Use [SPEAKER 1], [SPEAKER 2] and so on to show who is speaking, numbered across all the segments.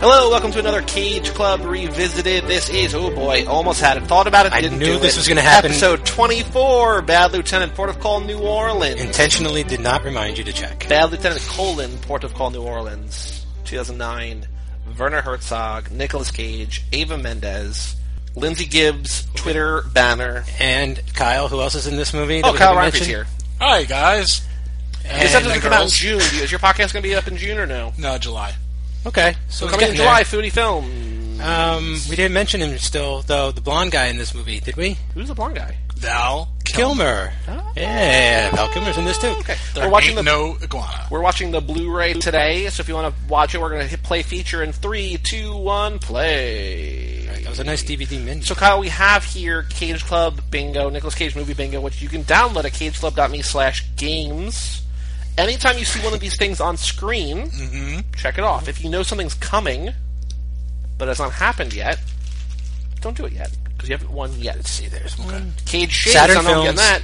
[SPEAKER 1] Hello, welcome to another Cage Club Revisited. This is, oh boy, almost had it. Thought about it,
[SPEAKER 2] I
[SPEAKER 1] didn't
[SPEAKER 2] knew
[SPEAKER 1] do
[SPEAKER 2] this
[SPEAKER 1] it.
[SPEAKER 2] was gonna happen.
[SPEAKER 1] Episode 24, Bad Lieutenant, Port of Call, New Orleans.
[SPEAKER 2] Intentionally did not remind you to check.
[SPEAKER 1] Bad Lieutenant colon, Port of Call, New Orleans, 2009. Werner Herzog, Nicolas Cage, Ava Mendez, Lindsay Gibbs, Twitter banner.
[SPEAKER 2] And Kyle, who else is in this movie? that
[SPEAKER 1] Oh,
[SPEAKER 2] we
[SPEAKER 1] Kyle
[SPEAKER 2] haven't
[SPEAKER 1] Reinfrey's
[SPEAKER 2] mentioned?
[SPEAKER 1] here.
[SPEAKER 3] Hi guys.
[SPEAKER 1] This
[SPEAKER 2] And
[SPEAKER 1] episode
[SPEAKER 2] the
[SPEAKER 1] come out in
[SPEAKER 2] girls.
[SPEAKER 1] June. Is your podcast going to be up in June or no?
[SPEAKER 3] No, July.
[SPEAKER 2] Okay, so
[SPEAKER 1] So
[SPEAKER 2] it's
[SPEAKER 1] coming in
[SPEAKER 2] getting
[SPEAKER 1] July, Foodie Film.
[SPEAKER 2] there. Um, we didn't mention him still, though. The blonde guy in this movie, did we?
[SPEAKER 1] Who's the blonde guy?
[SPEAKER 3] Val.
[SPEAKER 2] Kilmer.
[SPEAKER 1] Oh.
[SPEAKER 2] Yeah, Val Kilmer's in this too.
[SPEAKER 1] Okay.
[SPEAKER 3] There
[SPEAKER 1] We're watching
[SPEAKER 3] ain't
[SPEAKER 1] the
[SPEAKER 3] no iguana.
[SPEAKER 1] We're watching the Blu-ray today, so if you want to watch it, we're going to hit play feature in three, two, one, play.
[SPEAKER 2] That was a nice DVD menu.
[SPEAKER 1] So Kyle, we have here Cage Club Bingo, Nicolas Cage movie bingo, which you can download at cageclub.me slash games. Anytime you see one of these things on screen, check it off. If you know something's coming, but it's not happened yet, don't do it yet because you haven't won yet. Mm.
[SPEAKER 2] see, there's one.
[SPEAKER 1] Cage Shades,
[SPEAKER 2] Saturn
[SPEAKER 1] I don't know if you get
[SPEAKER 2] Films.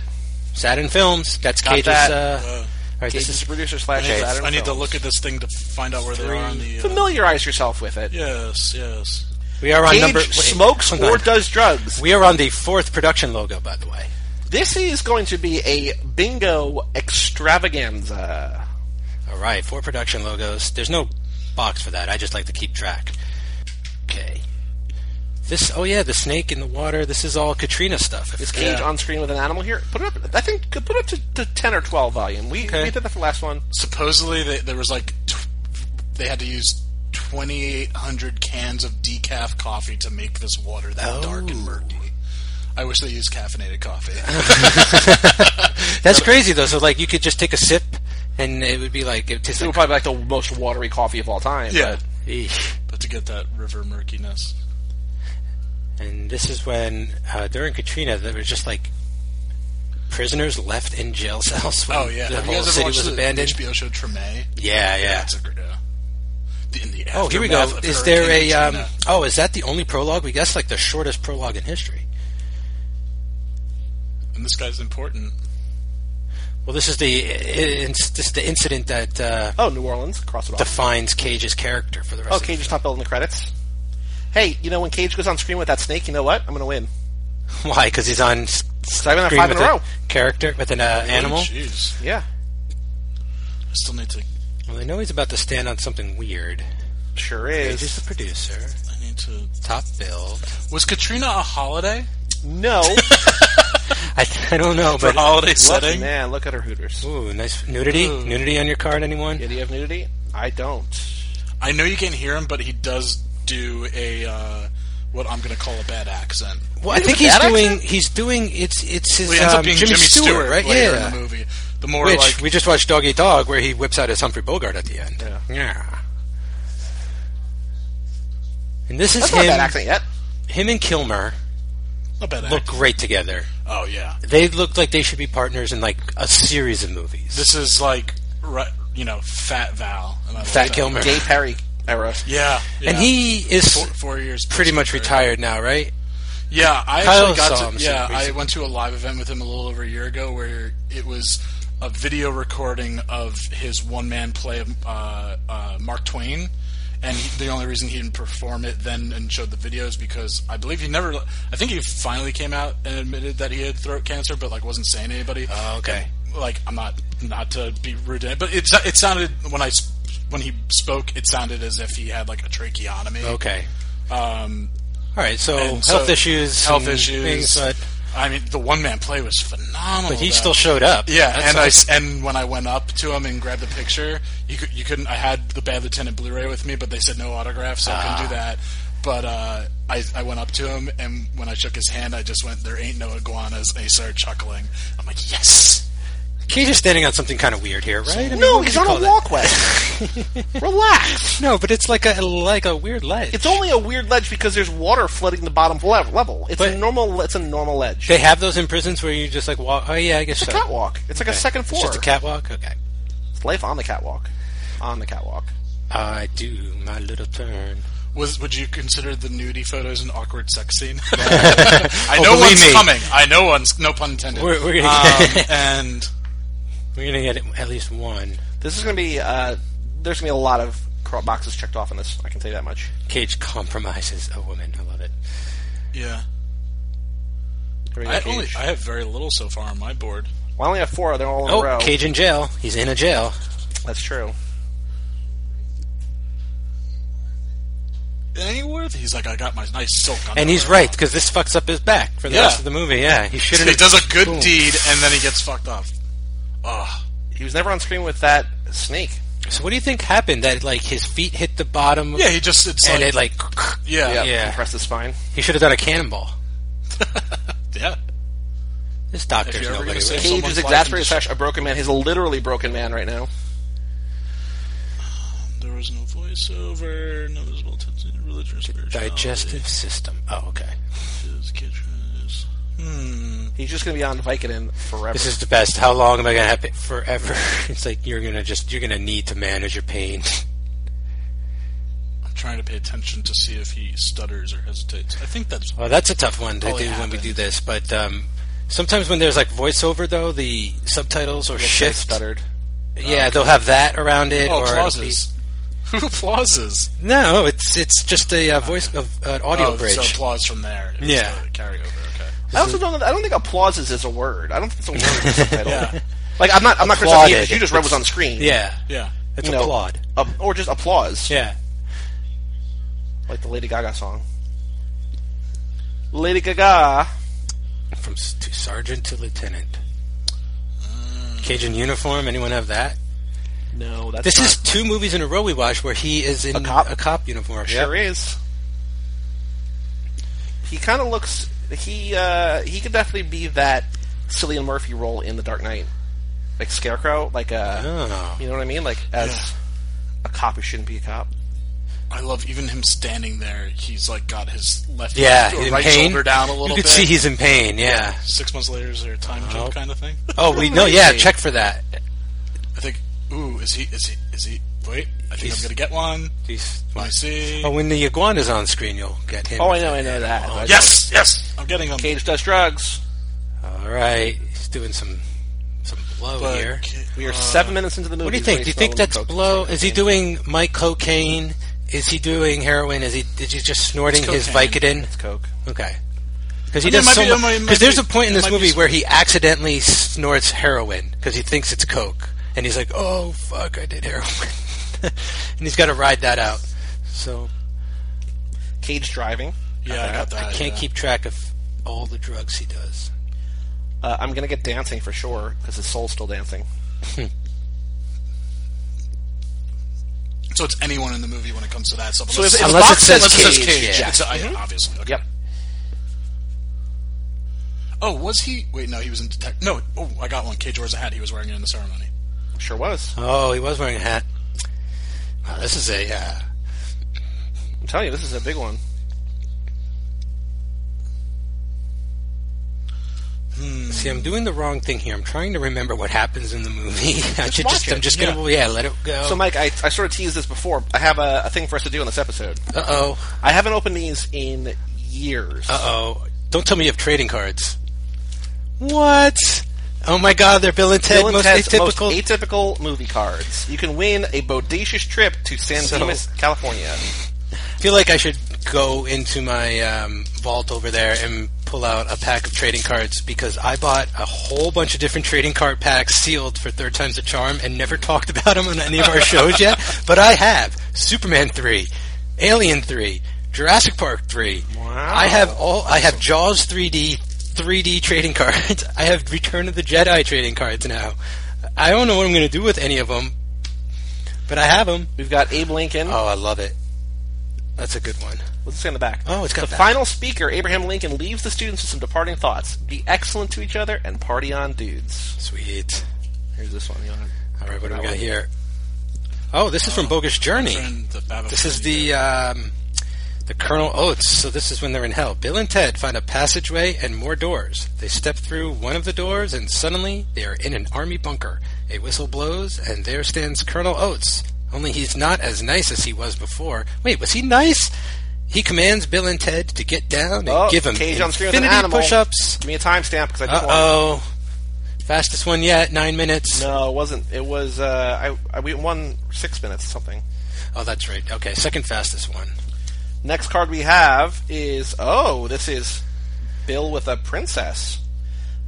[SPEAKER 1] that.
[SPEAKER 2] Saturn Films. That's
[SPEAKER 1] Got
[SPEAKER 2] Cage's.
[SPEAKER 1] that.
[SPEAKER 2] Uh,
[SPEAKER 3] Uh,
[SPEAKER 2] all right,
[SPEAKER 1] Cage's
[SPEAKER 2] this is
[SPEAKER 1] producer slash
[SPEAKER 2] Okay.
[SPEAKER 1] Saturn
[SPEAKER 3] I need to
[SPEAKER 1] Films.
[SPEAKER 3] look at this thing to find out where they are on the. Uh,
[SPEAKER 1] Familiarize yourself with it.
[SPEAKER 3] yes, yes.
[SPEAKER 2] we are on
[SPEAKER 1] Cage
[SPEAKER 2] number. wait,
[SPEAKER 1] smokes
[SPEAKER 2] hold
[SPEAKER 1] or
[SPEAKER 2] on.
[SPEAKER 1] does drugs.
[SPEAKER 2] we are on the fourth production logo, by the way.
[SPEAKER 1] This is going to be a bingo extravaganza.
[SPEAKER 2] All right, four production logos. There's no box for that. I just like to keep track. Okay. This. Oh yeah, the snake in the water. This is all Katrina stuff.
[SPEAKER 1] Is Cage
[SPEAKER 3] Yeah.
[SPEAKER 1] on screen with an animal here? Put it up. I think put it up to, to ten or twelve volume. We,
[SPEAKER 2] Okay.
[SPEAKER 1] we did that for the last one.
[SPEAKER 3] Supposedly, they, there was like tw- they had to use twenty eight hundred cans of decaf coffee to make this water that
[SPEAKER 2] Oh.
[SPEAKER 3] dark and murky. I wish they used caffeinated coffee.
[SPEAKER 2] That's crazy though. So like, you could just take a sip, and it would be like it tastes
[SPEAKER 1] It would
[SPEAKER 2] like.
[SPEAKER 1] probably be like the most watery coffee of all time.
[SPEAKER 3] yeah,
[SPEAKER 2] Eesh.
[SPEAKER 3] but to get that river murkiness.
[SPEAKER 2] And this is when uh, during Katrina, there was just like prisoners left in jail cells. When
[SPEAKER 3] Oh yeah,
[SPEAKER 2] the
[SPEAKER 3] have you
[SPEAKER 2] whole
[SPEAKER 3] guys ever
[SPEAKER 2] city
[SPEAKER 3] watched
[SPEAKER 2] was
[SPEAKER 3] the
[SPEAKER 2] abandoned.
[SPEAKER 3] HBO show Treme?
[SPEAKER 2] Yeah, yeah.
[SPEAKER 3] That's a great. uh, the- In the
[SPEAKER 2] Oh, here we go.
[SPEAKER 3] aftermath of
[SPEAKER 2] Is there
[SPEAKER 3] Hurricane
[SPEAKER 2] a? Um,
[SPEAKER 3] Katrina.
[SPEAKER 2] oh, is that the only prologue? We guess like the shortest prologue in history.
[SPEAKER 3] And this guy's important.
[SPEAKER 2] Well, this is the i- ins- this is the incident that uh,
[SPEAKER 1] Oh, New Orleans. Cross it off.
[SPEAKER 2] defines Cage's character for the rest.
[SPEAKER 1] oh,
[SPEAKER 2] of the
[SPEAKER 1] Cage is not building the credits. Hey, you know when Cage goes on screen with that snake, you know what? I'm going to win.
[SPEAKER 2] Why? Because he's on s-
[SPEAKER 1] I've been on
[SPEAKER 2] screen
[SPEAKER 1] five
[SPEAKER 2] with
[SPEAKER 1] in a
[SPEAKER 2] a
[SPEAKER 1] row.
[SPEAKER 2] character with an uh, animal.
[SPEAKER 3] Oh, Jeez,
[SPEAKER 1] Yeah.
[SPEAKER 3] I still need to.
[SPEAKER 2] Well, I know he's about to stand on something weird.
[SPEAKER 1] Sure
[SPEAKER 2] Cage is
[SPEAKER 1] is.
[SPEAKER 2] the producer,
[SPEAKER 3] I need to.
[SPEAKER 2] top build.
[SPEAKER 3] Was Katrina a holiday?
[SPEAKER 1] No.
[SPEAKER 2] I, I don't know,
[SPEAKER 3] For
[SPEAKER 2] but
[SPEAKER 3] holiday
[SPEAKER 1] Lucky
[SPEAKER 3] setting?
[SPEAKER 1] man, look at her hooters.
[SPEAKER 2] ooh, nice nudity, nudity on your card, anyone?
[SPEAKER 1] Yeah, do you have nudity? I don't.
[SPEAKER 3] I know you can't hear him, but he does do a uh, what I'm going to call a bad accent.
[SPEAKER 2] Well, I
[SPEAKER 1] Is
[SPEAKER 2] think
[SPEAKER 1] it
[SPEAKER 2] he's
[SPEAKER 1] that
[SPEAKER 2] doing. He's doing. It's it's his
[SPEAKER 3] Well, he ends
[SPEAKER 2] um,
[SPEAKER 3] up being
[SPEAKER 2] Jimmy, Stewart, right?
[SPEAKER 3] later
[SPEAKER 2] Yeah.
[SPEAKER 3] in the movie. The more
[SPEAKER 2] Which
[SPEAKER 3] like
[SPEAKER 2] we just watched Doggy Dog, where he whips out his Humphrey Bogart at the end.
[SPEAKER 1] Yeah.
[SPEAKER 2] And this is
[SPEAKER 1] That's not a
[SPEAKER 2] him.
[SPEAKER 1] bad accent yet.
[SPEAKER 2] Him and Kilmer
[SPEAKER 3] a bad
[SPEAKER 2] look
[SPEAKER 3] accent.
[SPEAKER 2] great together.
[SPEAKER 3] Oh yeah,
[SPEAKER 2] They look like they should be partners in like a series of movies.
[SPEAKER 3] this is like ri- you know Fat Val. And I love
[SPEAKER 2] Fat
[SPEAKER 3] that.
[SPEAKER 2] Kilmer,
[SPEAKER 1] Gay Perry era.
[SPEAKER 3] Yeah, yeah.
[SPEAKER 2] and he is
[SPEAKER 3] four, four years
[SPEAKER 2] pretty much
[SPEAKER 3] post-career.
[SPEAKER 2] retired now, right?
[SPEAKER 3] Yeah, I
[SPEAKER 2] Kyle
[SPEAKER 3] actually got
[SPEAKER 2] saw him
[SPEAKER 3] to. Yeah, I
[SPEAKER 2] recently.
[SPEAKER 3] went to a live event with him a little over a year ago where it was a video recording of his one man play of uh, uh, Mark Twain. And he, the only reason he didn't perform it then and showed the video is because I believe he never. I think he finally came out and admitted that he had throat cancer, but like wasn't saying to anybody.
[SPEAKER 2] Oh, okay.
[SPEAKER 3] Like I'm not not to be rude, to him, but it it sounded when I s- when he spoke, it sounded as if he had like a tracheotomy.
[SPEAKER 2] Okay.
[SPEAKER 3] Um,
[SPEAKER 2] All right. So
[SPEAKER 3] and
[SPEAKER 2] health
[SPEAKER 3] so-
[SPEAKER 2] issues,
[SPEAKER 3] health
[SPEAKER 2] and
[SPEAKER 3] issues.
[SPEAKER 2] things, but
[SPEAKER 3] I mean, the one man play was phenomenal.
[SPEAKER 2] but he
[SPEAKER 3] though.
[SPEAKER 2] still showed up.
[SPEAKER 3] Yeah,
[SPEAKER 2] That's
[SPEAKER 3] and I
[SPEAKER 2] awesome.
[SPEAKER 3] s and when I went up to him and grabbed the picture, you could, you couldn't. I had the Bad Lieutenant Blu-ray with me, but they said no autographs, so I couldn't
[SPEAKER 2] Ah.
[SPEAKER 3] do that. But uh, I I went up to him, and when I shook his hand, I just went, "There ain't no iguanas," and he started chuckling. I'm like, "Yes."
[SPEAKER 2] Cage is standing on something kind of weird here, right? I mean,
[SPEAKER 1] No,
[SPEAKER 2] what
[SPEAKER 1] he's
[SPEAKER 2] would you
[SPEAKER 1] on
[SPEAKER 2] call
[SPEAKER 1] a
[SPEAKER 2] that?
[SPEAKER 1] walkway. Relax.
[SPEAKER 2] No, but it's like a like a weird ledge.
[SPEAKER 1] It's only a weird ledge because there's water flooding the bottom le- level. It's a
[SPEAKER 2] But-
[SPEAKER 1] normal. It's a normal ledge.
[SPEAKER 2] They have those in prisons where you just like walk. Oh yeah, I guess
[SPEAKER 1] it's a
[SPEAKER 2] so.
[SPEAKER 1] catwalk. It's like a
[SPEAKER 2] Okay.
[SPEAKER 1] second floor.
[SPEAKER 2] It's just a catwalk. Okay.
[SPEAKER 1] It's life on the catwalk. On the catwalk.
[SPEAKER 2] I do my little turn.
[SPEAKER 3] Was would you consider the nudie photos an awkward sex scene? I know
[SPEAKER 2] believe
[SPEAKER 3] one's
[SPEAKER 2] me.
[SPEAKER 3] coming. I know one's no pun intended.
[SPEAKER 2] We're- we're gonna
[SPEAKER 3] um, and
[SPEAKER 2] We're gonna get at least one.
[SPEAKER 1] This is going to be. Uh, there's going to be a lot of cro- boxes checked off on this. I can tell you that much.
[SPEAKER 2] Cage compromises a woman. I love it.
[SPEAKER 3] Yeah.
[SPEAKER 1] Here we go,
[SPEAKER 3] I
[SPEAKER 1] Cage.
[SPEAKER 3] only I have very little so far on my board.
[SPEAKER 1] Well, I only have four. They're all in a
[SPEAKER 2] Oh,
[SPEAKER 1] row.
[SPEAKER 2] Cage in jail. He's in a jail.
[SPEAKER 1] That's true.
[SPEAKER 3] Anywhere that he's like, I got my nice silk. on
[SPEAKER 2] And
[SPEAKER 3] the
[SPEAKER 2] he's
[SPEAKER 3] ground."
[SPEAKER 2] right because this fucks up his back for the
[SPEAKER 3] Yeah.
[SPEAKER 2] rest of the movie. Yeah, he shouldn't.
[SPEAKER 3] He
[SPEAKER 2] have-
[SPEAKER 3] does a good
[SPEAKER 2] Boom.
[SPEAKER 3] deed and then he gets fucked up. Ugh.
[SPEAKER 1] He was never on screen with that snake.
[SPEAKER 2] So what do you think happened? That like his feet hit the bottom.
[SPEAKER 3] Yeah, he just it's
[SPEAKER 2] and
[SPEAKER 3] like,
[SPEAKER 2] it like.
[SPEAKER 3] Uh, yeah
[SPEAKER 1] Yeah,
[SPEAKER 2] Yeah.
[SPEAKER 1] compressed his spine.
[SPEAKER 2] He should have done a cannonball.
[SPEAKER 3] yeah.
[SPEAKER 2] This
[SPEAKER 3] If
[SPEAKER 2] doctor's
[SPEAKER 3] you're ever
[SPEAKER 2] nobody.
[SPEAKER 3] gonna
[SPEAKER 2] With.
[SPEAKER 3] say-
[SPEAKER 1] Cage
[SPEAKER 3] someone's
[SPEAKER 1] is
[SPEAKER 3] life
[SPEAKER 1] exasperated
[SPEAKER 3] and
[SPEAKER 1] slash a broken man. He's a literally broken man right now.
[SPEAKER 3] There was no voiceover, no visible attention to religion or spirituality.
[SPEAKER 2] Digestive system. Oh, okay.
[SPEAKER 3] His kitchen is- Hmm.
[SPEAKER 1] He's just going to be on Vicodin forever.
[SPEAKER 2] This is the best. How long am I gonna have it forever? it's like you're gonna just you're gonna need to manage your pain.
[SPEAKER 3] I'm trying to pay attention to see if he stutters or hesitates. I think that's
[SPEAKER 2] Well, that's a tough one to
[SPEAKER 3] Probably
[SPEAKER 2] do when we
[SPEAKER 3] happened.
[SPEAKER 2] do this. But um, sometimes when there's like voiceover though, the subtitles or
[SPEAKER 1] Shit
[SPEAKER 2] shift.
[SPEAKER 1] stuttered.
[SPEAKER 2] Yeah, they'll have that around it.
[SPEAKER 3] oh
[SPEAKER 2] or it'll
[SPEAKER 3] applauses. Who applauses?
[SPEAKER 2] be- no, it's it's just a uh, voice of an audio
[SPEAKER 3] oh,
[SPEAKER 2] bridge.
[SPEAKER 3] So applause from there. It was
[SPEAKER 2] Yeah.
[SPEAKER 3] the carryover. Okay.
[SPEAKER 1] I also don't. I don't think applauses is a word. I don't think it's a word. in subtitle.
[SPEAKER 3] Yeah.
[SPEAKER 1] Like I'm not. I'm not
[SPEAKER 2] Applauded.
[SPEAKER 1] criticizing you. 'cause You just read what's on screen.
[SPEAKER 2] yeah,
[SPEAKER 3] Yeah.
[SPEAKER 2] it's
[SPEAKER 1] You know,
[SPEAKER 2] applaud.
[SPEAKER 1] Uh, or just applause.
[SPEAKER 2] Yeah,
[SPEAKER 1] Like the Lady Gaga song. Lady Gaga.
[SPEAKER 2] from s- to sergeant to lieutenant. Cajun uniform. Anyone have that?
[SPEAKER 1] No, that's
[SPEAKER 2] This
[SPEAKER 1] not-
[SPEAKER 2] is two movies in a row we watched where he is in
[SPEAKER 1] A cop?
[SPEAKER 2] uniform.
[SPEAKER 1] sure is. He kind of looks. He uh, he could definitely be that Cillian Murphy role in The Dark Knight, like Scarecrow, like uh,
[SPEAKER 2] Oh.
[SPEAKER 1] you know what I mean, like as a cop who shouldn't be a cop.
[SPEAKER 3] I love even him standing there. He's like got his left
[SPEAKER 2] Yeah,
[SPEAKER 3] or
[SPEAKER 2] in
[SPEAKER 3] right
[SPEAKER 2] pain.
[SPEAKER 3] shoulder down a little
[SPEAKER 2] you
[SPEAKER 3] bit.
[SPEAKER 2] can see he's in pain. Yeah.
[SPEAKER 3] Six months later, is there a time jump kind of thing?
[SPEAKER 2] Oh, we know. Yeah,
[SPEAKER 1] Amazing.
[SPEAKER 2] check for that.
[SPEAKER 3] I think. Ooh, is he? Is he? Is he? Wait, I think
[SPEAKER 2] He's-
[SPEAKER 3] I'm gonna get one.
[SPEAKER 2] He's-
[SPEAKER 3] I see.
[SPEAKER 2] Oh, when the iguana's on screen, you'll get him.
[SPEAKER 1] Oh, I know, I know that. but-
[SPEAKER 3] yes, yes, I'm getting him.
[SPEAKER 1] Cage does drugs.
[SPEAKER 2] All right, he's doing some some blow
[SPEAKER 3] But-
[SPEAKER 2] here.
[SPEAKER 1] We are
[SPEAKER 3] uh,
[SPEAKER 1] seven minutes into the movie.
[SPEAKER 2] What do you think? Do you think that's blow? Is he doing Mike cocaine? Is he doing heroin? Is he? Did he just snorting
[SPEAKER 3] It's
[SPEAKER 2] his
[SPEAKER 3] cocaine.
[SPEAKER 2] Vicodin?
[SPEAKER 1] It's coke.
[SPEAKER 2] Okay. Because he
[SPEAKER 3] I mean, it
[SPEAKER 2] does
[SPEAKER 3] might
[SPEAKER 2] so
[SPEAKER 3] be- it might-
[SPEAKER 2] much.
[SPEAKER 3] it might
[SPEAKER 2] Because there's
[SPEAKER 3] be-
[SPEAKER 2] a point in
[SPEAKER 3] it
[SPEAKER 2] this
[SPEAKER 3] might be
[SPEAKER 2] movie
[SPEAKER 3] some-
[SPEAKER 2] where he accidentally snorts heroin because he thinks it's coke, and he's like, "Oh fuck, I did heroin," and he's got to ride that out. So
[SPEAKER 1] Cage driving.
[SPEAKER 3] Yeah, I got that.
[SPEAKER 2] I can't
[SPEAKER 3] yeah.
[SPEAKER 2] keep track of all the drugs he does.
[SPEAKER 1] Uh, I'm gonna get dancing for sure because his soul's still dancing.
[SPEAKER 3] So it's anyone in the movie when it comes to that stuff.
[SPEAKER 1] if- if
[SPEAKER 3] it's
[SPEAKER 1] the
[SPEAKER 2] Unless
[SPEAKER 1] box
[SPEAKER 2] it says
[SPEAKER 1] says
[SPEAKER 2] Cage,
[SPEAKER 1] Cage,
[SPEAKER 2] yeah. Mm-hmm.
[SPEAKER 3] it's, uh, yeah, obviously. Okay.
[SPEAKER 1] Yep.
[SPEAKER 3] Oh, was he? Wait, no, he was in detect. No, oh, I got one. Cage wears a hat. He was wearing it in the ceremony.
[SPEAKER 1] Sure was.
[SPEAKER 2] Oh, he was wearing a hat. Wow, this is a uh,
[SPEAKER 1] I'm telling you, this is a big one.
[SPEAKER 2] See, I'm doing the wrong thing here. I'm trying to remember what happens in the movie. I should
[SPEAKER 1] watch
[SPEAKER 2] just,
[SPEAKER 1] it,
[SPEAKER 2] I'm just gonna, yeah, let it go.
[SPEAKER 1] So, Mike, I, I sort of teased this before. I have a, a thing for us to do on this episode.
[SPEAKER 2] uh oh,
[SPEAKER 1] I haven't opened these in years.
[SPEAKER 2] uh oh. Don't tell me you have trading cards. What? Oh my God, they're Bill and Ted,
[SPEAKER 1] Dylan
[SPEAKER 2] most
[SPEAKER 1] Ted's
[SPEAKER 2] atypical.
[SPEAKER 1] most atypical movie cards. You can win a bodacious trip to San
[SPEAKER 2] So-
[SPEAKER 1] Dimas, California.
[SPEAKER 2] I feel like I should go into my um, vault over there and pull out a pack of trading cards because I bought a whole bunch of different trading card packs sealed for third times a charm and never talked about them on any of our shows yet. But I have Superman three, Alien three, Jurassic Park three.
[SPEAKER 1] Wow.
[SPEAKER 2] I have all. I have Jaws three D. 3D trading cards. I have Return of the Jedi trading cards now. I don't know what I'm going to do with any of them, but I have them.
[SPEAKER 1] We've got Abe Lincoln.
[SPEAKER 2] Oh, I love it. That's a good one.
[SPEAKER 1] Let's see on the back.
[SPEAKER 2] Oh, it's got
[SPEAKER 1] the
[SPEAKER 2] that.
[SPEAKER 1] final speaker, Abraham Lincoln, leaves the students with some departing thoughts. Be excellent to each other and party on, dudes.
[SPEAKER 2] Sweet.
[SPEAKER 1] Here's this one. You want
[SPEAKER 2] All right, what do we got here? Oh, this is from Bogus Journey.
[SPEAKER 3] Friend, the Baba
[SPEAKER 2] This is
[SPEAKER 3] Friend,
[SPEAKER 2] the um, the Colonel Oates. So this is when they're in hell. Bill and Ted find a passageway and more doors. They step through one of the doors, and suddenly they are in an army bunker. A whistle blows, and there stands Colonel Oates. Only he's not as nice as he was before. Wait, was he nice? He commands Bill and Ted to get down and
[SPEAKER 1] Oh,
[SPEAKER 2] give him
[SPEAKER 1] Cage on screen with an
[SPEAKER 2] infinity
[SPEAKER 1] animal.
[SPEAKER 2] push-ups.
[SPEAKER 1] Give me a timestamp because I
[SPEAKER 2] Uh
[SPEAKER 1] just want.
[SPEAKER 2] oh, fastest one yet, nine minutes.
[SPEAKER 1] No, it wasn't. It was. Uh, I, I we won six minutes or something.
[SPEAKER 2] Oh, that's right. Okay, second fastest one.
[SPEAKER 1] Next card we have is oh, this is Bill with a princess.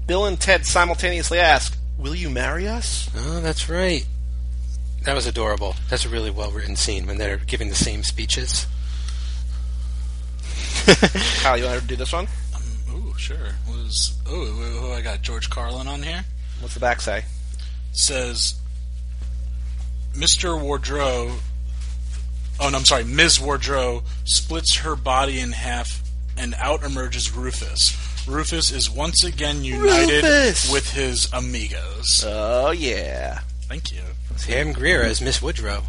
[SPEAKER 1] Bill and Ted simultaneously ask, "Will you marry us?"
[SPEAKER 2] Oh, that's right. That was adorable. That's a really well written scene when they're giving the same speeches.
[SPEAKER 1] Kyle, you want to do this one?
[SPEAKER 3] Ooh, sure. Was ooh, who I got George Carlin on here
[SPEAKER 1] What's the back say?
[SPEAKER 3] says, Mister Wardrow. Oh no, I'm sorry. Ms. Wardrow splits her body in half, and out emerges Rufus. Rufus is once again united
[SPEAKER 1] Rufus!
[SPEAKER 3] with his amigos.
[SPEAKER 1] Oh yeah.
[SPEAKER 3] Thank you.
[SPEAKER 2] Sam Greer as Miss Woodrow.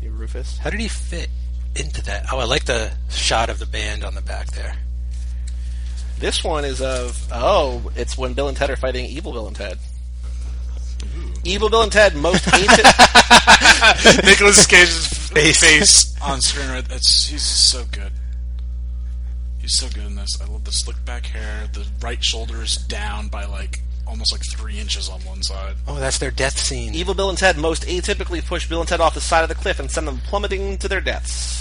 [SPEAKER 1] See Rufus.
[SPEAKER 2] How did he fit into that? Oh, I like the shot of the band on the back there.
[SPEAKER 1] This one is of oh, it's when Bill and Ted are fighting evil Bill and Ted. Evil Bill and Ted, most ancient.
[SPEAKER 3] Nicholas Cage's
[SPEAKER 2] Face.
[SPEAKER 3] face. on screen. Right, that's he's so good. He's so good in this. I love the slick back hair. The right shoulder is down by like almost like three inches on one side.
[SPEAKER 2] Oh, that's their death scene.
[SPEAKER 1] evil Bill and Ted most atypically push Bill and Ted off the side of the cliff and send them plummeting to their deaths.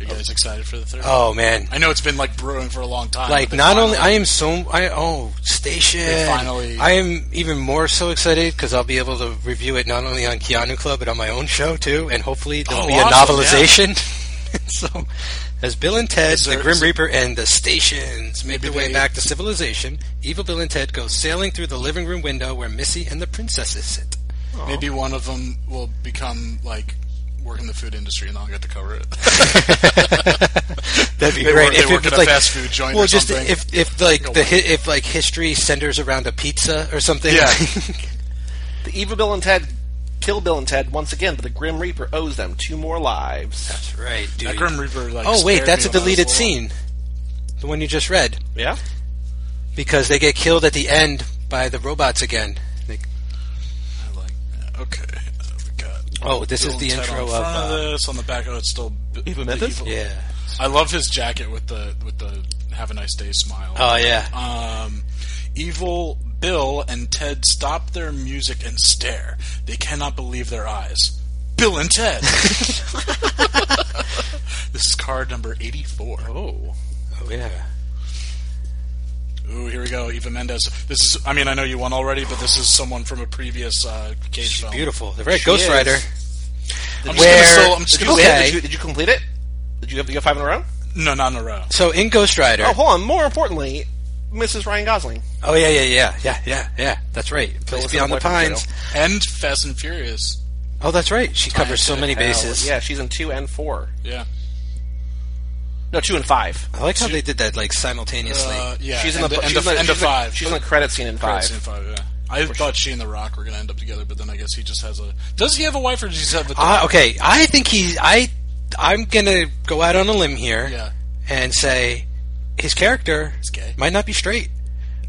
[SPEAKER 3] You guys excited for the third?
[SPEAKER 2] Oh man,
[SPEAKER 3] I know it's been like brewing for a long time.
[SPEAKER 2] like
[SPEAKER 3] but
[SPEAKER 2] not
[SPEAKER 3] finally-
[SPEAKER 2] only I am so I oh station
[SPEAKER 3] They finally-
[SPEAKER 2] I am even more so excited because I'll be able to review it not only on Keanu Club but on my own show too, and hopefully there'll
[SPEAKER 3] Oh,
[SPEAKER 2] be
[SPEAKER 3] awesome,
[SPEAKER 2] a novelization. so, as Bill and Ted,
[SPEAKER 3] Is there-
[SPEAKER 2] the Grim
[SPEAKER 3] is there-
[SPEAKER 2] Reaper, and the Stations make
[SPEAKER 3] Maybe
[SPEAKER 2] their way
[SPEAKER 3] they-
[SPEAKER 2] back to civilization, evil Bill and Ted go sailing through the living room window where Missy and the princesses sit.
[SPEAKER 3] maybe one of them will become like work in the food industry and I'll get to cover it.
[SPEAKER 2] That'd be
[SPEAKER 3] They
[SPEAKER 2] great.
[SPEAKER 3] work- they
[SPEAKER 2] if it
[SPEAKER 3] work
[SPEAKER 2] was
[SPEAKER 3] at a
[SPEAKER 2] like,
[SPEAKER 3] fast food joint
[SPEAKER 2] well,
[SPEAKER 3] or
[SPEAKER 2] just
[SPEAKER 3] something.
[SPEAKER 2] if if like
[SPEAKER 3] Go
[SPEAKER 2] the
[SPEAKER 3] work.
[SPEAKER 2] hi- if like history centers around a pizza or something.
[SPEAKER 3] Yeah.
[SPEAKER 1] The evil Bill and Ted kill Bill and Ted once again, but the Grim Reaper owes them two more lives.
[SPEAKER 2] that's right, dude.
[SPEAKER 3] That Grim Reaper. Like,
[SPEAKER 2] oh wait,
[SPEAKER 3] scared
[SPEAKER 2] that's a
[SPEAKER 3] me when I was
[SPEAKER 2] deleted
[SPEAKER 3] little.
[SPEAKER 2] scene, the one you just read,
[SPEAKER 1] Yeah.
[SPEAKER 2] because they get killed at the end by the robots again. They-
[SPEAKER 3] I like, yeah, okay. Uh, we got
[SPEAKER 2] Oh, this
[SPEAKER 3] Bill
[SPEAKER 2] is the
[SPEAKER 3] and Ted
[SPEAKER 2] intro
[SPEAKER 3] on
[SPEAKER 2] of,
[SPEAKER 3] front of
[SPEAKER 2] uh,
[SPEAKER 3] this. On the back of it's still B-
[SPEAKER 1] Evil
[SPEAKER 3] the
[SPEAKER 1] Memphis?
[SPEAKER 2] yeah.
[SPEAKER 3] I love his jacket with the with the "Have a nice day" smile.
[SPEAKER 1] Uh,
[SPEAKER 2] Oh yeah.
[SPEAKER 3] um, evil Bill and Ted stop their music and stare. They cannot believe their eyes. Bill and Ted. this is card number eighty-four.
[SPEAKER 1] Oh.
[SPEAKER 2] Oh yeah.
[SPEAKER 3] Ooh, here we go. Eva Mendes. This is. I mean, I know you won already, but this is someone from a previous uh, Cage
[SPEAKER 2] She's
[SPEAKER 3] film.
[SPEAKER 2] beautiful. The very
[SPEAKER 1] She
[SPEAKER 2] Ghost
[SPEAKER 1] is.
[SPEAKER 2] Rider.
[SPEAKER 3] I'm
[SPEAKER 2] Where-
[SPEAKER 3] just gonna solo, I'm just
[SPEAKER 1] Did you,
[SPEAKER 3] gonna
[SPEAKER 1] complete it?
[SPEAKER 2] Okay.
[SPEAKER 1] Did, you, did you complete it? Did you have you got five in a row?
[SPEAKER 3] No, not in a row.
[SPEAKER 2] So in Ghost Rider.
[SPEAKER 1] Oh, hold on. More importantly, Mrs. Ryan Gosling.
[SPEAKER 2] Oh, yeah, yeah, yeah, yeah, yeah, yeah. That's right. Place
[SPEAKER 1] us
[SPEAKER 2] Beyond
[SPEAKER 1] up
[SPEAKER 2] the
[SPEAKER 1] with that
[SPEAKER 2] Pines.
[SPEAKER 3] And Fast and Furious.
[SPEAKER 2] Oh, that's right. She covers so
[SPEAKER 3] to
[SPEAKER 2] many
[SPEAKER 1] Hell,
[SPEAKER 2] bases.
[SPEAKER 1] Oh, yeah, she's in two and four.
[SPEAKER 3] Yeah.
[SPEAKER 1] No, two and five.
[SPEAKER 2] I like how they did that like simultaneously.
[SPEAKER 3] Uh, yeah.
[SPEAKER 1] she's in
[SPEAKER 3] and
[SPEAKER 1] the,
[SPEAKER 3] end
[SPEAKER 1] she's
[SPEAKER 3] of,
[SPEAKER 1] in the-
[SPEAKER 3] end
[SPEAKER 1] she's
[SPEAKER 3] of
[SPEAKER 1] in the-
[SPEAKER 3] five.
[SPEAKER 1] She's in the credit scene in five.
[SPEAKER 3] Credits in five. Yeah. I thought she and The Rock were going to end up together, but then I guess he just has a. Does he have a wife or does he just have a?
[SPEAKER 2] Ah, okay, I think he's. I I'm gonna go out on a limb here
[SPEAKER 3] Yeah.
[SPEAKER 2] and say his character
[SPEAKER 3] He's gay.
[SPEAKER 2] might not be straight.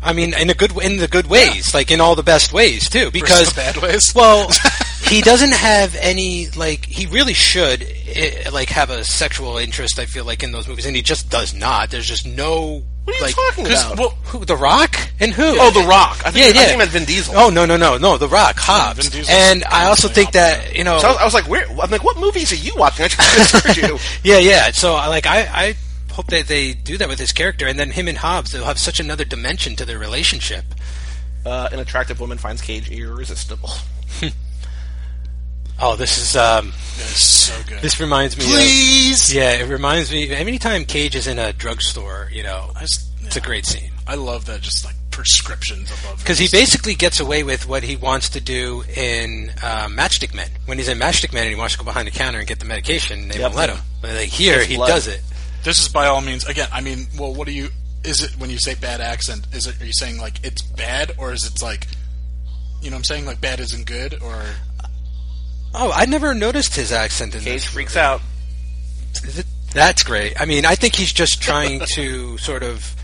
[SPEAKER 2] I mean, in a good in the good ways, like in all the best ways too, because
[SPEAKER 3] the bad ways?
[SPEAKER 2] Well, he doesn't have any like he really should eh, like have a sexual interest. I feel like in those movies, and he just does not. There's just no.
[SPEAKER 1] What are you
[SPEAKER 2] like,
[SPEAKER 1] talking
[SPEAKER 2] 'cause-
[SPEAKER 1] about?
[SPEAKER 2] Well, who, The Rock and who?
[SPEAKER 1] Oh, The Rock. I think,
[SPEAKER 2] yeah,
[SPEAKER 1] I
[SPEAKER 2] yeah.
[SPEAKER 1] think I meant Vin Diesel.
[SPEAKER 2] Oh no no no no The Rock Hobbs
[SPEAKER 3] Vin Diesel's
[SPEAKER 2] and I also
[SPEAKER 3] constantly
[SPEAKER 2] think that
[SPEAKER 3] opposite.
[SPEAKER 2] you know
[SPEAKER 1] So I was, I was like, where? I'm like, what movies are you watching? I just heard you.
[SPEAKER 2] yeah yeah so I like I I hope that they do that with his character and then him and Hobbs they'll have such another dimension to their relationship
[SPEAKER 1] Uh, an attractive woman finds Cage irresistible.
[SPEAKER 2] oh this is um
[SPEAKER 3] It's so good.
[SPEAKER 2] this reminds me of-
[SPEAKER 3] Please.
[SPEAKER 2] yeah it reminds me anytime Cage is in a drugstore you know
[SPEAKER 3] I just-
[SPEAKER 2] it's a
[SPEAKER 3] yeah.
[SPEAKER 2] great scene
[SPEAKER 3] I love that. Just like prescriptions above.
[SPEAKER 2] because he basically gets away with what he wants to do in uh, Matchstick Men when he's in Matchstick Men and he wants to go behind the counter and get the medication and they
[SPEAKER 1] Yep.
[SPEAKER 2] won't let him but like here
[SPEAKER 1] Just
[SPEAKER 2] he
[SPEAKER 1] blood.
[SPEAKER 2] does it
[SPEAKER 3] This is by all means. Again, I mean, well, what do you? Is it when you say bad accent? Is it are you saying like it's bad or is it like, you know, what I'm saying like bad isn't good or
[SPEAKER 2] oh I never noticed his accent in
[SPEAKER 1] Cage
[SPEAKER 2] this
[SPEAKER 1] freaks out.
[SPEAKER 2] Th- That's great. I mean, I think he's just trying to sort of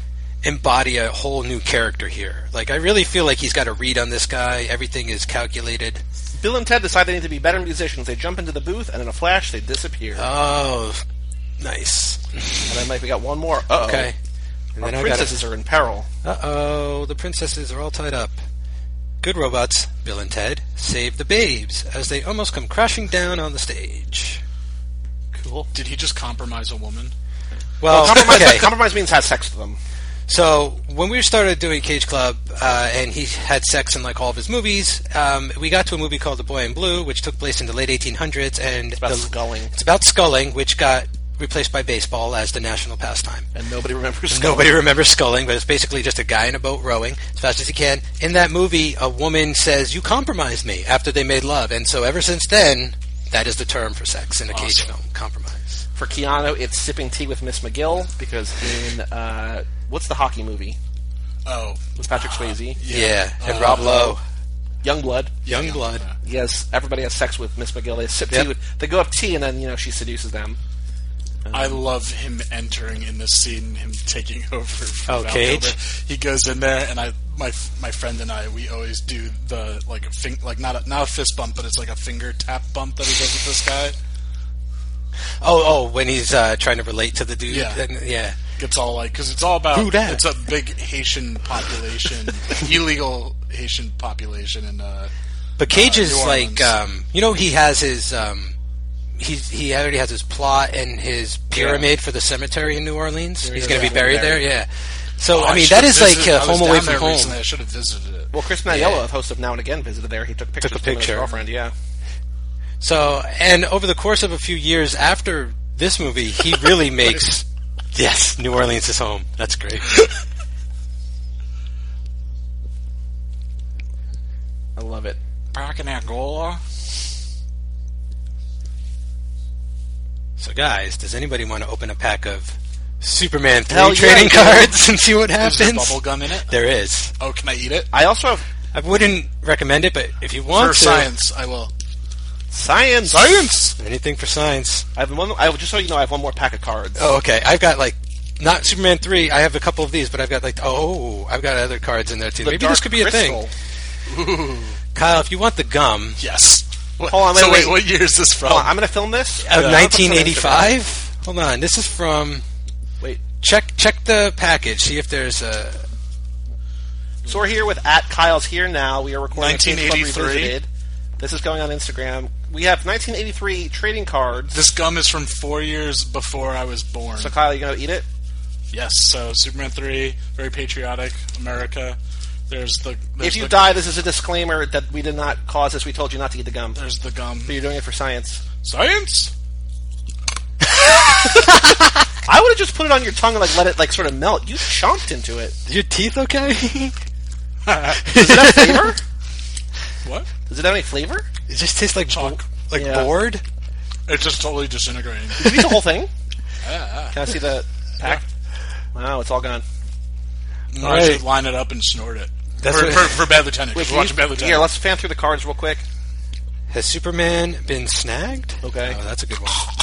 [SPEAKER 2] embody a whole new character here. Like, I really feel like he's got a read on this guy. Everything is calculated.
[SPEAKER 1] Bill and Ted decide they need to be better musicians. They jump into the booth, and in a flash, they disappear.
[SPEAKER 2] Oh, nice.
[SPEAKER 1] and then, like, we got one more. Uh-oh.
[SPEAKER 2] Okay. And
[SPEAKER 1] Our
[SPEAKER 2] then I
[SPEAKER 1] princesses are in peril.
[SPEAKER 2] got Uh oh, the princesses are all tied up. Good robots, Bill and Ted, save the babes as they almost come crashing down on the stage. cool.
[SPEAKER 3] Did he just compromise a woman?
[SPEAKER 2] Well,
[SPEAKER 1] compromise,
[SPEAKER 2] Oh, okay.
[SPEAKER 1] compromise means have sex with them.
[SPEAKER 2] So when we started doing Cage Club, uh, and he had sex in like all of his movies, um, we got to a movie called The Boy in Blue, which took place in the late 1800s, and
[SPEAKER 1] about
[SPEAKER 2] the-
[SPEAKER 1] sculling.
[SPEAKER 2] It's about sculling, which got replaced by baseball as the national pastime.
[SPEAKER 1] And nobody remembers.
[SPEAKER 2] Nobody remembers sculling, but it's basically just a guy in a boat rowing as fast as he can. In that movie, a woman says, "You compromised me" after they made love, and so ever since then, that is the term for sex in a cage
[SPEAKER 3] Awesome.
[SPEAKER 2] film: compromise.
[SPEAKER 1] For Keanu, it's sipping tea with Miss McGill because in uh, what's the hockey movie
[SPEAKER 3] Oh,
[SPEAKER 1] with Patrick Swayze?
[SPEAKER 2] Yeah, and Rob Lowe,
[SPEAKER 1] Youngblood.
[SPEAKER 2] Youngblood.
[SPEAKER 1] Yes, everybody has sex with Miss McGill. They sip
[SPEAKER 2] Yep.
[SPEAKER 1] tea with. They go up tea and then you know she seduces them.
[SPEAKER 3] I love him entering in this scene, him taking over. From
[SPEAKER 2] Oh,
[SPEAKER 3] Val
[SPEAKER 2] Cage?
[SPEAKER 3] Kilmer. He goes in there, and I, my my friend and I, we always do the like a fing, like not a, not a fist bump, but it's like a finger tap bump that he does with this guy.
[SPEAKER 2] Oh, oh, when he's uh, trying to relate to the dude.
[SPEAKER 3] Yeah.
[SPEAKER 2] and- yeah.
[SPEAKER 3] It's all like because it's all about
[SPEAKER 2] Who dat?
[SPEAKER 3] it's a big Haitian population, illegal Haitian population, and uh,
[SPEAKER 2] But Cage
[SPEAKER 3] Uh,
[SPEAKER 2] is
[SPEAKER 3] New Orleans.
[SPEAKER 2] like, um, you know, he has his, um, he's, he already has his plot and his pyramid for the cemetery in New Orleans. he's going to
[SPEAKER 1] yeah.
[SPEAKER 2] be buried there. Yeah. So
[SPEAKER 3] oh,
[SPEAKER 2] I mean,
[SPEAKER 3] should've
[SPEAKER 2] that is like uh,
[SPEAKER 3] visited- I was
[SPEAKER 2] home
[SPEAKER 3] down
[SPEAKER 2] away from
[SPEAKER 3] there
[SPEAKER 2] home.
[SPEAKER 3] recently, I should have visited it.
[SPEAKER 1] Well, Chris Maniello, host of Now and Again, visited there. He took pictures with
[SPEAKER 2] Took a
[SPEAKER 1] him and his
[SPEAKER 2] picture.
[SPEAKER 1] girlfriend. Yeah.
[SPEAKER 2] So, and over the course of a few years after this movie, he really makes. Yes, New Orleans is home. That's great.
[SPEAKER 1] I love it.
[SPEAKER 3] Back in Angola.
[SPEAKER 2] So, guys, does anybody want to open a pack of Superman three
[SPEAKER 1] Hell yeah,
[SPEAKER 2] trading
[SPEAKER 1] dude.
[SPEAKER 2] cards and see what
[SPEAKER 3] Is there
[SPEAKER 2] happens?
[SPEAKER 3] bubble gum in it?
[SPEAKER 2] There is.
[SPEAKER 3] Oh, can I eat it?
[SPEAKER 1] I also have
[SPEAKER 2] I wouldn't recommend it, but if you want
[SPEAKER 3] For
[SPEAKER 2] to,
[SPEAKER 3] science, I will.
[SPEAKER 1] science.
[SPEAKER 3] Science.
[SPEAKER 2] anything for science.
[SPEAKER 1] I have one. I just so you know, I have one more pack of cards.
[SPEAKER 2] Oh, okay. I've got like not Superman three. I have a couple of these, but I've got like oh, I've got other cards in there too.
[SPEAKER 1] The
[SPEAKER 2] Maybe this
[SPEAKER 1] Dark
[SPEAKER 2] could be a
[SPEAKER 1] Crystal.
[SPEAKER 2] thing. Kyle, if you want the gum
[SPEAKER 3] Yes. What-
[SPEAKER 1] Hold on, wait,
[SPEAKER 3] so wait,
[SPEAKER 1] wait.
[SPEAKER 3] what year is this from?
[SPEAKER 1] Hold on, uh, I'm going to film this.
[SPEAKER 2] of
[SPEAKER 1] Yeah.
[SPEAKER 2] nineteen eighty five. Hold on, this is from.
[SPEAKER 1] Wait.
[SPEAKER 2] Check check the package. See if there's a.
[SPEAKER 1] So we're here with at Kyle's here now. We are recording. a Cage Club
[SPEAKER 3] 1983.
[SPEAKER 1] Revisited. This is going on Instagram. We have 1983 trading cards.
[SPEAKER 3] this gum is from four years before I was born.
[SPEAKER 1] so Kyle, you going to eat it?
[SPEAKER 3] yes, so Superman three, very patriotic, America. There's the there's
[SPEAKER 1] If you
[SPEAKER 3] the,
[SPEAKER 1] die, this is a disclaimer that we did not cause this. We told you not to eat the gum, but
[SPEAKER 3] there's the gum.
[SPEAKER 1] you're doing it for science.
[SPEAKER 3] Science.
[SPEAKER 1] I would have just put it on your tongue and like let it like sort of melt. You chomped into it.
[SPEAKER 2] Your teeth okay?
[SPEAKER 1] Does it have flavor?
[SPEAKER 3] What?
[SPEAKER 1] Does it have any flavor?
[SPEAKER 2] it just tastes like bo-
[SPEAKER 3] Chalk.
[SPEAKER 2] like
[SPEAKER 1] Yeah.
[SPEAKER 2] board.
[SPEAKER 3] It's just totally disintegrating.
[SPEAKER 1] Did you eat the whole thing?
[SPEAKER 2] Ah,
[SPEAKER 3] yeah.
[SPEAKER 1] Can I see the pack? Wow, it's all gone.
[SPEAKER 3] Or I should
[SPEAKER 2] Right.
[SPEAKER 3] line it up and snort it.
[SPEAKER 2] That's
[SPEAKER 3] for,
[SPEAKER 2] what-
[SPEAKER 3] for, for Bad Lieutenant. 'cause
[SPEAKER 1] Wait,
[SPEAKER 3] we're
[SPEAKER 1] can
[SPEAKER 3] watching Bad
[SPEAKER 1] you,
[SPEAKER 3] Lieutenant.
[SPEAKER 1] here, let's fan through the cards real quick.
[SPEAKER 2] Has Superman been snagged?
[SPEAKER 1] Okay.
[SPEAKER 2] Oh, that's a good one.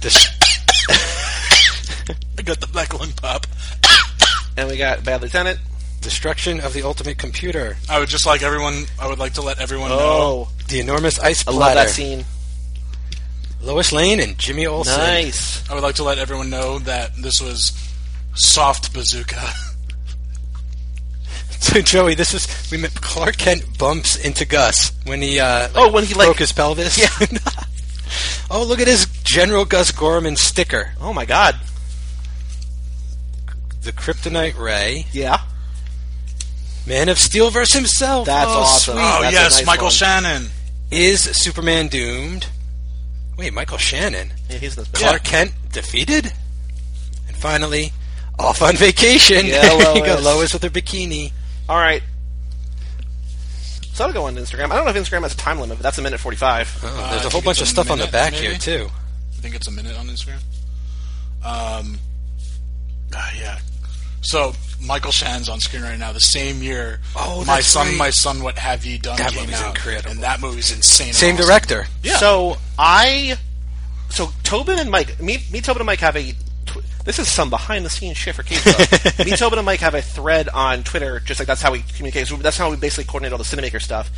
[SPEAKER 2] This-
[SPEAKER 3] I got the black lung pop.
[SPEAKER 1] And we got Bad Lieutenant.
[SPEAKER 2] destruction of the ultimate computer.
[SPEAKER 3] I would just like everyone. I would like to let everyone know.
[SPEAKER 1] Oh,
[SPEAKER 2] The enormous ice
[SPEAKER 1] I
[SPEAKER 2] platter.
[SPEAKER 1] love that scene.
[SPEAKER 2] Lois Lane and Jimmy Olsen.
[SPEAKER 1] Nice.
[SPEAKER 3] I would like to let everyone know that this was soft bazooka.
[SPEAKER 2] So Joey, this is we met Clark Kent bumps into Gus when he uh,
[SPEAKER 1] Oh, when he, like-
[SPEAKER 2] broke his pelvis. Yeah. oh, look at his General Gus Gorman sticker.
[SPEAKER 1] Oh my god.
[SPEAKER 2] The Kryptonite Ray,
[SPEAKER 1] Yeah.
[SPEAKER 2] Man of Steel versus himself.
[SPEAKER 1] That's
[SPEAKER 2] Oh,
[SPEAKER 1] awesome.
[SPEAKER 2] sweet.
[SPEAKER 3] Oh
[SPEAKER 1] That's a
[SPEAKER 3] yes,
[SPEAKER 1] nice
[SPEAKER 3] Michael
[SPEAKER 1] one.
[SPEAKER 3] Shannon.
[SPEAKER 2] Is Superman doomed? Wait, Michael Shannon.
[SPEAKER 1] Yeah, he's in this.
[SPEAKER 2] Clark Kent defeated, and finally off on vacation.
[SPEAKER 1] Yeah,
[SPEAKER 2] there you go,
[SPEAKER 1] Lois.
[SPEAKER 2] Lois with her bikini.
[SPEAKER 1] All right. So I'll go on Instagram. I don't know if Instagram has a time limit, but that's a minute forty-five.
[SPEAKER 2] Oh,
[SPEAKER 3] Uh, I
[SPEAKER 2] there's a
[SPEAKER 3] think
[SPEAKER 2] whole bunch
[SPEAKER 3] it's
[SPEAKER 2] of
[SPEAKER 3] a
[SPEAKER 2] stuff on the
[SPEAKER 3] minute,
[SPEAKER 2] back
[SPEAKER 3] maybe?
[SPEAKER 2] here too.
[SPEAKER 3] I think it's a minute on Instagram. Um, ah, yeah. So Michael Shannon's on screen right now. The same year,
[SPEAKER 2] Oh,
[SPEAKER 3] my
[SPEAKER 2] that's
[SPEAKER 3] son,
[SPEAKER 2] right.
[SPEAKER 3] my son, what have you done?
[SPEAKER 2] That
[SPEAKER 3] came
[SPEAKER 2] movie's
[SPEAKER 3] out,
[SPEAKER 2] incredible.
[SPEAKER 3] and that movie's insane. and
[SPEAKER 2] Same
[SPEAKER 3] awesome.
[SPEAKER 2] director.
[SPEAKER 3] Yeah.
[SPEAKER 1] So I, so Tobin and Mike, me, me, Tobin and Mike have a. Tw- this is some behind-the-scenes shit for Cage Club. me, Tobin and Mike have a thread on Twitter, just like that's how we communicate. So that's how we basically coordinate all the Cinemaker stuff.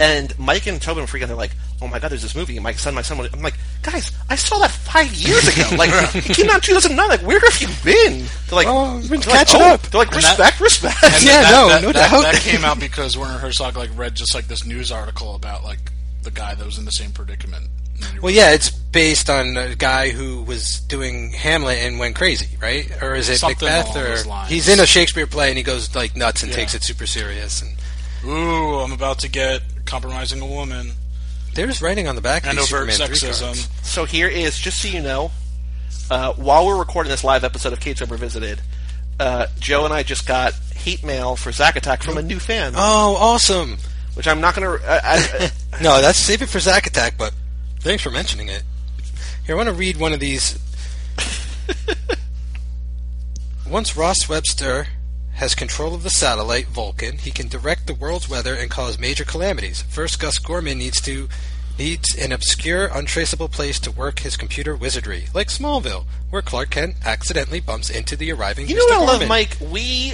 [SPEAKER 1] And Mike and Tobin were freaking. They're like, "Oh my god, there's this movie." And my son, my son. I'm like, "Guys, I saw that five years ago. Like, it came out in 2009. Like, where have you been?" They're like,
[SPEAKER 2] Oh, I've been
[SPEAKER 1] they're like,
[SPEAKER 2] catching
[SPEAKER 1] "Oh."
[SPEAKER 2] up.
[SPEAKER 1] They're like,
[SPEAKER 3] And that-
[SPEAKER 1] "Respect, respect."
[SPEAKER 3] And
[SPEAKER 2] Yeah,
[SPEAKER 3] that,
[SPEAKER 2] no,
[SPEAKER 3] that,
[SPEAKER 2] no
[SPEAKER 3] that,
[SPEAKER 2] doubt.
[SPEAKER 3] That came out because Werner Herzog like read just like this news article about like the guy that was in the same predicament. And you-
[SPEAKER 2] Well, yeah, it's based on a guy who was doing Hamlet and went crazy, right? Or is it
[SPEAKER 3] Something
[SPEAKER 2] Macbeth?
[SPEAKER 3] along those
[SPEAKER 2] Or
[SPEAKER 3] lines.
[SPEAKER 2] he's in a Shakespeare play and he goes like nuts and
[SPEAKER 3] Yeah.
[SPEAKER 2] takes it super serious. And
[SPEAKER 3] Ooh, I'm about to get compromising a woman
[SPEAKER 2] they're just writing on the back
[SPEAKER 3] and
[SPEAKER 2] of these
[SPEAKER 3] overt
[SPEAKER 2] Superman 3 cards.
[SPEAKER 3] sexism.
[SPEAKER 1] So here is, just so you know, uh, while we're recording this live episode of Cage Club Revisited, uh, Joe and I just got hate mail for Zack Attack from a new fan,
[SPEAKER 2] Oh, awesome!
[SPEAKER 1] which I'm not going to. Uh, I-
[SPEAKER 2] No, that's save it for Zack Attack, but thanks for mentioning it. Here, I want to read one of these. Once Ross Webster has control of the satellite Vulcan, he can direct the world's weather and cause major calamities. First, Gus Gorman needs to needs an obscure, untraceable place to work his computer wizardry, like Smallville, where Clark Kent accidentally bumps into the arriving.
[SPEAKER 1] you know what
[SPEAKER 2] Mr.
[SPEAKER 1] I love,
[SPEAKER 2] Gorman.
[SPEAKER 1] Mike? We.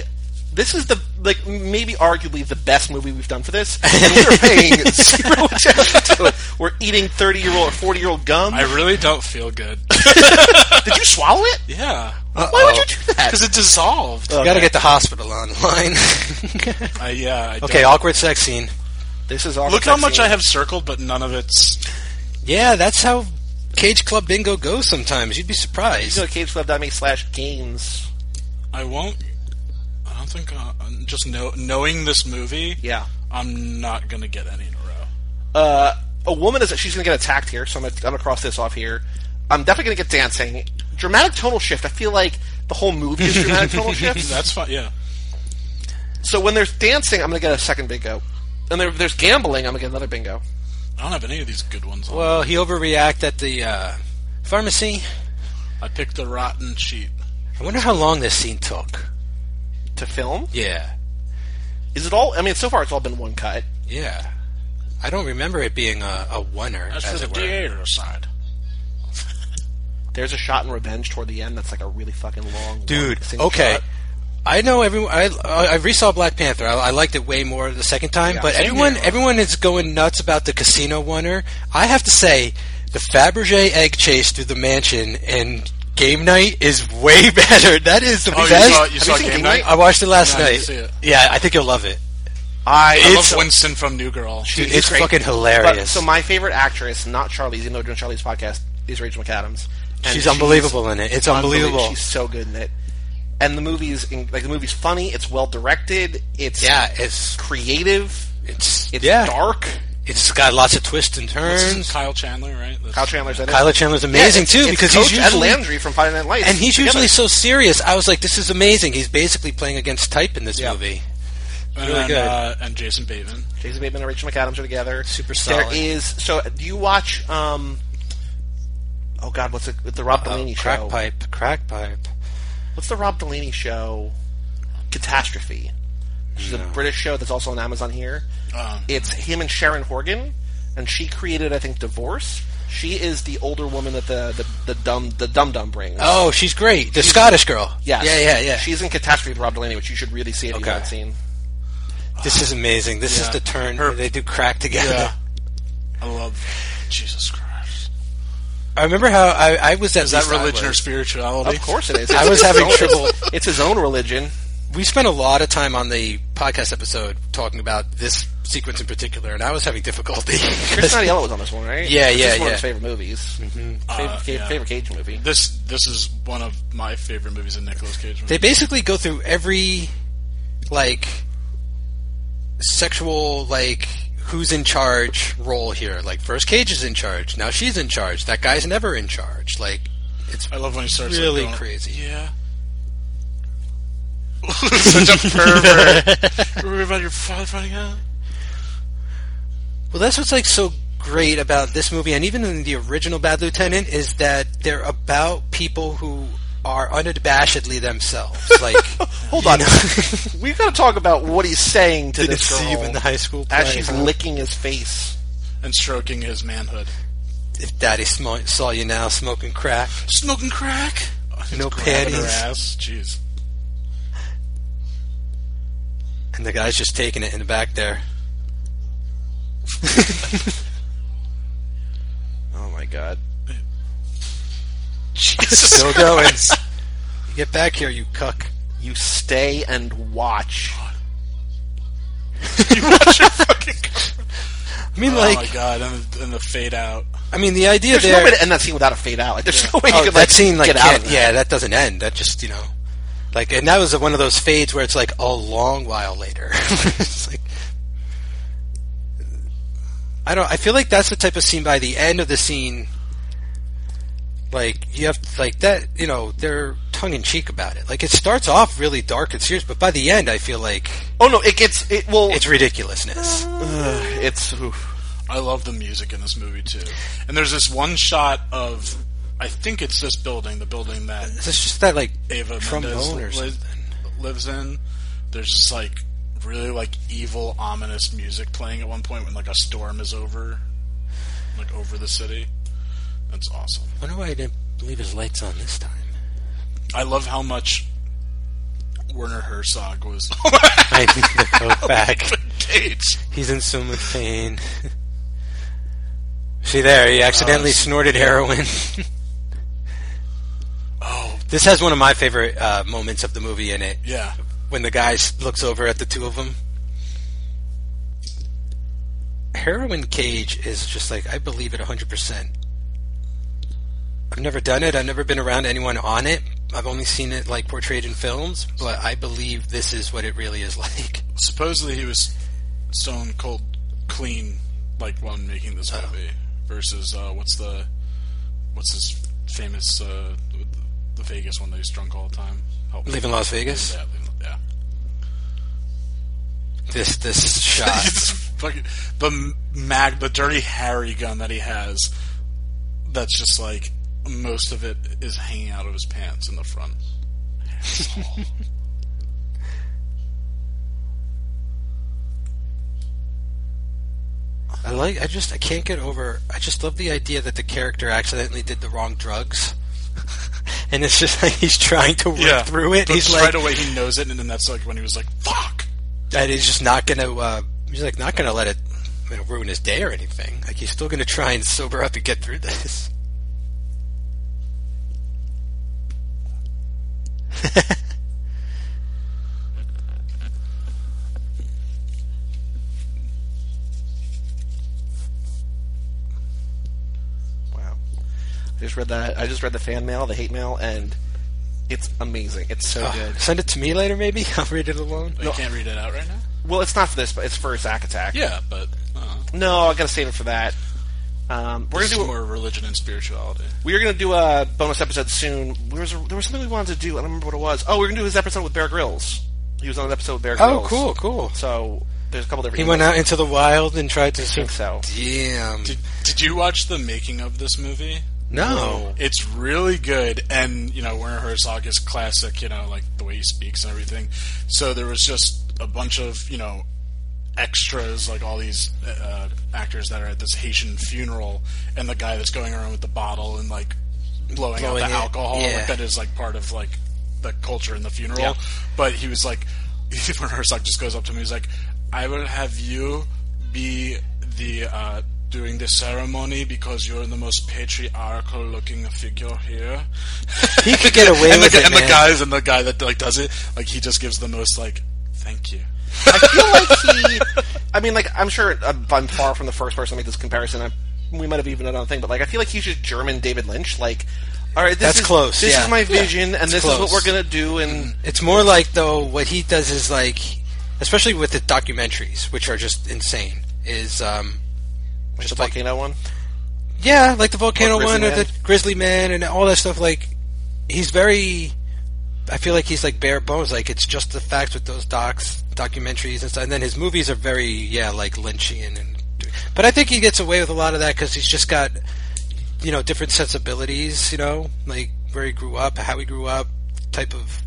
[SPEAKER 1] This is the like maybe arguably the best movie we've done for this. And we're paying zero attention to it. We're eating thirty year old or forty year old gum.
[SPEAKER 3] I really don't feel good.
[SPEAKER 1] Did you swallow it?
[SPEAKER 3] yeah,
[SPEAKER 1] Why would you do that?
[SPEAKER 3] because it dissolved.
[SPEAKER 2] You got to get the hospital online.
[SPEAKER 3] I, yeah. I
[SPEAKER 2] okay,
[SPEAKER 3] don't-
[SPEAKER 2] awkward sex scene.
[SPEAKER 1] This is all.
[SPEAKER 3] Look how much I have circled, but none of it's.
[SPEAKER 2] Yeah, that's how Cage Club Bingo goes sometimes. You'd be surprised.
[SPEAKER 1] Go to cageclub.me slash games.
[SPEAKER 3] I won't. I don't think. Uh, just know, knowing this movie,
[SPEAKER 1] Yeah.
[SPEAKER 3] I'm not gonna get any in a row.
[SPEAKER 1] Uh, a woman is she's going to get attacked here, so I'm going to cross this off here. I'm definitely going to get dancing. Dramatic tonal shift. I feel like the whole movie is dramatic tonal shifts.
[SPEAKER 3] That's fine. Yeah.
[SPEAKER 1] So when there's dancing, I'm going to get a second bingo, and there, there's gambling. I'm going to get another bingo.
[SPEAKER 3] I don't have any of these good ones. On.
[SPEAKER 2] Well, he overreact at the uh, pharmacy.
[SPEAKER 3] I picked the rotten sheep.
[SPEAKER 2] I wonder how long this scene took.
[SPEAKER 1] To film,
[SPEAKER 2] Yeah,
[SPEAKER 1] is it all? I mean, so far it's all been one cut.
[SPEAKER 2] yeah. I don't remember it being a, a oneer,
[SPEAKER 3] That's
[SPEAKER 2] as
[SPEAKER 3] for the
[SPEAKER 2] it were.
[SPEAKER 3] theater side.
[SPEAKER 1] There's a shot in Revenge toward the end that's like a really fucking long
[SPEAKER 2] Dude,
[SPEAKER 1] one single
[SPEAKER 2] okay.
[SPEAKER 1] shot.
[SPEAKER 2] I know everyone. I I I resaw Black Panther. I, I liked it way more the second time,
[SPEAKER 1] Yeah,
[SPEAKER 2] but
[SPEAKER 1] same
[SPEAKER 2] everyone
[SPEAKER 1] here.
[SPEAKER 2] everyone is going nuts about the casino oneer. I have to say, the Fabergé egg chase through the mansion and game night is way better. That is the
[SPEAKER 3] Oh, you
[SPEAKER 2] best.
[SPEAKER 3] saw, you saw
[SPEAKER 1] seen
[SPEAKER 3] Game
[SPEAKER 1] Game
[SPEAKER 3] Night?
[SPEAKER 1] Night?
[SPEAKER 2] I watched it last
[SPEAKER 3] Yeah, I
[SPEAKER 2] night.
[SPEAKER 3] didn't see it.
[SPEAKER 2] Yeah, I think you'll love it.
[SPEAKER 1] I
[SPEAKER 3] I
[SPEAKER 2] It's-
[SPEAKER 3] love Winston from New Girl.
[SPEAKER 2] Dude,
[SPEAKER 1] She's
[SPEAKER 2] it's
[SPEAKER 1] great.
[SPEAKER 2] fucking
[SPEAKER 1] But-
[SPEAKER 2] hilarious.
[SPEAKER 1] so my favorite actress, not Charlie's, even though we're doing Charlie's podcast, is Rachel McAdams. And
[SPEAKER 2] she's unbelievable in it. It's unbelievable.
[SPEAKER 1] She's so good in it. And the movie's in, like the movie's funny. It's well directed. It's
[SPEAKER 2] yeah, it's
[SPEAKER 1] creative.
[SPEAKER 2] it's,
[SPEAKER 1] It's
[SPEAKER 2] yeah.
[SPEAKER 1] dark.
[SPEAKER 2] It's got lots of twists and
[SPEAKER 3] This is
[SPEAKER 2] turns.
[SPEAKER 3] Kyle Chandler, right? That's-
[SPEAKER 1] Kyle Chandler's in it.
[SPEAKER 2] Kyla Chandler's
[SPEAKER 1] Yeah,
[SPEAKER 2] amazing
[SPEAKER 1] it's-
[SPEAKER 2] too
[SPEAKER 1] it's
[SPEAKER 2] because
[SPEAKER 1] Coach
[SPEAKER 2] he's usually
[SPEAKER 1] Ed Landry from Friday Night Lights,
[SPEAKER 2] and he's
[SPEAKER 1] together.
[SPEAKER 2] usually so serious. I was like, this is amazing. He's basically playing against type in this
[SPEAKER 1] Yeah.
[SPEAKER 2] movie.
[SPEAKER 3] and,
[SPEAKER 2] really good.
[SPEAKER 3] Uh, and Jason Bateman.
[SPEAKER 1] Jason Bateman and Rachel McAdams are together.
[SPEAKER 2] Super
[SPEAKER 1] There
[SPEAKER 2] solid.
[SPEAKER 1] is so. Do you watch? um Oh God, what's it, the Rob Delaney
[SPEAKER 2] Uh, Oh, crack
[SPEAKER 1] show?
[SPEAKER 2] pipe, crack pipe.
[SPEAKER 1] What's the Rob Delaney show? Catastrophe. Which is a British show that's also on Amazon here.
[SPEAKER 3] Um,
[SPEAKER 1] It's him and Sharon Horgan, and she created, I think, Divorce. She is the older woman that the the, the dumb the dum dum brings.
[SPEAKER 2] Oh, she's great. The Scottish girl.
[SPEAKER 1] Yes.
[SPEAKER 2] Yeah, yeah, yeah.
[SPEAKER 1] She's in Catastrophe with Rob Delaney, which you should really see if you
[SPEAKER 2] Okay.
[SPEAKER 1] haven't seen.
[SPEAKER 2] this is amazing. This is
[SPEAKER 3] Yeah.
[SPEAKER 2] the turn
[SPEAKER 3] Her-
[SPEAKER 2] where they do crack together.
[SPEAKER 3] yeah. I love. Jesus Christ.
[SPEAKER 2] I remember how I, I was at
[SPEAKER 3] Is that
[SPEAKER 2] least I
[SPEAKER 3] religion or
[SPEAKER 2] was.
[SPEAKER 3] spirituality?
[SPEAKER 1] Of course it is.
[SPEAKER 2] I
[SPEAKER 1] It's
[SPEAKER 2] was
[SPEAKER 1] his
[SPEAKER 2] having
[SPEAKER 1] own-
[SPEAKER 2] trouble-
[SPEAKER 1] It's his own religion.
[SPEAKER 2] we spent a lot of time on the podcast episode talking about this sequence in particular, and I was having difficulty.
[SPEAKER 1] Chris Nadiello was on this one, right?
[SPEAKER 2] Yeah,
[SPEAKER 1] This is
[SPEAKER 2] yeah,
[SPEAKER 1] one
[SPEAKER 2] yeah. Mm-hmm.
[SPEAKER 1] of his favorite movies. Favorite,
[SPEAKER 3] Uh,
[SPEAKER 1] ca-
[SPEAKER 3] yeah.
[SPEAKER 1] favorite Cage movie.
[SPEAKER 3] This this is one of my favorite movies in Nicolas Cage.
[SPEAKER 2] they basically go through every like sexual like who's in charge role here. Like first Cage is in charge, now she's in charge. That guy's never in charge. Like it's
[SPEAKER 3] I love when he starts like,
[SPEAKER 2] really
[SPEAKER 3] going,
[SPEAKER 2] crazy.
[SPEAKER 3] Yeah. Such a pervert. Remember about your father finding out?
[SPEAKER 2] Well, that's what's like so great about this movie, and even in the original Bad Lieutenant, is that they're about people who are unabashedly themselves. Like.
[SPEAKER 1] Hold on. We've got to talk about what he's saying to
[SPEAKER 2] Didn't
[SPEAKER 1] this
[SPEAKER 2] see
[SPEAKER 1] girl
[SPEAKER 2] you in the high school
[SPEAKER 1] as
[SPEAKER 2] play,
[SPEAKER 1] she's
[SPEAKER 2] huh?
[SPEAKER 1] licking his face.
[SPEAKER 3] And stroking his manhood.
[SPEAKER 2] if daddy sm- saw you now smoking crack.
[SPEAKER 3] Smoking crack. Oh, he's
[SPEAKER 2] No
[SPEAKER 3] grabbing Her
[SPEAKER 2] panties.
[SPEAKER 3] ass. Jeez.
[SPEAKER 2] And the guy's just taking it in the back there.
[SPEAKER 1] Oh my god.
[SPEAKER 3] Jesus.
[SPEAKER 2] Still going. Get back here, you cuck.
[SPEAKER 1] You stay and watch.
[SPEAKER 3] you watch your fucking.
[SPEAKER 2] I mean,
[SPEAKER 3] oh
[SPEAKER 2] like,
[SPEAKER 3] my god, and, the- and the fade out.
[SPEAKER 2] I mean, the idea
[SPEAKER 1] There's
[SPEAKER 2] there.
[SPEAKER 1] no way to end that scene without a fade out. Like, there's no way you
[SPEAKER 2] oh,
[SPEAKER 1] could
[SPEAKER 2] that
[SPEAKER 1] like,
[SPEAKER 2] scene, like,
[SPEAKER 1] get out
[SPEAKER 2] can't-
[SPEAKER 1] of that.
[SPEAKER 2] yeah, that doesn't end. That just, you know, like, and that was one of those fades where it's like a long while later. it's like, I don't. I feel like that's the type of scene by the end of the scene. Like you have like that, you know, they're tongue in cheek about it. Like it starts off really dark and serious, but by the end, I feel like
[SPEAKER 1] Oh no, it gets it. Well,
[SPEAKER 2] it's ridiculousness.
[SPEAKER 1] ugh, it's oof.
[SPEAKER 3] I love the music in this movie too. And there's this one shot of, I think it's this building, the building that
[SPEAKER 2] It's just that like
[SPEAKER 3] Ava
[SPEAKER 2] trombone or
[SPEAKER 3] Mendez li-
[SPEAKER 2] something.
[SPEAKER 3] lives in. There's just like really like evil, ominous music playing at one point when like a storm is over, like over the city. That's awesome.
[SPEAKER 2] I wonder why I didn't leave his lights on this time.
[SPEAKER 3] I love how much Werner Herzog was
[SPEAKER 2] I need to go back.
[SPEAKER 3] engaged.
[SPEAKER 2] He's in so much pain. See there, he accidentally
[SPEAKER 3] Uh,
[SPEAKER 2] snorted heroin.
[SPEAKER 3] Oh
[SPEAKER 2] this has one of my favorite uh, moments of the movie in it
[SPEAKER 3] yeah,
[SPEAKER 2] when the guy s- looks over at the two of them. Heroin cage is just like I believe it 100%. I've never done it. I've never been around anyone on it. I've only seen it like portrayed in films, but I believe this is what it really is like.
[SPEAKER 3] supposedly he was stone cold clean, like while making this movie. Versus uh, what's the what's his famous uh, the Vegas one that he's drunk all the time? Help me.
[SPEAKER 2] Leaving Las Vegas,
[SPEAKER 3] Yeah, leaving- yeah.
[SPEAKER 2] this this shot.
[SPEAKER 3] It's fucking, the mag, the dirty Harry gun that he has. That's just like most of it is hanging out of his pants in the front.
[SPEAKER 2] I like. I just. I can't get over. I just love the idea that the character accidentally did the wrong drugs, and it's just like he's trying to work through it.
[SPEAKER 3] But
[SPEAKER 2] He's like,
[SPEAKER 3] right away he knows it, and then that's like when he was like, "Fuck."
[SPEAKER 2] that he's just not gonna. Uh, he's like not gonna let it you know, ruin his day or anything. Like he's still gonna try and sober up and get through this.
[SPEAKER 1] Wow. I just read that. I just read the fan mail, the hate mail, and it's amazing. It's so
[SPEAKER 2] Uh,
[SPEAKER 1] good.
[SPEAKER 2] send it to me later, maybe. I'll read it alone.
[SPEAKER 3] But
[SPEAKER 1] No.
[SPEAKER 3] You can't read it out right now.
[SPEAKER 1] Well, it's not for this, but it's for Zack Attack.
[SPEAKER 3] Yeah, but uh,
[SPEAKER 1] No, I gotta save it for that. Um, we're
[SPEAKER 3] we're
[SPEAKER 1] gonna do.
[SPEAKER 3] more religion and spirituality.
[SPEAKER 1] We are gonna do a bonus episode soon. There was, there was something we wanted to do. I don't remember what it was. Oh, we are gonna do his episode with Bear Grylls. He was on an episode with Bear Grylls.
[SPEAKER 2] Oh, cool, cool.
[SPEAKER 1] So there's a couple different.
[SPEAKER 2] He went out into the wild and tried to.
[SPEAKER 1] I think so.
[SPEAKER 2] Damn.
[SPEAKER 3] Did, did you watch the making of this movie?
[SPEAKER 2] No.
[SPEAKER 3] It's really good, and you know Werner Herzog is classic. You know, like the way he speaks and everything. So there was just a bunch of you know extras, like all these uh, actors that are at this Haitian funeral, and the guy that's going around with the bottle and like blowing,
[SPEAKER 2] Blowing
[SPEAKER 3] out
[SPEAKER 2] it,
[SPEAKER 3] the alcohol. like,
[SPEAKER 2] yeah.
[SPEAKER 3] that is like part of like the culture in the funeral.
[SPEAKER 1] Yeah.
[SPEAKER 3] But he was like, Werner Herzog just goes up to me. He's like, I will have you be the uh, doing the ceremony because you're the most patriarchal looking figure here.
[SPEAKER 2] He could get away
[SPEAKER 3] and
[SPEAKER 2] with
[SPEAKER 3] the,
[SPEAKER 2] it,
[SPEAKER 3] and
[SPEAKER 2] man.
[SPEAKER 3] the guys and the guy that like does it, like he just gives the most like, thank you.
[SPEAKER 1] I feel like he. I mean, like I'm sure I'm, I'm far from the first person to make this comparison. I, we might have even done another thing, but like I feel like he's just German David Lynch. Like, all right, this
[SPEAKER 2] That's
[SPEAKER 1] is
[SPEAKER 2] close,
[SPEAKER 1] This
[SPEAKER 2] yeah.
[SPEAKER 1] is my vision, and this is
[SPEAKER 2] close. Mm.
[SPEAKER 1] what we're gonna do. And
[SPEAKER 2] It's more like though what he does is like, especially with the documentaries, which are just insane. Is um,
[SPEAKER 1] like the
[SPEAKER 2] just like
[SPEAKER 1] volcano one.
[SPEAKER 2] yeah, like the volcano
[SPEAKER 1] Or Grizzly
[SPEAKER 2] one or the
[SPEAKER 1] Man.
[SPEAKER 2] grizzly man and all that stuff. Like he's very, I feel like he's like bare bones. Like it's just the facts with those docs documentaries and stuff. And then his movies are very yeah, like Lynchian and. But I think he gets away with a lot of that because he's just got, you know, different sensibilities. You know, like where he grew up, how he grew up, type of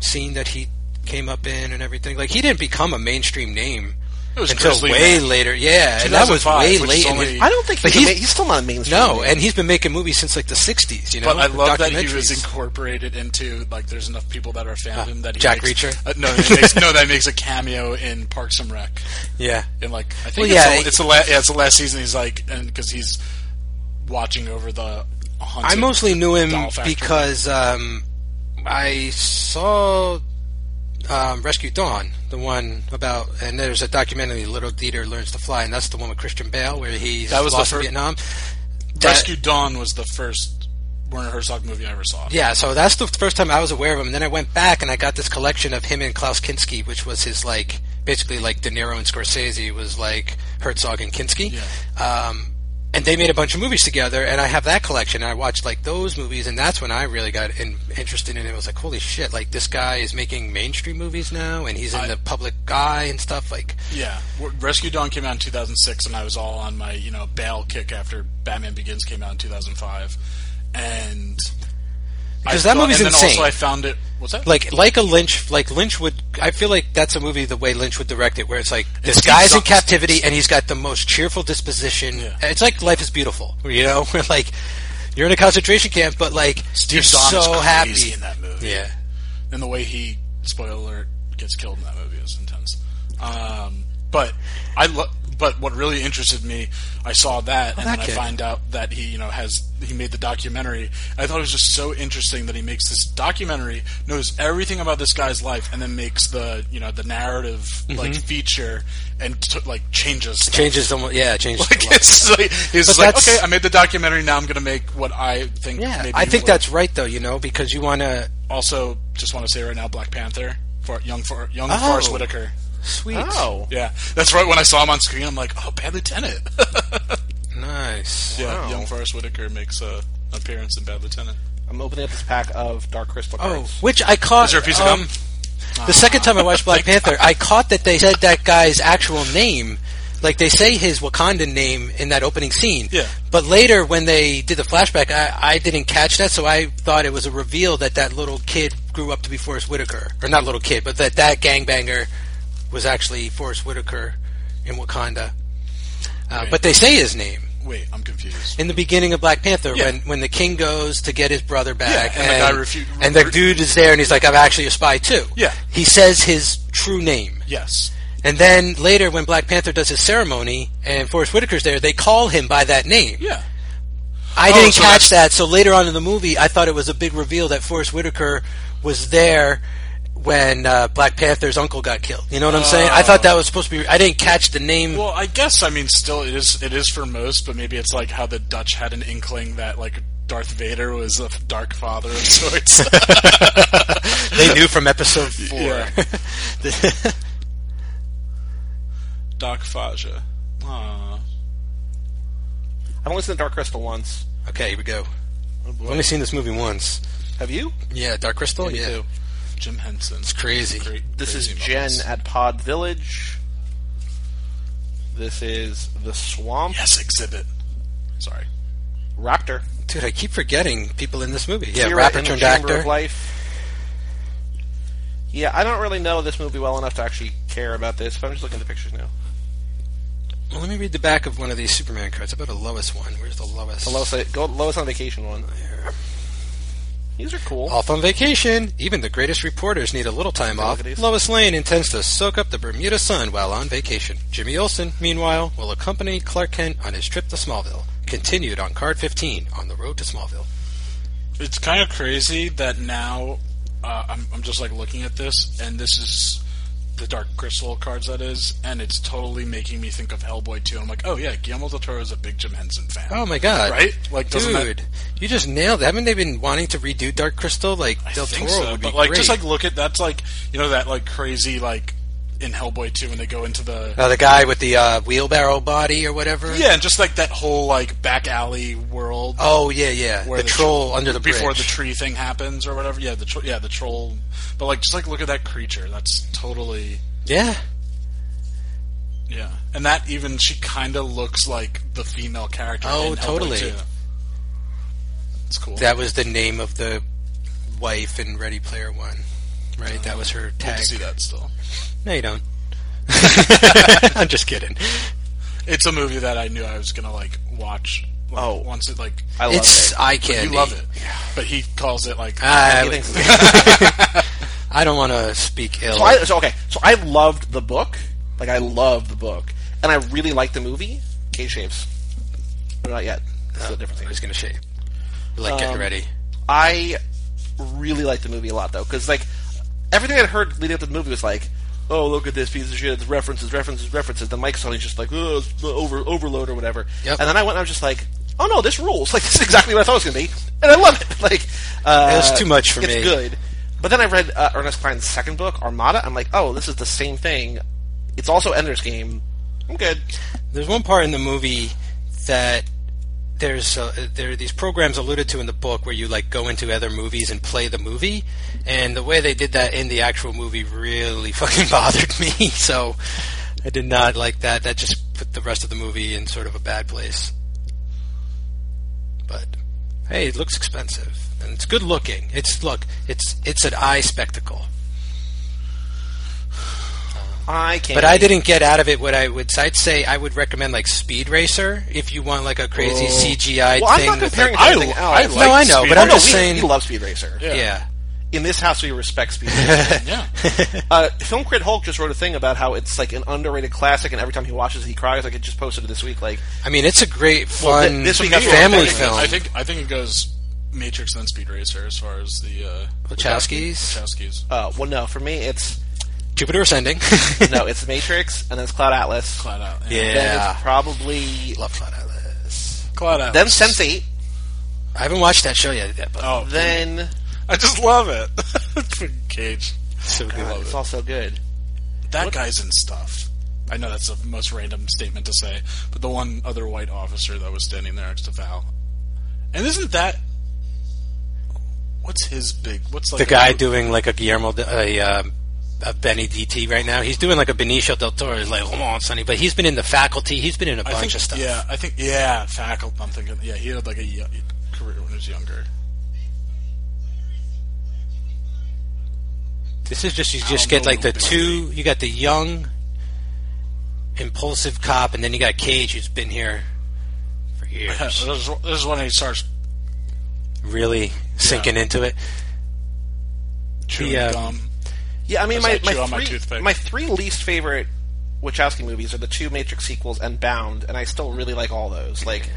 [SPEAKER 2] scene that he came up in, and everything. Like he didn't become a mainstream name
[SPEAKER 3] It was
[SPEAKER 2] until
[SPEAKER 3] Grizzly
[SPEAKER 2] way
[SPEAKER 3] Man.
[SPEAKER 2] later. Yeah, and that was
[SPEAKER 3] 2005,
[SPEAKER 2] way
[SPEAKER 3] which is
[SPEAKER 2] late. in his-
[SPEAKER 3] only-
[SPEAKER 1] I don't think
[SPEAKER 2] But
[SPEAKER 1] he's, a
[SPEAKER 2] he's-
[SPEAKER 1] ma- he's still not a mainstream.
[SPEAKER 2] no, and he's been making movies since like the '60s. You know,
[SPEAKER 3] But I love that he
[SPEAKER 2] documentaries. Uh,
[SPEAKER 3] was incorporated into like. There's enough people that are a fan of him that he
[SPEAKER 2] Jack
[SPEAKER 3] makes-
[SPEAKER 2] Reacher?
[SPEAKER 3] Uh, no, that he makes, no, that makes a cameo in Parks and Rec.
[SPEAKER 2] yeah,
[SPEAKER 3] And like, I
[SPEAKER 2] Well,
[SPEAKER 3] think
[SPEAKER 2] yeah,
[SPEAKER 3] it's,
[SPEAKER 2] it-
[SPEAKER 3] the, it's the last. Yeah, it's the last season. He's like, and because he's watching over the.
[SPEAKER 2] I
[SPEAKER 3] Haunted
[SPEAKER 2] mostly knew him
[SPEAKER 3] Doll Factory.
[SPEAKER 2] because um, I um, saw um, Rescue Dawn, the one about, and there's a documentary, Little Dieter Learns to Fly, and that's the one with Christian Bale where he's
[SPEAKER 3] That was the
[SPEAKER 2] lost in
[SPEAKER 3] fir-
[SPEAKER 2] Vietnam. That-
[SPEAKER 3] Rescue Dawn was the first Werner Herzog movie I ever saw.
[SPEAKER 2] Yeah, so that's the first time I was aware of him. Then I went back and I got this collection of him and Klaus Kinski, which was his like basically like De Niro and Scorsese was like Herzog and Kinski. Um, and they made a bunch of movies together, and I have that collection. And I watched like those movies, and that's when I really got in, interested in it. I was like, holy shit! Like this guy is making mainstream movies now, and he's in
[SPEAKER 3] I-
[SPEAKER 2] the public eye and stuff. Like,
[SPEAKER 3] Yeah, W- Rescue Dawn came out in 2006, and I was all on my you know bail kick after Batman Begins came out in 2005, and
[SPEAKER 2] Because
[SPEAKER 3] I
[SPEAKER 2] that
[SPEAKER 3] thought-
[SPEAKER 2] movie's
[SPEAKER 3] and then
[SPEAKER 2] insane.
[SPEAKER 3] Also, I found it. What's that?
[SPEAKER 2] like like a Lynch, like Lynch would. I feel like that's a movie the way Lynch would direct it, where it's like this
[SPEAKER 3] It's
[SPEAKER 2] guy's in
[SPEAKER 3] exhausting.
[SPEAKER 2] captivity and he's got the most cheerful disposition.
[SPEAKER 3] Yeah.
[SPEAKER 2] It's like Life is Beautiful, you know, where like you're in a concentration camp, but like you're
[SPEAKER 3] Dawn is
[SPEAKER 2] so
[SPEAKER 3] crazy
[SPEAKER 2] happy.
[SPEAKER 3] in that movie.
[SPEAKER 2] Yeah,
[SPEAKER 3] and the way he spoiler alert gets killed in that movie is intense. Um, but I lo- but what really interested me, I saw that, and
[SPEAKER 2] Oh, that
[SPEAKER 3] then I
[SPEAKER 2] kid.
[SPEAKER 3] find out that he you know has he made the documentary. I thought it was just so interesting that he makes this documentary, knows everything about this guy's life, and then makes the you know the narrative like
[SPEAKER 2] Mm-hmm.
[SPEAKER 3] feature and t- like changes. stuff.
[SPEAKER 2] changes someone. Yeah, changes.
[SPEAKER 3] Like,
[SPEAKER 2] the life.
[SPEAKER 3] it's like, he's
[SPEAKER 2] But
[SPEAKER 3] like,
[SPEAKER 2] that's-
[SPEAKER 3] okay, I made the documentary. Now I'm going to make what I think.
[SPEAKER 2] yeah,
[SPEAKER 3] maybe
[SPEAKER 2] I think
[SPEAKER 3] will-
[SPEAKER 2] that's right though. You know, because you want to
[SPEAKER 3] also just want to say right now, Black Panther for young for young
[SPEAKER 2] Oh.
[SPEAKER 3] Forrest Whitaker.
[SPEAKER 2] sweet.
[SPEAKER 1] Oh,
[SPEAKER 3] Yeah, that's right. When I saw him on screen, I'm like, oh, Bad Lieutenant.
[SPEAKER 2] nice.
[SPEAKER 3] yeah,
[SPEAKER 1] Wow.
[SPEAKER 3] young Forrest Whitaker makes a appearance in Bad Lieutenant.
[SPEAKER 1] I'm opening up this pack of Dark Crystal
[SPEAKER 2] Oh,
[SPEAKER 1] cards.
[SPEAKER 2] which I caught.
[SPEAKER 3] Is there a piece of
[SPEAKER 2] um,
[SPEAKER 3] gum?
[SPEAKER 2] The second time I watched Black Panther, I caught that they said that guy's actual name. Like they say his Wakandan name in that opening scene.
[SPEAKER 3] Yeah.
[SPEAKER 2] But later when they did the flashback, I, I didn't catch that, so I thought it was a reveal that that little kid grew up to be Forrest Whitaker. Or not little kid, but that that gangbanger was actually Forrest Whitaker in Wakanda. Uh,
[SPEAKER 3] Right.
[SPEAKER 2] But they say his name
[SPEAKER 3] Wait, I'm confused.
[SPEAKER 2] in the beginning of Black Panther
[SPEAKER 3] Yeah.
[SPEAKER 2] when, when the king goes to get his brother back
[SPEAKER 3] Yeah, and the guy refu-
[SPEAKER 2] and the
[SPEAKER 3] re-
[SPEAKER 2] dude is there and he's like I'm actually a spy too.
[SPEAKER 3] Yeah.
[SPEAKER 2] He says his true name.
[SPEAKER 3] Yes,
[SPEAKER 2] And then later when Black Panther does his ceremony and Forrest Whitaker's there, they call him by that name.
[SPEAKER 3] yeah,
[SPEAKER 2] I
[SPEAKER 3] Oh,
[SPEAKER 2] didn't
[SPEAKER 3] so
[SPEAKER 2] catch that,
[SPEAKER 3] that's-
[SPEAKER 2] so later on in the movie I thought it was a big reveal that Forrest Whitaker was there when uh, Black Panther's uncle got killed. You know what I'm saying? I thought that was supposed to be I didn't catch the name
[SPEAKER 3] Well, I guess I mean still it is it is for most, but maybe it's like how the Dutch had an inkling that like Darth Vader was a dark father of sorts.
[SPEAKER 2] they knew from episode 4.
[SPEAKER 3] Yeah. Doc Faja. Aww.
[SPEAKER 1] I've only seen the Dark Crystal once.
[SPEAKER 2] Okay, here we go.
[SPEAKER 3] Oh,
[SPEAKER 2] I've only seen this movie once.
[SPEAKER 1] Have you?
[SPEAKER 2] Yeah, Dark Crystal. Yeah,
[SPEAKER 1] too.
[SPEAKER 3] Jim Henson.
[SPEAKER 2] it's crazy.
[SPEAKER 3] Great,
[SPEAKER 1] This is
[SPEAKER 3] crazy
[SPEAKER 1] Jen
[SPEAKER 3] moments.
[SPEAKER 1] at Pod Village. This is the Swamp
[SPEAKER 3] Yes, exhibit. Sorry.
[SPEAKER 1] Raptor.
[SPEAKER 2] Dude, I keep forgetting people in this movie. Yeah,
[SPEAKER 1] Kira
[SPEAKER 2] rapper
[SPEAKER 1] in the
[SPEAKER 2] turned
[SPEAKER 1] Chamber
[SPEAKER 2] actor.
[SPEAKER 1] Of life. Yeah, I don't really know this movie well enough to actually care about this, but I'm just looking at the pictures now.
[SPEAKER 2] Well, let me read the back of one of these Superman cards. I bet a Lois one. Where's the Lois?
[SPEAKER 1] The lowest, go, lowest on vacation one.
[SPEAKER 2] There.
[SPEAKER 1] These are cool.
[SPEAKER 2] Off on vacation. Even the greatest reporters need a little time
[SPEAKER 1] Look
[SPEAKER 2] off.
[SPEAKER 1] at these.
[SPEAKER 2] Lois Lane intends to soak up the Bermuda sun while on vacation. Jimmy Olsen, meanwhile, will accompany Clark Kent on his trip to Smallville. Continued on card 15 on the road to Smallville.
[SPEAKER 3] It's kind of crazy that now uh, I'm, I'm just like looking at this, and this is the Dark Crystal cards that is, and it's totally making me think of Hellboy 2. I'm like, oh yeah, Guillermo del Toro is a big Jim Henson fan.
[SPEAKER 2] Oh my god!
[SPEAKER 3] Right? Like, doesn't that-
[SPEAKER 2] dude, you just nailed it. Haven't they been wanting to redo Dark Crystal? Like,
[SPEAKER 3] I
[SPEAKER 2] Del
[SPEAKER 3] think
[SPEAKER 2] Toro
[SPEAKER 3] so,
[SPEAKER 2] would be
[SPEAKER 3] but like
[SPEAKER 2] great.
[SPEAKER 3] just like look at that's like you know that like crazy like in Hellboy 2 when they go into the
[SPEAKER 2] Uh, the guy with the uh, wheelbarrow body or whatever.
[SPEAKER 3] yeah, and just like that whole like back alley world.
[SPEAKER 2] Oh yeah, yeah.
[SPEAKER 3] Where
[SPEAKER 2] the,
[SPEAKER 3] the
[SPEAKER 2] troll under Oh, the
[SPEAKER 3] before the
[SPEAKER 2] bridge.
[SPEAKER 3] tree thing happens or whatever. Yeah, the tro- yeah the troll. But like, just like look at that creature. That's totally
[SPEAKER 2] yeah.
[SPEAKER 3] yeah. And that even she kind of looks like the female character.
[SPEAKER 2] Oh,
[SPEAKER 3] in Hellboy
[SPEAKER 2] totally.
[SPEAKER 3] 2. It's cool.
[SPEAKER 2] That was the name of the wife in Ready Player One. Right, that was her
[SPEAKER 3] Good
[SPEAKER 2] tag.
[SPEAKER 3] to see that still.
[SPEAKER 2] No, you don't. I'm just kidding.
[SPEAKER 3] It's a movie that I knew I was gonna like watch. Like,
[SPEAKER 1] Oh.
[SPEAKER 3] once it like
[SPEAKER 1] I love
[SPEAKER 2] it's
[SPEAKER 1] it.
[SPEAKER 2] eye candy.
[SPEAKER 3] you love it, but he calls it like
[SPEAKER 2] I-
[SPEAKER 1] He thinks-
[SPEAKER 2] I don't want to speak ill.
[SPEAKER 1] So I, so okay, so I loved the book, like I loved the book, and I really liked the movie. Cage shaves, But not yet. That's the different
[SPEAKER 2] I
[SPEAKER 1] thing.
[SPEAKER 2] was gonna shave. Like, get
[SPEAKER 1] Um,
[SPEAKER 2] ready.
[SPEAKER 1] I really liked the movie a lot though, because like everything I'd heard leading up to the movie was like, oh, look at this piece of shit. It's references, references, references. Then Mike suddenly just like, oh, it's the over, overload or whatever.
[SPEAKER 2] Yep.
[SPEAKER 1] And then I went and I was just like, oh no, this rules. Like, this is exactly what I thought it was going to be. And I love it. Like, uh,
[SPEAKER 2] It was too much for
[SPEAKER 1] it's
[SPEAKER 2] me.
[SPEAKER 1] good. But then I read uh, Ernest Klein's second book, Armada. I'm like, oh, this is the same thing. It's also Ender's Game. I'm good.
[SPEAKER 2] There's one part in the movie that there's uh, there are these programs alluded to in the book where you like go into other movies and play the movie, and the way they did that in the actual movie really fucking bothered me. So I did not like that. That just put the rest of the movie in sort of a bad place. But hey, it looks expensive and it's good looking. It's look, it's it's an eye spectacle.
[SPEAKER 1] I can't.
[SPEAKER 2] But I didn't get out of it what I would. I'd say I would recommend like Speed Racer if you want like a crazy CGI
[SPEAKER 1] Oh. Well,
[SPEAKER 2] thing.
[SPEAKER 1] I'm not
[SPEAKER 2] with,
[SPEAKER 1] comparing it
[SPEAKER 2] like-
[SPEAKER 1] to anything
[SPEAKER 3] I- I
[SPEAKER 1] else.
[SPEAKER 2] no, I
[SPEAKER 3] like
[SPEAKER 2] know,
[SPEAKER 3] Speed
[SPEAKER 2] but
[SPEAKER 1] Oh,
[SPEAKER 2] I'm
[SPEAKER 1] no,
[SPEAKER 2] just
[SPEAKER 1] we,
[SPEAKER 2] saying.
[SPEAKER 1] we love Speed Racer.
[SPEAKER 3] Yeah.
[SPEAKER 2] yeah,
[SPEAKER 1] In this house, we respect Speed Racer.
[SPEAKER 3] Yeah.
[SPEAKER 1] uh, Film Crit Hulk just wrote a thing about how it's like an underrated classic, and every time he watches it, he cries. Like, it just posted it this week. Like,
[SPEAKER 2] I mean it's a great,
[SPEAKER 1] Well,
[SPEAKER 2] fun
[SPEAKER 1] thi- this week I saw
[SPEAKER 2] family
[SPEAKER 1] a thing.
[SPEAKER 2] film.
[SPEAKER 3] I think I think it goes Matrix then Speed Racer as far as the uh,
[SPEAKER 2] Wachowskis?
[SPEAKER 3] Wachowskis.
[SPEAKER 1] uh, well, no, for me, it's
[SPEAKER 2] Jupiter Ascending.
[SPEAKER 1] no, it's Matrix, and then it's Cloud Atlas.
[SPEAKER 3] Cloud Out.
[SPEAKER 1] Then
[SPEAKER 2] yeah,
[SPEAKER 1] it's probably
[SPEAKER 2] love Cloud Atlas.
[SPEAKER 3] Cloud Out.
[SPEAKER 1] then Sense Eight.
[SPEAKER 2] I haven't watched that show yet. But
[SPEAKER 3] Oh,
[SPEAKER 1] Then
[SPEAKER 3] I just love it. Freaking Cage.
[SPEAKER 2] so good.
[SPEAKER 1] God, it's all so good.
[SPEAKER 3] That guy's in stuff. I know that's the most random statement to say, but the one other white officer that was standing there next to Val, and isn't that what's his big? What's like
[SPEAKER 2] the
[SPEAKER 3] a-
[SPEAKER 2] guy doing like a Guillermo, de- a, um, a Benny DT right now. He's doing like a Benicio del Toro, He's like come on, Sonny. But he's been in the faculty. He's been in a
[SPEAKER 3] I
[SPEAKER 2] bunch
[SPEAKER 3] think,
[SPEAKER 2] of stuff.
[SPEAKER 3] Yeah, I think yeah. Faculty. I'm thinking. Yeah, he had like a yo- career when he was younger.
[SPEAKER 2] This is just you
[SPEAKER 3] I
[SPEAKER 2] just
[SPEAKER 3] don't
[SPEAKER 2] get
[SPEAKER 3] know
[SPEAKER 2] like the
[SPEAKER 3] what it'll
[SPEAKER 2] two. You got the young, impulsive cop, and then you got Cage, who's been here for
[SPEAKER 3] this
[SPEAKER 2] years,
[SPEAKER 3] is this is when he starts
[SPEAKER 2] really sinking into it.
[SPEAKER 3] chewing
[SPEAKER 2] uh,
[SPEAKER 3] gum.
[SPEAKER 1] Yeah, I mean,
[SPEAKER 3] As
[SPEAKER 1] my
[SPEAKER 3] I
[SPEAKER 1] my
[SPEAKER 3] chew on my
[SPEAKER 1] three,
[SPEAKER 3] toothpick.
[SPEAKER 1] my three least favorite Wachowski movies are the two Matrix sequels and Bound, and I still really like all those. Like,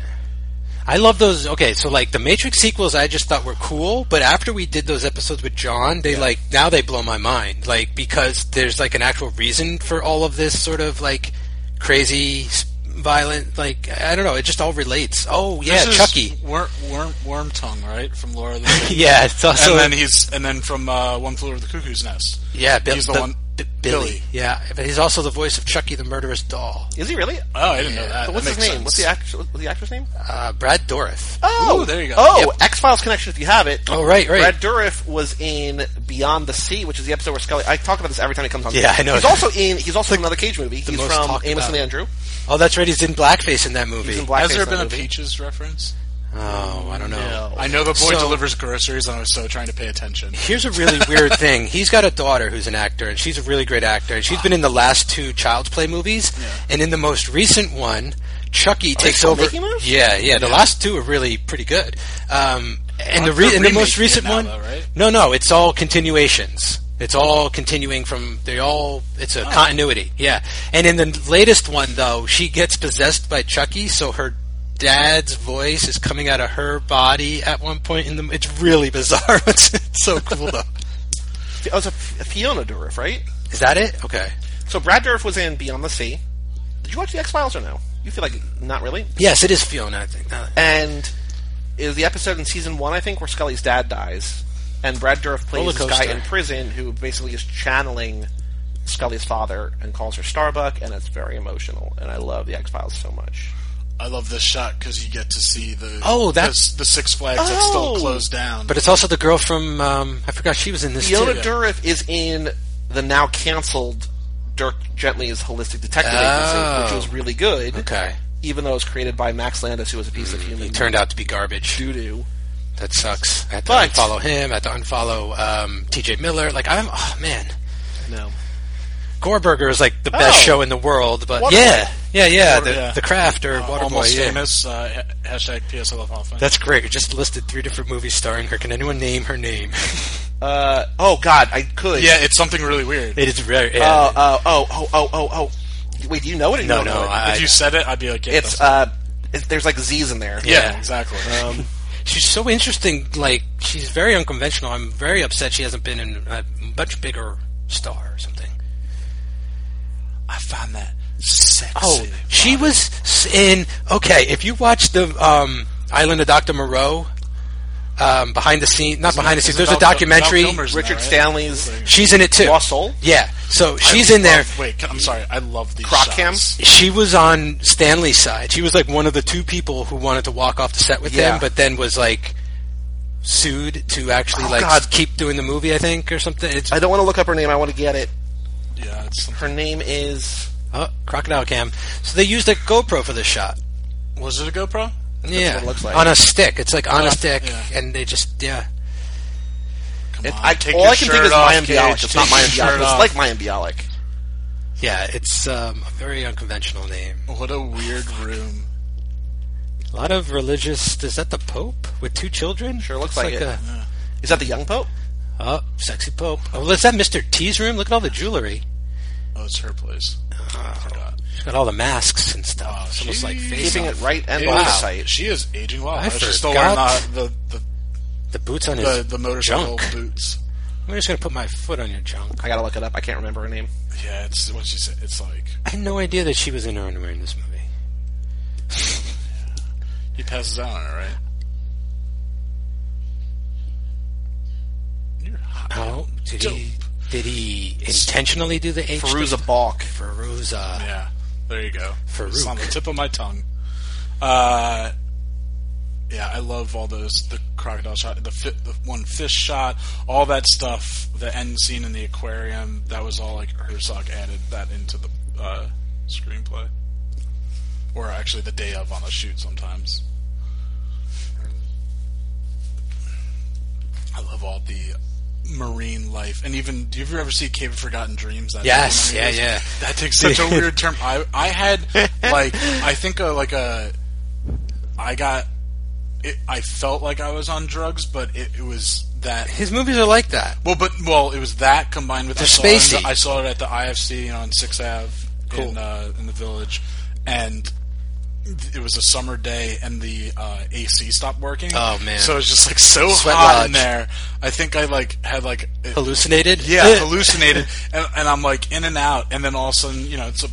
[SPEAKER 2] I love those. Okay, so like the Matrix sequels, I just thought were cool, but after we did those episodes with John, they like now they blow my mind. Like because there's like an actual reason for all of this sort of like crazy, s- violent. Like I don't know, it just all relates. Oh yeah,
[SPEAKER 3] This is
[SPEAKER 2] Chucky.
[SPEAKER 3] Worm, worm, worm tongue, right? From Laura. of the Rings.
[SPEAKER 2] Yeah, it's also
[SPEAKER 3] and then he's and then from uh, One Flew Over the Cuckoo's Nest.
[SPEAKER 2] Yeah, Bill,
[SPEAKER 3] He's the
[SPEAKER 2] Bi-
[SPEAKER 3] one-
[SPEAKER 2] Bi- Billy.
[SPEAKER 3] Billy.
[SPEAKER 2] Yeah, but he's also the voice of Chucky the Murderous Doll.
[SPEAKER 1] is he really?
[SPEAKER 3] Oh, I didn't know that.
[SPEAKER 1] So what's
[SPEAKER 3] that
[SPEAKER 1] his
[SPEAKER 3] makes
[SPEAKER 1] name?
[SPEAKER 3] Sense.
[SPEAKER 1] What's the actor? What's the actor's name?
[SPEAKER 2] Uh, Brad Dourif.
[SPEAKER 1] Oh,
[SPEAKER 3] Ooh, there you go.
[SPEAKER 1] Oh, X Files connection if you have it.
[SPEAKER 2] Oh, right, right.
[SPEAKER 1] Brad Dourif was in Beyond the Sea, which is the episode where Scully. I talk about this every time he comes on.
[SPEAKER 2] Yeah, I know.
[SPEAKER 1] He's also in. He's also in another Cage movie. He's
[SPEAKER 2] most
[SPEAKER 1] from
[SPEAKER 2] talked
[SPEAKER 1] Amos
[SPEAKER 2] about.
[SPEAKER 1] and Andrew.
[SPEAKER 2] Oh, that's right. He's in blackface in that movie.
[SPEAKER 1] He's in Blackface.
[SPEAKER 3] Has there
[SPEAKER 1] in that
[SPEAKER 3] been a
[SPEAKER 1] movie.
[SPEAKER 3] Peaches reference?
[SPEAKER 2] oh, I don't know.
[SPEAKER 3] I know the boy
[SPEAKER 2] So-
[SPEAKER 3] delivers groceries, and I was so trying to pay attention.
[SPEAKER 2] Here's a really weird thing. He's got a daughter who's an actor, and she's a really great actor. And she's been in the last two Child's Play movies, and in the most recent one, Chucky takes
[SPEAKER 1] still
[SPEAKER 2] over.
[SPEAKER 1] making those?
[SPEAKER 2] Yeah, yeah. The last two are really pretty good. Um, and the
[SPEAKER 3] Aren't
[SPEAKER 2] re-
[SPEAKER 3] they
[SPEAKER 2] and the most
[SPEAKER 3] remaking it
[SPEAKER 2] recent
[SPEAKER 3] now,
[SPEAKER 2] one,
[SPEAKER 3] though, right?
[SPEAKER 2] no, no, it's all continuations. It's all continuing from they all. It's a continuity, yeah. And in the latest one, though, she gets possessed by Chucky, so her dad's voice is coming out of her body at one point in the. It's really bizarre. it's, it's so cool though.
[SPEAKER 1] Oh, it's a F- Fiona Dourif, right?
[SPEAKER 2] Is that it? Okay.
[SPEAKER 1] So Brad Dourif was in Beyond the Sea. Did you watch the X Files or no? You feel like not really.
[SPEAKER 2] Yes, it is Fiona. I think. Uh,
[SPEAKER 1] And is the episode in season one, I think, where Scully's dad dies, and Brad Dourif plays this guy
[SPEAKER 2] Rollercoaster.
[SPEAKER 1] in prison who basically is channeling Scully's father and calls her Starbuck, and it's very emotional. And I love the X Files so much.
[SPEAKER 3] I love this shot because you get to see the
[SPEAKER 2] Oh, that's-
[SPEAKER 3] the, the Six Flags that's
[SPEAKER 1] Oh!
[SPEAKER 3] still closed down.
[SPEAKER 2] but it's also the girl from. Um, I forgot she was in this
[SPEAKER 1] Fiona
[SPEAKER 2] too.
[SPEAKER 1] Dourif is in the now canceled Dirk Gently's Holistic Detective
[SPEAKER 2] Oh.
[SPEAKER 3] Ah.
[SPEAKER 1] Agency, which was really good,
[SPEAKER 2] Okay.
[SPEAKER 1] even though it was created by Max Landis, who was a piece
[SPEAKER 3] Mm,
[SPEAKER 1] of human
[SPEAKER 2] Turned out to be garbage.
[SPEAKER 1] doo doo.
[SPEAKER 2] That sucks. I had to
[SPEAKER 1] But-
[SPEAKER 2] unfollow him. I had to unfollow um, T.J. Miller. Like I'm. Oh man.
[SPEAKER 1] No.
[SPEAKER 2] Goreburger is like the best
[SPEAKER 1] Oh.
[SPEAKER 2] show in the world, but
[SPEAKER 1] Waterboy.
[SPEAKER 2] yeah, yeah, yeah,
[SPEAKER 3] Water-
[SPEAKER 2] the,
[SPEAKER 3] yeah.
[SPEAKER 2] the craft or
[SPEAKER 3] Uh,
[SPEAKER 2] Waterboy,
[SPEAKER 3] almost
[SPEAKER 2] yeah.
[SPEAKER 3] famous uh, ha- hashtag PSL Hoffman.
[SPEAKER 2] That's great. You just listed three different movies starring her. Can anyone name her name?
[SPEAKER 1] Uh, oh, God, I could.
[SPEAKER 3] yeah, it's something really weird.
[SPEAKER 2] it is very. Yeah.
[SPEAKER 3] Uh,
[SPEAKER 1] Oh, oh, oh, oh, oh, oh, oh. Wait, do you know it? Or you
[SPEAKER 2] no,
[SPEAKER 1] don't
[SPEAKER 2] no.
[SPEAKER 1] know it?
[SPEAKER 2] I,
[SPEAKER 3] if you said it, I'd be like, yeah,
[SPEAKER 1] It's
[SPEAKER 3] that's-
[SPEAKER 1] uh, it's, there's like Z's in there.
[SPEAKER 3] yeah,
[SPEAKER 2] yeah.
[SPEAKER 3] exactly.
[SPEAKER 1] Um,
[SPEAKER 2] she she's so interesting. Like she's very unconventional. I'm very upset she hasn't been in a much bigger star or something.
[SPEAKER 3] I found that sexy.
[SPEAKER 2] Oh, she was s- in. Okay, if you watch the um, Island of Doctor Moreau, um, behind the scene, not behind the scenes. There's a documentary.
[SPEAKER 1] Richard Stanley's
[SPEAKER 2] She's in it too.
[SPEAKER 1] Lost Soul?
[SPEAKER 2] Yeah. So she's in there.
[SPEAKER 3] Wait, c- I'm sorry. I love these
[SPEAKER 1] Crockham?
[SPEAKER 3] shots.
[SPEAKER 2] She was on Stanley's side. She was like one of the two people who wanted to walk off the set with
[SPEAKER 1] Yeah.
[SPEAKER 2] him, but then was like sued to actually
[SPEAKER 1] Oh,
[SPEAKER 2] like
[SPEAKER 1] God.
[SPEAKER 2] keep doing the movie. I think or something. It's
[SPEAKER 1] I don't want to look up her name. I want to get it.
[SPEAKER 3] Yeah, it's
[SPEAKER 1] Her name is.
[SPEAKER 2] oh, crocodile cam. So they used a GoPro for this shot.
[SPEAKER 3] was it a GoPro?
[SPEAKER 2] yeah,
[SPEAKER 1] what it looks like.
[SPEAKER 2] on a stick. It's like on a stick,
[SPEAKER 3] yeah.
[SPEAKER 2] and they just yeah.
[SPEAKER 3] Come
[SPEAKER 1] It,
[SPEAKER 3] on,
[SPEAKER 1] I,
[SPEAKER 3] take
[SPEAKER 1] all
[SPEAKER 3] your
[SPEAKER 1] I can think
[SPEAKER 3] shirt
[SPEAKER 1] is
[SPEAKER 3] off,
[SPEAKER 1] Mayim
[SPEAKER 3] Gage,
[SPEAKER 1] Bialik. It's
[SPEAKER 3] take
[SPEAKER 1] not
[SPEAKER 3] your
[SPEAKER 1] Mayim Bialik.
[SPEAKER 3] shirt
[SPEAKER 1] It's
[SPEAKER 3] off.
[SPEAKER 1] like Mayim Bialik.
[SPEAKER 2] Yeah, it's um, a very unconventional name.
[SPEAKER 3] what a weird room.
[SPEAKER 2] A lot of religious. Is that the Pope with two children?
[SPEAKER 1] Sure looks
[SPEAKER 2] It's
[SPEAKER 1] like it.
[SPEAKER 2] A,
[SPEAKER 1] Is that the young pope?
[SPEAKER 2] oh, sexy Pope. Oh, well, is that Mister T's room? Look at all the jewelry.
[SPEAKER 3] Oh, it's her place. I forgot.
[SPEAKER 2] She's got all the masks and
[SPEAKER 3] Oh,
[SPEAKER 2] stuff. It's almost like
[SPEAKER 3] she's
[SPEAKER 2] face
[SPEAKER 1] Keeping
[SPEAKER 2] off.
[SPEAKER 1] it right and
[SPEAKER 3] It
[SPEAKER 1] left
[SPEAKER 3] is-
[SPEAKER 1] side.
[SPEAKER 3] She is aging well.
[SPEAKER 2] I
[SPEAKER 3] She's still wearing
[SPEAKER 2] forgot.
[SPEAKER 3] the the,
[SPEAKER 2] The boots on
[SPEAKER 3] the,
[SPEAKER 2] his
[SPEAKER 3] the, the motorcycle
[SPEAKER 2] junk.
[SPEAKER 3] boots.
[SPEAKER 2] I'm just gonna put my foot on your junk.
[SPEAKER 1] I gotta look it up. I can't remember her name.
[SPEAKER 3] Yeah, it's what she said. It's like
[SPEAKER 2] I had no idea that she was in her underwear in this movie.
[SPEAKER 3] he passes out on her, right? You're hot.
[SPEAKER 2] Oh, did he? Did he intentionally do the H?
[SPEAKER 1] Feruza Balk.
[SPEAKER 2] Feruza.
[SPEAKER 3] Yeah, there you go.
[SPEAKER 2] Farouk.
[SPEAKER 3] It's on the tip of my tongue. Uh, yeah, I love all those the crocodile shot, the, fi- the one fish shot, all that stuff. The end scene in the aquarium that was all like Herzog added that into the uh, screenplay, or actually the day of on a shoot sometimes. I love all the marine life, and even do you ever see Cave of Forgotten Dreams? That
[SPEAKER 2] Yes,
[SPEAKER 3] documentary?
[SPEAKER 2] yeah, yeah.
[SPEAKER 3] That takes such a weird term. I I had like I think uh like a I got it, I felt like I was on drugs, but it, it was that.
[SPEAKER 2] His movies are like that.
[SPEAKER 3] Well, but well, it was that combined with I saw,
[SPEAKER 2] spacey.
[SPEAKER 3] it, I saw it at the IFC you know, on Sixth Ave in
[SPEAKER 2] Cool.
[SPEAKER 3] uh, in the village, and it was a summer day, and the uh, AC stopped working.
[SPEAKER 2] Oh, man.
[SPEAKER 3] So it was just like so
[SPEAKER 2] Sweat
[SPEAKER 3] hot
[SPEAKER 2] lodge.
[SPEAKER 3] in there. I think I like had like it-
[SPEAKER 2] Hallucinated.
[SPEAKER 3] yeah, hallucinated, and, and I'm like in and out, and then all of a sudden, you know, it's a,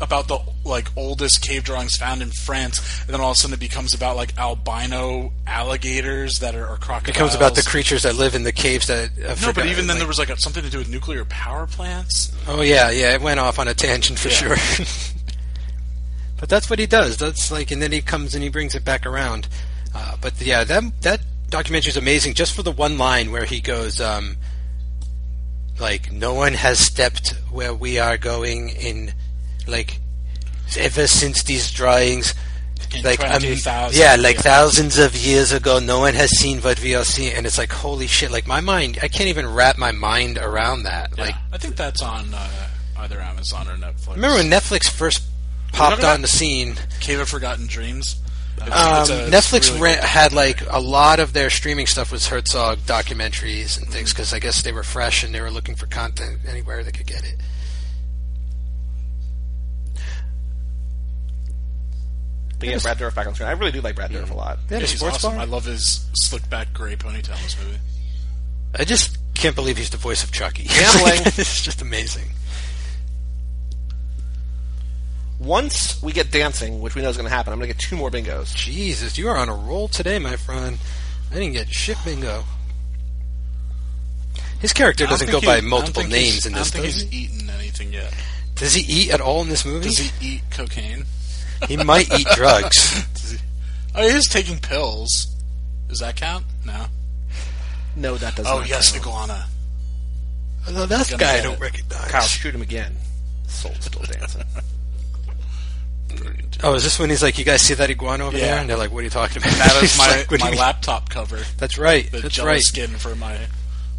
[SPEAKER 3] about the like oldest cave drawings found in France, and then all of a sudden it becomes about like albino alligators that are or crocodiles.
[SPEAKER 2] It comes about the creatures that live in the caves that. Uh,
[SPEAKER 3] Oh. no, but even then there was like a, something to do with nuclear power plants.
[SPEAKER 2] Oh yeah, yeah. It went off on a tangent for
[SPEAKER 3] Yeah.
[SPEAKER 2] sure. but that's what he does. That's like, and then he comes and he brings it back around. Uh, but yeah, that that documentary is amazing. Just for the one line where he goes, um, like, no one has stepped where we are going in, like, ever since these drawings.
[SPEAKER 3] In
[SPEAKER 2] Like um,
[SPEAKER 3] 20,000
[SPEAKER 2] yeah, like
[SPEAKER 3] years.
[SPEAKER 2] thousands of years ago, no one has seen what we are seeing, and it's like holy shit! Like my mind, I can't even wrap my mind around that.
[SPEAKER 3] Yeah,
[SPEAKER 2] Like
[SPEAKER 3] I think that's on uh, either Amazon or Netflix.
[SPEAKER 2] Remember when Netflix first popped
[SPEAKER 3] about-
[SPEAKER 2] on the scene?
[SPEAKER 3] Cave of Forgotten Dreams? It's-
[SPEAKER 2] Um,
[SPEAKER 3] it's a- it's
[SPEAKER 2] Netflix
[SPEAKER 3] really
[SPEAKER 2] ran,
[SPEAKER 3] good.
[SPEAKER 2] had like a lot of their streaming stuff was Herzog documentaries and
[SPEAKER 3] Mm-hmm.
[SPEAKER 2] things because I guess they were fresh and they were looking for content anywhere they could get it.
[SPEAKER 1] But yeah, Brad Dourif back on screen. I really do like Brad Dourif a lot.
[SPEAKER 2] They had
[SPEAKER 3] Yeah,
[SPEAKER 2] a
[SPEAKER 3] he's
[SPEAKER 2] sports
[SPEAKER 3] awesome.
[SPEAKER 2] bar.
[SPEAKER 3] I love his slick back gray ponytail in this movie.
[SPEAKER 2] I just can't believe he's the voice of Chucky.
[SPEAKER 1] Gambling.
[SPEAKER 2] it's just amazing.
[SPEAKER 1] Once we get dancing, which we know is going to happen, I'm going to get two more bingos.
[SPEAKER 2] Jesus, you are on a roll today, my friend. I didn't get shit bingo. His character
[SPEAKER 3] I don't
[SPEAKER 2] doesn't go
[SPEAKER 3] think
[SPEAKER 2] by
[SPEAKER 3] he- I don't
[SPEAKER 2] multiple
[SPEAKER 3] think
[SPEAKER 2] names
[SPEAKER 3] he's-
[SPEAKER 2] in this.
[SPEAKER 3] I don't
[SPEAKER 2] Does
[SPEAKER 3] think
[SPEAKER 2] he?
[SPEAKER 3] he's eaten anything yet.
[SPEAKER 2] does he eat at all in this movie?
[SPEAKER 3] Does he eat cocaine?
[SPEAKER 2] he might eat drugs.
[SPEAKER 3] Does he? Oh, he is taking pills. Does that count? No.
[SPEAKER 1] No, that doesn't.
[SPEAKER 3] Oh yes, iguana.
[SPEAKER 2] Although that
[SPEAKER 3] Gonna
[SPEAKER 2] guy I
[SPEAKER 3] get
[SPEAKER 2] don't
[SPEAKER 3] it.
[SPEAKER 2] recognize.
[SPEAKER 1] Kyle, shoot him again. Soul's still dancing.
[SPEAKER 2] Oh, is this when he's like, "You guys see that iguana over
[SPEAKER 3] Yeah.
[SPEAKER 2] there?" And they're like, "What are you talking about?"
[SPEAKER 3] That is
[SPEAKER 2] He's
[SPEAKER 3] my
[SPEAKER 2] like, "What do
[SPEAKER 3] my
[SPEAKER 2] you mean?"
[SPEAKER 3] laptop cover.
[SPEAKER 2] That's right.
[SPEAKER 3] The
[SPEAKER 2] That's
[SPEAKER 3] jello
[SPEAKER 2] right.
[SPEAKER 3] skin for my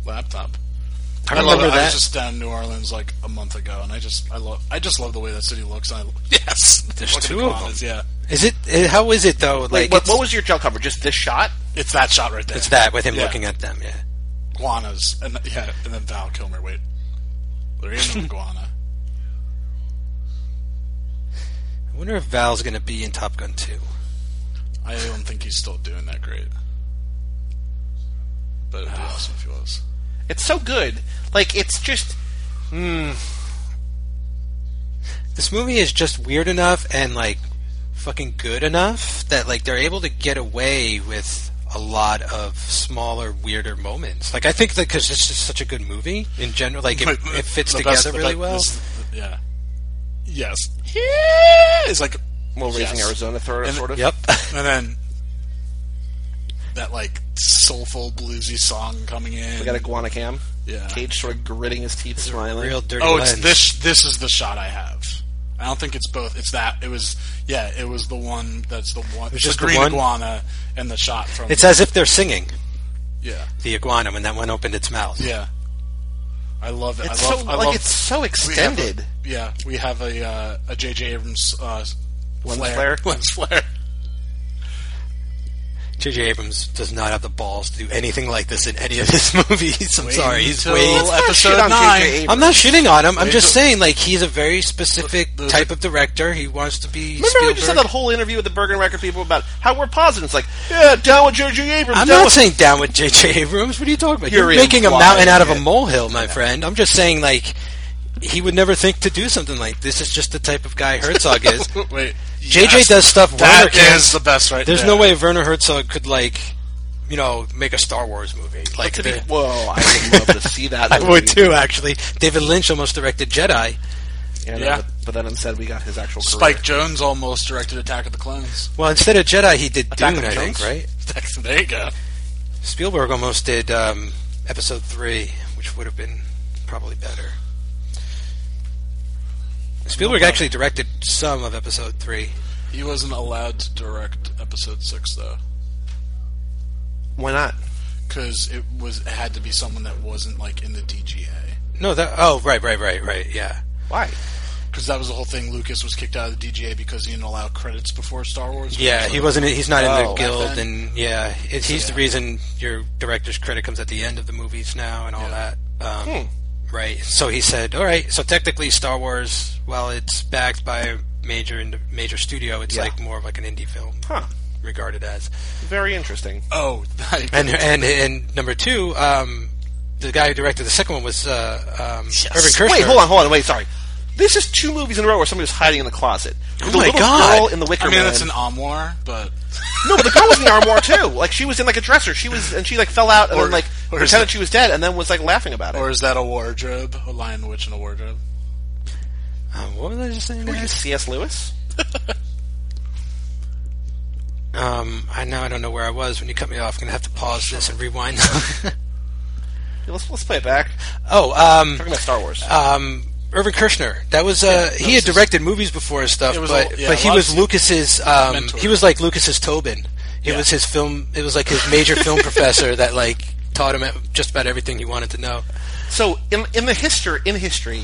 [SPEAKER 3] laptop.
[SPEAKER 2] I
[SPEAKER 3] I love
[SPEAKER 2] remember
[SPEAKER 3] it. I
[SPEAKER 2] that.
[SPEAKER 3] was just down in New Orleans like a month ago, and I just I love I just love the way that city looks. And I yes,
[SPEAKER 2] There's
[SPEAKER 3] Look at
[SPEAKER 2] two of
[SPEAKER 3] iguanas, Yeah,
[SPEAKER 2] Is it? eh, How is it though?
[SPEAKER 1] Wait,
[SPEAKER 2] Like,
[SPEAKER 1] what,
[SPEAKER 2] it's,
[SPEAKER 1] what was your gel cover? Just this shot?
[SPEAKER 3] it's that shot right there.
[SPEAKER 2] it's that with him
[SPEAKER 3] Yeah.
[SPEAKER 2] looking at them? Yeah.
[SPEAKER 3] iguanas, and th- yeah, and then Val Kilmer. Wait, there is no iguana.
[SPEAKER 2] I wonder if Val's going to be in Top Gun 2.
[SPEAKER 3] I don't think he's still doing that great. but it'd be
[SPEAKER 2] Ah.
[SPEAKER 3] awesome if he was.
[SPEAKER 1] It's so good. Like it's just
[SPEAKER 2] This movie is just weird enough and like fucking good enough that like they're able to get away with a lot of smaller, weirder moments. Like I think that because it's just such a good movie in general, like it, it fits
[SPEAKER 3] The
[SPEAKER 2] together
[SPEAKER 3] best- the
[SPEAKER 2] really
[SPEAKER 3] be-
[SPEAKER 2] well.
[SPEAKER 3] this is the- yeah. Yes. It's like,
[SPEAKER 1] well raising
[SPEAKER 3] Yes.
[SPEAKER 1] Arizona throw
[SPEAKER 3] And-
[SPEAKER 1] sort of.
[SPEAKER 2] Yep.
[SPEAKER 3] and then that like soulful bluesy song coming in.
[SPEAKER 1] We got Iguanacam.
[SPEAKER 3] Yeah.
[SPEAKER 1] Cage sort of gritting his teeth, smiling.
[SPEAKER 2] Real dirty.
[SPEAKER 3] oh, it's
[SPEAKER 2] lens.
[SPEAKER 3] this. This is the shot I have. I don't think it's both. It's that. It was. Yeah. It was the one. That's the one. It's
[SPEAKER 2] just
[SPEAKER 3] the
[SPEAKER 2] the
[SPEAKER 3] green
[SPEAKER 2] one?
[SPEAKER 3] iguana and the shot from.
[SPEAKER 2] It's as if they're singing
[SPEAKER 3] yeah.
[SPEAKER 2] the iguana when that one opened its mouth.
[SPEAKER 3] Yeah. I love it.
[SPEAKER 1] It's
[SPEAKER 3] I love.
[SPEAKER 1] so
[SPEAKER 3] I
[SPEAKER 1] like
[SPEAKER 3] love,
[SPEAKER 1] it's so
[SPEAKER 3] we have a-
[SPEAKER 1] extended.
[SPEAKER 3] yeah, we have a uh, a J.J. Abrams uh,
[SPEAKER 1] Lens
[SPEAKER 3] flare.
[SPEAKER 1] flare.
[SPEAKER 3] Lens flare.
[SPEAKER 2] J.J. Abrams does not have the balls to do anything like this in any of his movies. I'm sorry, he's
[SPEAKER 3] until
[SPEAKER 2] way.
[SPEAKER 1] Let's not
[SPEAKER 3] episode
[SPEAKER 1] shit on
[SPEAKER 3] nine.
[SPEAKER 1] J.J. Abrams.
[SPEAKER 2] I'm not shitting on him. I'm
[SPEAKER 3] Wait
[SPEAKER 2] just
[SPEAKER 3] till-
[SPEAKER 2] saying, like, he's a very specific
[SPEAKER 3] Look, look.
[SPEAKER 2] type of director. He wants to be.
[SPEAKER 1] Remember we just had
[SPEAKER 2] Spielberg.
[SPEAKER 1] that whole interview with the Bergen Record people about how we're positive. It's like, yeah, down with J.J. Abrams.
[SPEAKER 2] I'm
[SPEAKER 1] down
[SPEAKER 2] not
[SPEAKER 1] with-
[SPEAKER 2] saying down with J.J. Abrams. What are you talking about? You're,
[SPEAKER 1] You're
[SPEAKER 2] making a
[SPEAKER 1] implying
[SPEAKER 2] mountain out of a
[SPEAKER 1] it.
[SPEAKER 2] molehill, my friend. I'm just saying, like, he would never think to do something like this. Is just the type of guy Herzog is.
[SPEAKER 3] Wait,
[SPEAKER 2] J.J.
[SPEAKER 3] yes.
[SPEAKER 2] does stuff Werner
[SPEAKER 3] That
[SPEAKER 2] can't.
[SPEAKER 3] is the best, right?
[SPEAKER 2] There's
[SPEAKER 3] there.
[SPEAKER 2] no way Werner Herzog could like, you know, make a Star Wars movie. Like,
[SPEAKER 1] To be,
[SPEAKER 2] the-
[SPEAKER 1] whoa, I would love to see that.
[SPEAKER 2] I would
[SPEAKER 1] movie.
[SPEAKER 2] too. Actually, David Lynch almost directed Jedi.
[SPEAKER 1] Yeah, no,
[SPEAKER 3] Yeah.
[SPEAKER 1] But, but then instead we got his actual career.
[SPEAKER 3] Spike Jones almost directed Attack of the Clones.
[SPEAKER 2] Well, instead of Jedi, he did
[SPEAKER 1] Attack
[SPEAKER 2] Dune.
[SPEAKER 1] of
[SPEAKER 2] I
[SPEAKER 1] the
[SPEAKER 2] think
[SPEAKER 1] Clones?
[SPEAKER 2] right.
[SPEAKER 3] there you go.
[SPEAKER 2] Spielberg almost did um, Episode Three, which would have been probably better. Spielberg actually directed some of Episode Three.
[SPEAKER 3] He wasn't allowed to direct Episode Six though,
[SPEAKER 1] Why not?
[SPEAKER 3] because it was it had to be someone that wasn't like in the DGA.
[SPEAKER 2] No, that oh right, right, right, right. Yeah,
[SPEAKER 1] Why?
[SPEAKER 3] Because that was the whole thing. Lucas was kicked out of the DGA because he didn't allow credits before Star Wars.
[SPEAKER 2] yeah. He wasn't. He's not in
[SPEAKER 1] Oh.
[SPEAKER 2] the guild,
[SPEAKER 3] then?
[SPEAKER 2] and yeah, it, he's
[SPEAKER 3] yeah.
[SPEAKER 2] the reason your director's credit comes at the end of the movies now and all
[SPEAKER 3] Yeah.
[SPEAKER 2] that. Um,
[SPEAKER 1] Hmm.
[SPEAKER 2] Right. So he said, "All right. So technically, Star Wars, while it's backed by a major ind- major studio, it's
[SPEAKER 1] Yeah.
[SPEAKER 2] like more of like an indie film,
[SPEAKER 1] Huh.
[SPEAKER 2] regarded as."
[SPEAKER 1] Very interesting.
[SPEAKER 3] Oh, I-
[SPEAKER 2] and and and number two, um, the guy who directed the second one was uh, um, Irvin Kershner.
[SPEAKER 1] Wait, hold on, hold on, wait, sorry. This is two movies in a row where somebody was hiding in the closet.
[SPEAKER 2] Oh
[SPEAKER 1] the
[SPEAKER 2] my
[SPEAKER 1] little
[SPEAKER 2] God.
[SPEAKER 1] girl in the Wicker
[SPEAKER 3] I mean
[SPEAKER 1] Man.
[SPEAKER 3] that's an armoire, but
[SPEAKER 1] No, but the girl was in the armoire too. Like she was in like a dresser. She was and she like fell out and
[SPEAKER 3] Or-
[SPEAKER 1] then like
[SPEAKER 3] or is
[SPEAKER 1] pretended
[SPEAKER 3] it-
[SPEAKER 1] she was dead and then was like laughing about it.
[SPEAKER 3] or is that a wardrobe? A lion witch in a wardrobe?
[SPEAKER 2] Um, what was I just saying?
[SPEAKER 1] Were you
[SPEAKER 2] guys?
[SPEAKER 1] C.S. Lewis?
[SPEAKER 2] Um, I now I don't know where I was when you cut me off. I'm gonna have to pause this and rewind.
[SPEAKER 1] Yeah, let's let's play it back.
[SPEAKER 2] oh, um,
[SPEAKER 1] Talking about Star Wars.
[SPEAKER 2] um, Irvin Kershner. That was uh, he had directed movies before his stuff,
[SPEAKER 3] It was
[SPEAKER 2] but
[SPEAKER 3] all- yeah,
[SPEAKER 2] but he
[SPEAKER 3] lots
[SPEAKER 2] was
[SPEAKER 3] of-
[SPEAKER 2] Lucas's. Um,
[SPEAKER 3] Mentor.
[SPEAKER 2] he was like Lucas's Tobin. It
[SPEAKER 3] Yeah.
[SPEAKER 2] was his film. It was like his major film professor that like taught him just about everything he wanted to know.
[SPEAKER 1] so in in the history in history,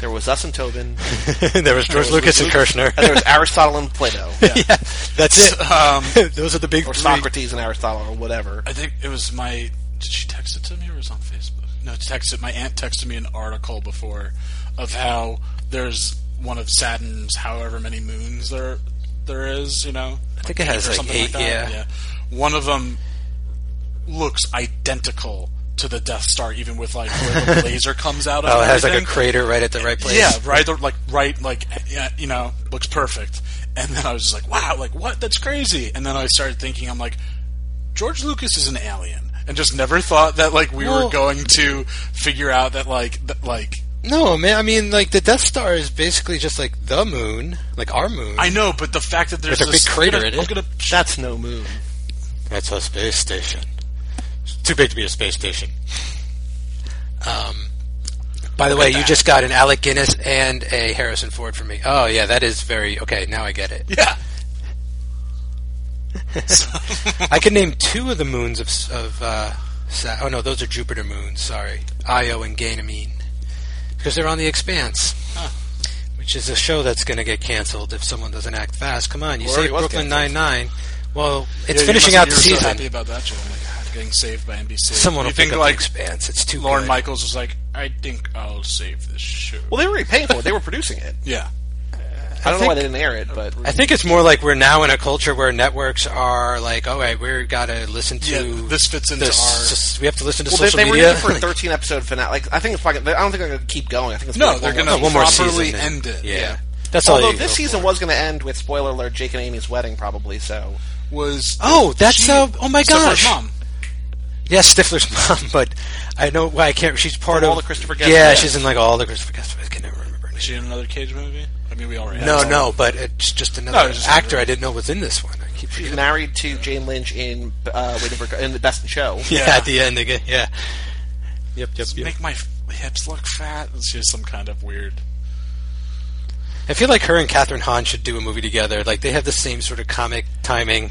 [SPEAKER 1] there was us and Tobin,
[SPEAKER 2] there was George Lucas and Kershner.
[SPEAKER 1] and there was Aristotle and Plato,
[SPEAKER 2] yeah, that's it.
[SPEAKER 3] Um,
[SPEAKER 2] Those are the big
[SPEAKER 1] or
[SPEAKER 2] three.
[SPEAKER 1] Socrates and Aristotle, or whatever.
[SPEAKER 3] I think it was my. Did she text it to me or was it on Facebook? No, it texted. My aunt texted me an article before of how there's one of Saturn's however many moons there there is. You know, I
[SPEAKER 2] think it has, like, eight, yeah.
[SPEAKER 3] one of them looks identical to the Death Star, even with like where the laser comes out. Of
[SPEAKER 2] Oh, it
[SPEAKER 3] and
[SPEAKER 2] has like a
[SPEAKER 3] everything.
[SPEAKER 2] crater right at the right place.
[SPEAKER 3] Yeah, right. they're, Like right. Like yeah, you know, looks perfect. And then I was just like, wow, like what? That's crazy. And then I started thinking, I'm like, George Lucas is an alien, and just never thought that like we
[SPEAKER 2] Well-
[SPEAKER 3] were going to figure out that like that like
[SPEAKER 2] No, man. I mean, like the Death Star is basically just like the moon, like our moon.
[SPEAKER 3] I know, but the fact that there's
[SPEAKER 2] With a
[SPEAKER 3] this
[SPEAKER 2] big crater
[SPEAKER 3] I'm
[SPEAKER 2] in
[SPEAKER 3] gonna-
[SPEAKER 2] it.
[SPEAKER 3] I'm gonna-
[SPEAKER 1] That's no moon.
[SPEAKER 2] That's a space station. It's too big to be a space station. Um. By the way, you just got an Alec Guinness and a Harrison Ford for me. Oh yeah, that is very okay. Now I get it.
[SPEAKER 3] yeah.
[SPEAKER 2] I can name two of the moons of s- of uh, Sa- oh no, those are Jupiter moons. Sorry, Io and Ganymede, because they're on the Expanse, which is a show that's going to get canceled if someone doesn't act fast. Come on, you
[SPEAKER 1] Well, it
[SPEAKER 2] say
[SPEAKER 1] was
[SPEAKER 2] Brooklyn Nine
[SPEAKER 1] canceled.
[SPEAKER 2] Nine. Well,
[SPEAKER 3] Yeah,
[SPEAKER 2] it's
[SPEAKER 3] you
[SPEAKER 2] finishing
[SPEAKER 3] must-
[SPEAKER 2] out the
[SPEAKER 3] you were So
[SPEAKER 2] season.
[SPEAKER 3] happy about that, Joe. I'm like, "God, getting saved by NBC.
[SPEAKER 2] Someone
[SPEAKER 3] you
[SPEAKER 2] will pick
[SPEAKER 3] think
[SPEAKER 2] up the
[SPEAKER 3] like
[SPEAKER 2] Expanse. It's too
[SPEAKER 3] Lauren
[SPEAKER 2] good.
[SPEAKER 3] Michaels was like, I think I'll save this show.
[SPEAKER 1] Well, they were already paying for it. They were producing it.
[SPEAKER 3] yeah.
[SPEAKER 1] I don't know why they
[SPEAKER 2] think-
[SPEAKER 1] didn't air it, but
[SPEAKER 2] I think it's more like we're now in a culture where networks are like, all right, we've got to listen to
[SPEAKER 3] Yeah, this fits into our-
[SPEAKER 2] s- we have to listen to
[SPEAKER 1] well, they,
[SPEAKER 2] social
[SPEAKER 1] they were
[SPEAKER 2] media.
[SPEAKER 1] in for a 13 episode finale. Like, I think it's probably. I don't think they're going to keep going. I think it's
[SPEAKER 3] No,
[SPEAKER 1] probably
[SPEAKER 3] they're
[SPEAKER 1] one
[SPEAKER 3] gonna-
[SPEAKER 1] more
[SPEAKER 2] one more
[SPEAKER 3] properly
[SPEAKER 2] season.
[SPEAKER 3] end it,
[SPEAKER 2] Yeah,
[SPEAKER 3] yeah.
[SPEAKER 2] that's all.
[SPEAKER 1] Although
[SPEAKER 2] you
[SPEAKER 1] this
[SPEAKER 2] go
[SPEAKER 1] season
[SPEAKER 2] for.
[SPEAKER 1] was going to end with spoiler alert: Jake and Amy's wedding, probably. So
[SPEAKER 3] was
[SPEAKER 2] Oh, that's,
[SPEAKER 3] she-
[SPEAKER 2] uh, oh my
[SPEAKER 3] Stifler's
[SPEAKER 2] gosh.
[SPEAKER 3] mom.
[SPEAKER 2] Yes, Stifler's mom, but I know why I can't. She's part
[SPEAKER 1] From
[SPEAKER 2] of
[SPEAKER 1] all the Christopher Guest
[SPEAKER 2] Yeah,
[SPEAKER 1] movies.
[SPEAKER 2] she's in like all the Christopher Guest. movies. I can never remember. her name.
[SPEAKER 3] Is she in another Cage movie? I mean, we already
[SPEAKER 2] No,
[SPEAKER 3] have some.
[SPEAKER 2] no, but it's just
[SPEAKER 3] No,
[SPEAKER 2] another
[SPEAKER 3] it's just
[SPEAKER 2] actor
[SPEAKER 3] another-
[SPEAKER 2] I didn't know was in this one. I keep
[SPEAKER 1] she's
[SPEAKER 2] forgetting.
[SPEAKER 1] married to Jane Lynch in uh, Waiting for in the Best in Show.
[SPEAKER 2] yeah,
[SPEAKER 3] Yeah.
[SPEAKER 2] at the end again. Yeah. Yep, yep, yep.
[SPEAKER 3] Make my f- hips look fat. It's just some kind of weird.
[SPEAKER 2] I feel like her and Catherine Hahn should do a movie together. Like they have the same sort of comic timing.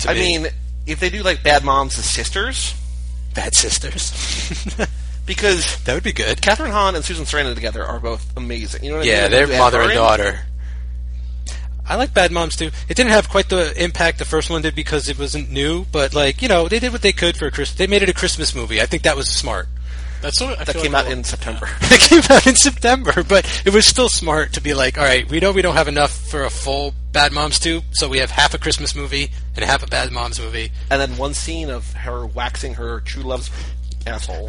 [SPEAKER 2] To
[SPEAKER 1] I
[SPEAKER 2] me.
[SPEAKER 1] mean, if they do like Bad Moms as sisters,
[SPEAKER 2] Bad Sisters.
[SPEAKER 1] because
[SPEAKER 2] that would be good.
[SPEAKER 1] Catherine Hahn and Susan Sarandon together are both amazing. You know what I mean?
[SPEAKER 2] Yeah,
[SPEAKER 1] Like,
[SPEAKER 2] they're
[SPEAKER 1] you add
[SPEAKER 2] mother
[SPEAKER 1] her
[SPEAKER 2] and
[SPEAKER 1] in,
[SPEAKER 2] daughter. I like Bad Moms too. It didn't have quite the impact the first one did because it wasn't new, but like you know, they did what they could for a Christmas. They made it a Christmas movie. I think that was smart.
[SPEAKER 3] That's what I
[SPEAKER 1] That
[SPEAKER 3] feel
[SPEAKER 1] came
[SPEAKER 3] like
[SPEAKER 1] out in September.
[SPEAKER 2] It came out in September, but it was still smart to be like, all right, we know we don't have enough for a full Bad Moms 2, so we have half a Christmas movie and half a Bad Moms movie.
[SPEAKER 1] and then one scene of her waxing her true love's asshole.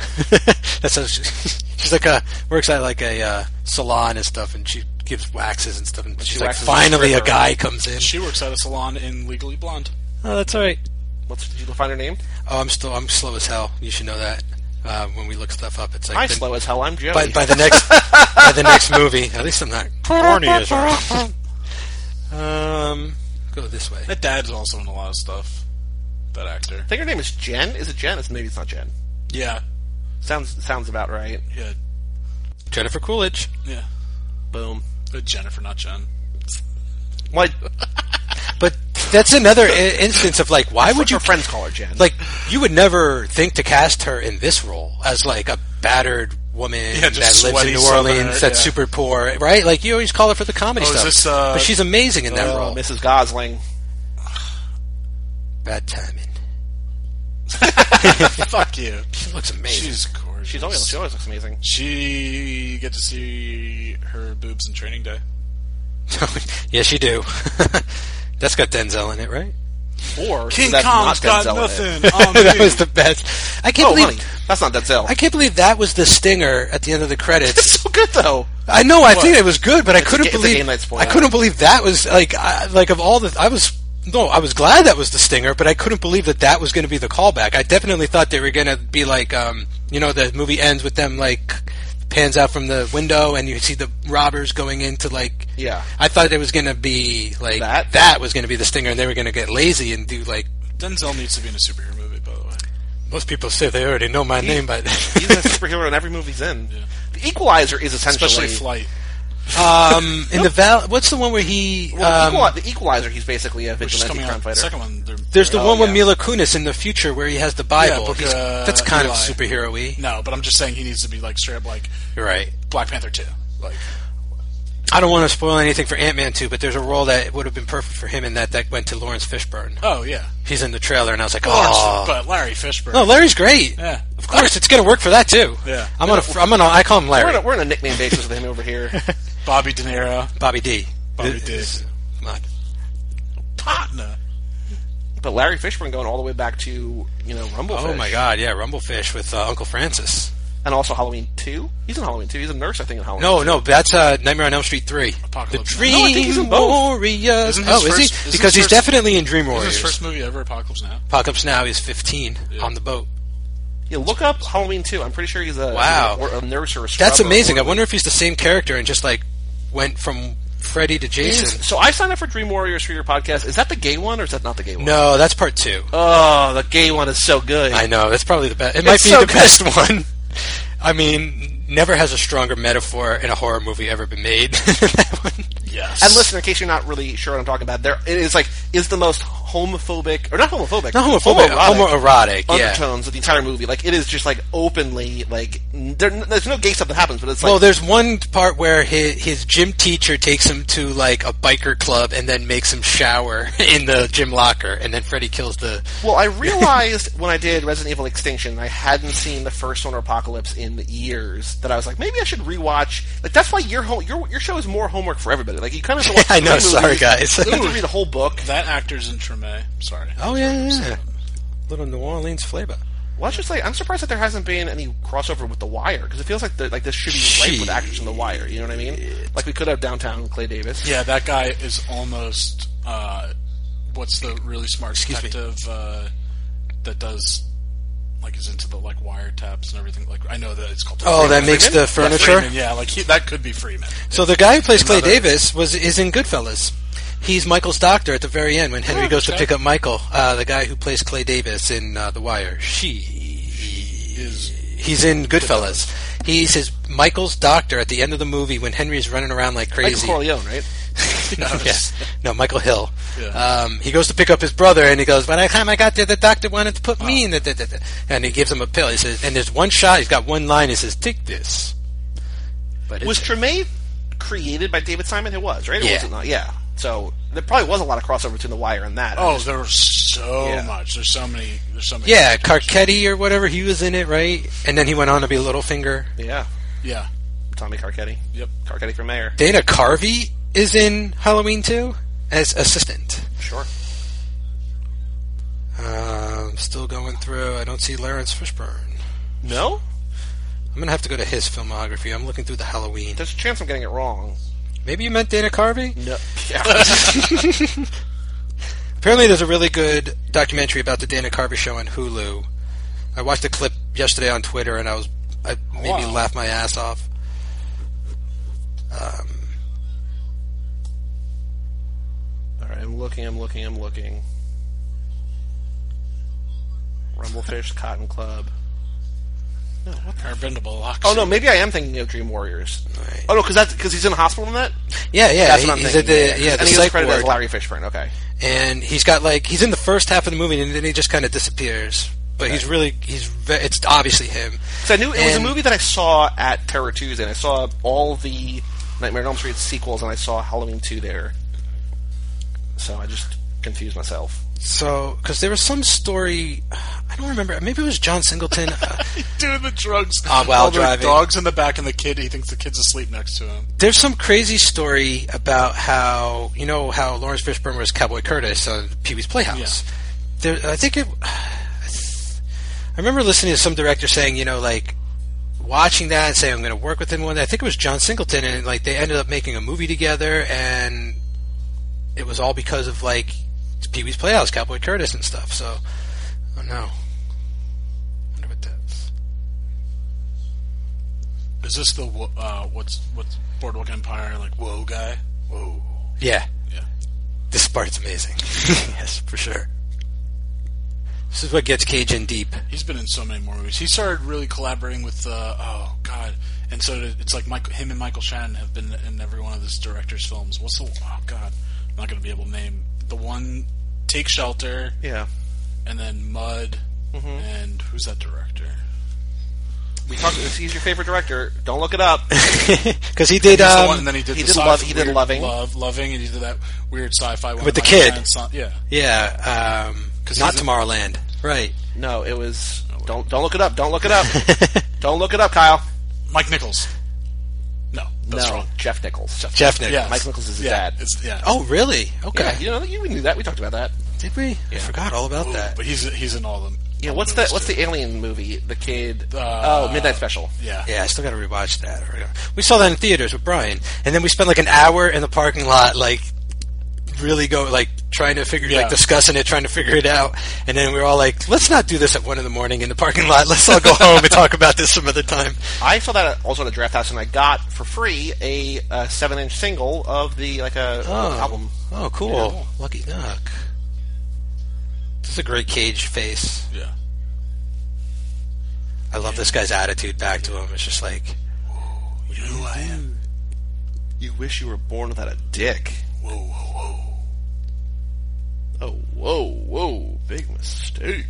[SPEAKER 2] That's how she, she's like a works at like a uh, salon and stuff, and she gives waxes and stuff, and she's like,
[SPEAKER 1] waxes the
[SPEAKER 2] finally a
[SPEAKER 1] stripper.
[SPEAKER 2] guy comes in.
[SPEAKER 3] She works at a salon in Legally Blonde.
[SPEAKER 2] Oh, that's all right.
[SPEAKER 1] What's did you find her name?
[SPEAKER 2] Oh, I'm still I'm slow as hell. You should know that. Uh, when we look stuff up, it's like
[SPEAKER 1] I
[SPEAKER 2] the-
[SPEAKER 1] slow as hell. I'm Joey.
[SPEAKER 2] by, by the next by the next movie. At least I'm not corny as hell. Um, go this way.
[SPEAKER 3] That dad's also in a lot of stuff. That actor.
[SPEAKER 1] I think her name is Jen. Is it Jen? It's, maybe it's not Jen.
[SPEAKER 3] Yeah.
[SPEAKER 1] Sounds sounds about right.
[SPEAKER 3] Yeah.
[SPEAKER 2] Jennifer Coolidge.
[SPEAKER 3] Yeah.
[SPEAKER 1] Boom.
[SPEAKER 3] Uh, Jennifer, not Jen.
[SPEAKER 1] What
[SPEAKER 2] But that's another I- instance of like, why would
[SPEAKER 1] would
[SPEAKER 2] you
[SPEAKER 1] your friends call her Jen?
[SPEAKER 2] like? You would never think to cast her in this role as like a battered woman
[SPEAKER 3] Yeah,
[SPEAKER 2] that
[SPEAKER 3] just
[SPEAKER 2] lives in
[SPEAKER 3] sweaty
[SPEAKER 2] New Orleans
[SPEAKER 3] Southerner,
[SPEAKER 2] that's
[SPEAKER 3] yeah.
[SPEAKER 2] super poor, right? Like you always call her for the comedy
[SPEAKER 3] Oh, is
[SPEAKER 2] stuff,
[SPEAKER 3] this, uh,
[SPEAKER 2] but she's amazing in that
[SPEAKER 1] Oh,
[SPEAKER 2] role.
[SPEAKER 1] Mrs. Gosling.
[SPEAKER 2] Bad timing.
[SPEAKER 3] Fuck you.
[SPEAKER 2] She looks amazing.
[SPEAKER 3] She's gorgeous.
[SPEAKER 1] She's always she always looks amazing.
[SPEAKER 3] She you get to see her boobs in Training Day.
[SPEAKER 2] yes, you do. that's got Denzel in it, right?
[SPEAKER 1] Or
[SPEAKER 3] King
[SPEAKER 1] that's
[SPEAKER 3] Kong's
[SPEAKER 1] not Denzel
[SPEAKER 3] got
[SPEAKER 1] in it.
[SPEAKER 3] nothing on me.
[SPEAKER 2] that was the best. I can't
[SPEAKER 1] Oh,
[SPEAKER 2] believe
[SPEAKER 1] honey, that's not Denzel.
[SPEAKER 2] I can't believe that was the stinger at the end of the credits.
[SPEAKER 1] it's so good though.
[SPEAKER 2] I know. I think
[SPEAKER 3] What?
[SPEAKER 2] it was good, but I couldn't
[SPEAKER 1] ga- it's a
[SPEAKER 2] believe.
[SPEAKER 1] game night spoiler.
[SPEAKER 2] I couldn't believe that was like I, like of all the. I was no. I was glad that was the stinger, but I couldn't believe that that was going to be the callback. I definitely thought they were going to be like, um, you know, the movie ends with them like pans out from the window and you see the robbers going into like.
[SPEAKER 1] Yeah.
[SPEAKER 2] I thought it was going to be like
[SPEAKER 1] That?
[SPEAKER 2] that. was going to be the stinger, and they were going to get lazy and do like
[SPEAKER 3] Denzel needs to be in a superhero movie, by the way.
[SPEAKER 2] most people say they already know my name, but
[SPEAKER 1] He's a superhero in every movie he's in. The Equalizer is essentially
[SPEAKER 3] Especially Flight.
[SPEAKER 2] um, in the val, what's the one where he?
[SPEAKER 1] Well,
[SPEAKER 2] um,
[SPEAKER 1] Equali- the Equalizer, he's basically a
[SPEAKER 3] Which is
[SPEAKER 1] vigilante
[SPEAKER 3] coming
[SPEAKER 1] crime
[SPEAKER 3] out.
[SPEAKER 1] fighter.
[SPEAKER 3] The second one. they're-
[SPEAKER 2] There's the
[SPEAKER 1] Oh,
[SPEAKER 2] one with
[SPEAKER 1] yeah.
[SPEAKER 2] Mila Kunis in the future where he has the Bible.
[SPEAKER 3] Yeah, Book,
[SPEAKER 2] He's-
[SPEAKER 3] uh,
[SPEAKER 2] that's kind
[SPEAKER 3] Eli.
[SPEAKER 2] of superhero-y.
[SPEAKER 3] No, but I'm just saying he needs to be like straight up like
[SPEAKER 2] You're right.
[SPEAKER 3] Black Panther 2. Like
[SPEAKER 2] I don't want to spoil anything for Ant-Man 2, but there's a role that would have been perfect for him in that that went to Lawrence Fishburne.
[SPEAKER 3] oh yeah.
[SPEAKER 2] He's in the trailer, and I was like,
[SPEAKER 3] Oh,
[SPEAKER 2] oh.
[SPEAKER 3] but Larry Fishburne.
[SPEAKER 2] No, Larry's great.
[SPEAKER 3] Yeah.
[SPEAKER 2] Of course, it's going to work for that, too.
[SPEAKER 3] Yeah.
[SPEAKER 2] I'm on a, fr- I'm on a, I call him
[SPEAKER 1] We're on,
[SPEAKER 2] Larry.
[SPEAKER 1] a, we're on a nickname basis with him over here.
[SPEAKER 3] Bobby De Niro.
[SPEAKER 2] Bobby D.
[SPEAKER 3] Bobby
[SPEAKER 2] It-
[SPEAKER 3] D.
[SPEAKER 2] it's- Come on.
[SPEAKER 3] Partner.
[SPEAKER 1] But Larry Fishburne going all the way back to you know Rumble.
[SPEAKER 2] Oh, my God. Yeah, Rumblefish with uh, Uncle Francis.
[SPEAKER 1] And also Halloween two. He's in Halloween two. He's a nurse, I think, in Halloween.
[SPEAKER 2] No, no, that's uh, Nightmare on Elm Street 3.
[SPEAKER 3] Apocalypse
[SPEAKER 2] the Dream
[SPEAKER 3] Now.
[SPEAKER 1] No, I think he's in both.
[SPEAKER 2] Warriors.
[SPEAKER 3] Isn't his
[SPEAKER 2] Oh, is
[SPEAKER 3] first-
[SPEAKER 2] he?
[SPEAKER 3] isn't
[SPEAKER 2] because
[SPEAKER 3] his
[SPEAKER 2] he's
[SPEAKER 3] first-
[SPEAKER 2] definitely in Dream
[SPEAKER 3] This
[SPEAKER 2] Warriors.
[SPEAKER 3] is his first movie ever, Apocalypse Now.
[SPEAKER 2] Apocalypse Now is 15 on the boat.
[SPEAKER 1] Yeah, look up Halloween two. I'm pretty sure he's a
[SPEAKER 2] Wow.
[SPEAKER 1] or a nurse or a.
[SPEAKER 2] That's
[SPEAKER 1] scrub or a
[SPEAKER 2] amazing. I
[SPEAKER 1] warden.
[SPEAKER 2] wonder if he's the same character and just like went from Freddy to Jason.
[SPEAKER 1] So I signed up for Dream Warriors for your podcast. Is that the gay one or is that not the gay one?
[SPEAKER 2] No, that's part two.
[SPEAKER 1] Oh, the gay one is so good.
[SPEAKER 2] I know that's probably the best. It might
[SPEAKER 1] It's
[SPEAKER 2] be
[SPEAKER 1] so
[SPEAKER 2] the
[SPEAKER 1] good.
[SPEAKER 2] best one. I mean, never has a stronger metaphor in a horror movie ever been made. than that one.
[SPEAKER 3] Yes.
[SPEAKER 1] And listen, in case you're not really sure what I'm talking about, there it is like is the most homophobic or not homophobic,
[SPEAKER 2] Not homophobic, homoerotic. yeah.
[SPEAKER 1] undertones of the entire movie. Like it is just like openly like n- there, there's no gay stuff that happens, but it's like
[SPEAKER 2] Well, there's one part where his, his gym teacher takes him to like a biker club and then makes him shower in the gym locker, and then Freddy kills the.
[SPEAKER 1] Well, I realized when I did Resident Evil Extinction, I hadn't seen the first one or Apocalypse in years. That I was like, maybe I should rewatch. Like that's why your whole your your show is more homework for everybody. Like you kind of have to watch
[SPEAKER 2] I
[SPEAKER 1] three
[SPEAKER 2] know,
[SPEAKER 1] movies,
[SPEAKER 2] sorry, guys.
[SPEAKER 1] You have to read a whole book.
[SPEAKER 3] That actor's in Treme. Sorry.
[SPEAKER 2] Oh yeah, yeah, yeah. little New Orleans flavor.
[SPEAKER 1] Well, let's just say I'm surprised that there hasn't been any crossover with The Wire because it feels like the, like this should be right with actors in The Wire. You know what I mean? Like we could have downtown Clay Davis.
[SPEAKER 3] Yeah, that guy is almost. Uh, what's the really smart
[SPEAKER 2] Excuse me.
[SPEAKER 3] detective uh, that does like is into the like wiretaps and everything? Like I know that it's called.
[SPEAKER 2] Oh, that
[SPEAKER 3] Freeman.
[SPEAKER 2] makes the furniture.
[SPEAKER 3] Freeman, yeah, like he, that could be Freeman.
[SPEAKER 2] So the guy who plays Clay
[SPEAKER 3] Another-
[SPEAKER 2] Davis was is in Goodfellas. He's Michael's doctor at the very end when Henry
[SPEAKER 3] Oh,
[SPEAKER 2] goes to
[SPEAKER 3] okay.
[SPEAKER 2] pick up Michael. Uh, the guy who plays Clay Davis in uh, The Wire. She
[SPEAKER 3] Is
[SPEAKER 2] He's in Goodfellas. He's his Michael's doctor at the end of the movie when Henry is running around like
[SPEAKER 1] Michael
[SPEAKER 2] crazy.
[SPEAKER 1] Corleone, right?
[SPEAKER 2] no, yeah. no, Michael Hill.
[SPEAKER 3] Yeah.
[SPEAKER 2] Um, he goes to pick up his brother, and he goes, "By the time I got there, the doctor wanted to put me in." The, the, the, the-" and he gives him a pill. He says, "And there's one shot. He's got one line. He says, take this.'" But it's,
[SPEAKER 1] Was Treme created by David Simon? It was, right? Or
[SPEAKER 2] Yeah.
[SPEAKER 1] was it not? Yeah. So there probably was a lot of crossover between The Wire and that. I
[SPEAKER 3] oh,
[SPEAKER 1] just-
[SPEAKER 3] there was so
[SPEAKER 1] Yeah.
[SPEAKER 3] much. There's so many. There's so many.
[SPEAKER 2] yeah, Carcetti or whatever he was in it, right? And then he went on to be Littlefinger.
[SPEAKER 1] yeah.
[SPEAKER 3] yeah,
[SPEAKER 1] Tommy Carcetti.
[SPEAKER 3] yep.
[SPEAKER 1] Carcetti for mayor.
[SPEAKER 2] Dana Carvey is in Halloween too as assistant.
[SPEAKER 1] Sure.
[SPEAKER 2] Um, still going through. I don't see Lawrence Fishburne.
[SPEAKER 1] No?
[SPEAKER 2] I'm gonna have to go to his filmography. I'm looking through the Halloween.
[SPEAKER 1] There's a chance I'm getting it wrong.
[SPEAKER 2] Maybe you meant Dana Carvey?
[SPEAKER 1] No. Yeah.
[SPEAKER 2] Apparently, there's a really good documentary about the Dana Carvey show on Hulu. I watched a clip yesterday on Twitter, and I was I made me
[SPEAKER 3] Wow.
[SPEAKER 2] laugh my ass off. Um,
[SPEAKER 1] All right, I'm looking, I'm looking, I'm looking. Rumblefish, Cotton Club.
[SPEAKER 3] Or bendable locks.
[SPEAKER 1] Oh, no, maybe I am thinking of Dream Warriors.
[SPEAKER 2] Right.
[SPEAKER 1] Oh, no, because he's in the hospital in that?
[SPEAKER 2] yeah, yeah,
[SPEAKER 1] That's
[SPEAKER 2] he-
[SPEAKER 1] what I'm
[SPEAKER 2] he's
[SPEAKER 1] thinking.
[SPEAKER 2] at the yeah,
[SPEAKER 1] and
[SPEAKER 2] the
[SPEAKER 1] he was
[SPEAKER 2] psych
[SPEAKER 1] credited as
[SPEAKER 2] ward,
[SPEAKER 1] Larry Fishburne, okay.
[SPEAKER 2] and he's got like he's in the first half of the movie, and then he just kind of disappears. But he's really he's ve- it's obviously him.
[SPEAKER 1] So I knew it was a
[SPEAKER 2] And-
[SPEAKER 1] movie that I saw at Terror Tuesday, and I saw all the Nightmare on Elm Street sequels, and I saw Halloween 2 there. So I just confused myself.
[SPEAKER 2] So because there was some story, I don't remember. Maybe it was John Singleton. uh,
[SPEAKER 3] doing the drugs.
[SPEAKER 2] Uh, while
[SPEAKER 3] All the
[SPEAKER 2] driving.
[SPEAKER 3] dogs in the back, and the kid. He thinks the kid's asleep next to him.
[SPEAKER 2] There's some crazy story about how you know how Lawrence Fishburne was Cowboy Curtis on Pee Wee's Playhouse. There, I think it. I remember listening to some director saying, you know, like watching that and saying I'm going to work with him one day. I think it was John Singleton, and like they ended up making a movie together, and it was all because of like Pee Wee's Playhouse, Cowboy Curtis, and stuff. So, oh no, wonder what that's.
[SPEAKER 3] Is this the wo- uh, what's what's Boardwalk Empire like? Whoa, guy. Whoa.
[SPEAKER 2] Yeah,
[SPEAKER 3] Yeah.
[SPEAKER 2] This part's amazing. yes, for sure. This is what gets Cajun deep.
[SPEAKER 3] He's been in so many more movies. He started really collaborating with uh, oh god, and so did- it's like Michael, him and Michael Shannon have been in every one of this director's films. What's the oh god, I'm not gonna be able to name the one. Take Shelter,
[SPEAKER 1] Yeah.
[SPEAKER 3] and then Mud,
[SPEAKER 1] Mm-hmm.
[SPEAKER 3] and who's that director?
[SPEAKER 1] We talked. He's your favorite director. Don't look it up.
[SPEAKER 2] Because he did
[SPEAKER 3] He's the
[SPEAKER 2] um,
[SPEAKER 3] one- and then he did
[SPEAKER 1] he
[SPEAKER 3] the
[SPEAKER 1] did
[SPEAKER 3] sci-
[SPEAKER 1] Love- he did
[SPEAKER 3] weird
[SPEAKER 1] Loving.
[SPEAKER 3] Love, loving, and he did that weird sci-fi one
[SPEAKER 2] With the
[SPEAKER 3] like
[SPEAKER 2] kid.
[SPEAKER 3] Giant Sun- yeah,
[SPEAKER 2] Yeah, um,
[SPEAKER 3] 'Cause
[SPEAKER 2] not
[SPEAKER 3] he's a-
[SPEAKER 2] Tomorrowland. Right.
[SPEAKER 1] No, it was. Don't don't look it up. Don't look it up. don't look it up, Kyle.
[SPEAKER 3] Mike Nichols. No, that's
[SPEAKER 1] no,
[SPEAKER 3] wrong.
[SPEAKER 1] Jeff Nichols.
[SPEAKER 2] Jeff Nichols.
[SPEAKER 3] Yeah,
[SPEAKER 1] Mike Nichols is his
[SPEAKER 3] yeah,
[SPEAKER 1] dad.
[SPEAKER 3] It's, yeah.
[SPEAKER 2] Oh, really? Okay.
[SPEAKER 1] Yeah, you know you knew that. We talked about that.
[SPEAKER 2] Did we? I forgot all about
[SPEAKER 3] Ooh,
[SPEAKER 2] that.
[SPEAKER 3] but he's he's in all of them.
[SPEAKER 1] Yeah.
[SPEAKER 3] all
[SPEAKER 1] What's
[SPEAKER 3] movies,
[SPEAKER 1] the What's
[SPEAKER 3] too.
[SPEAKER 1] the alien movie? The kid.
[SPEAKER 3] Uh,
[SPEAKER 1] oh, Midnight Special.
[SPEAKER 3] yeah.
[SPEAKER 2] Yeah, I still got to rewatch that. I forgot. We saw that in theaters with Brian, and then we spent like an hour in the parking lot, like really go like trying to figure,
[SPEAKER 3] Yeah.
[SPEAKER 2] like discussing it, trying to figure it out. And then we were all like, "Let's not do this at one in the morning in the parking lot. Let's all go home and talk about this some other time."
[SPEAKER 1] I saw that also at a draft house, and I got for free a, uh seven inch single of the like a album.
[SPEAKER 2] Oh, cool. Lucky Knock. This is a great cage face.
[SPEAKER 3] Yeah.
[SPEAKER 2] I love this guy's attitude back to him. It's just like,
[SPEAKER 3] You know who I am.
[SPEAKER 1] You wish you were born without a dick.
[SPEAKER 3] Whoa, whoa, whoa.
[SPEAKER 1] Oh. whoa, whoa, big mistake.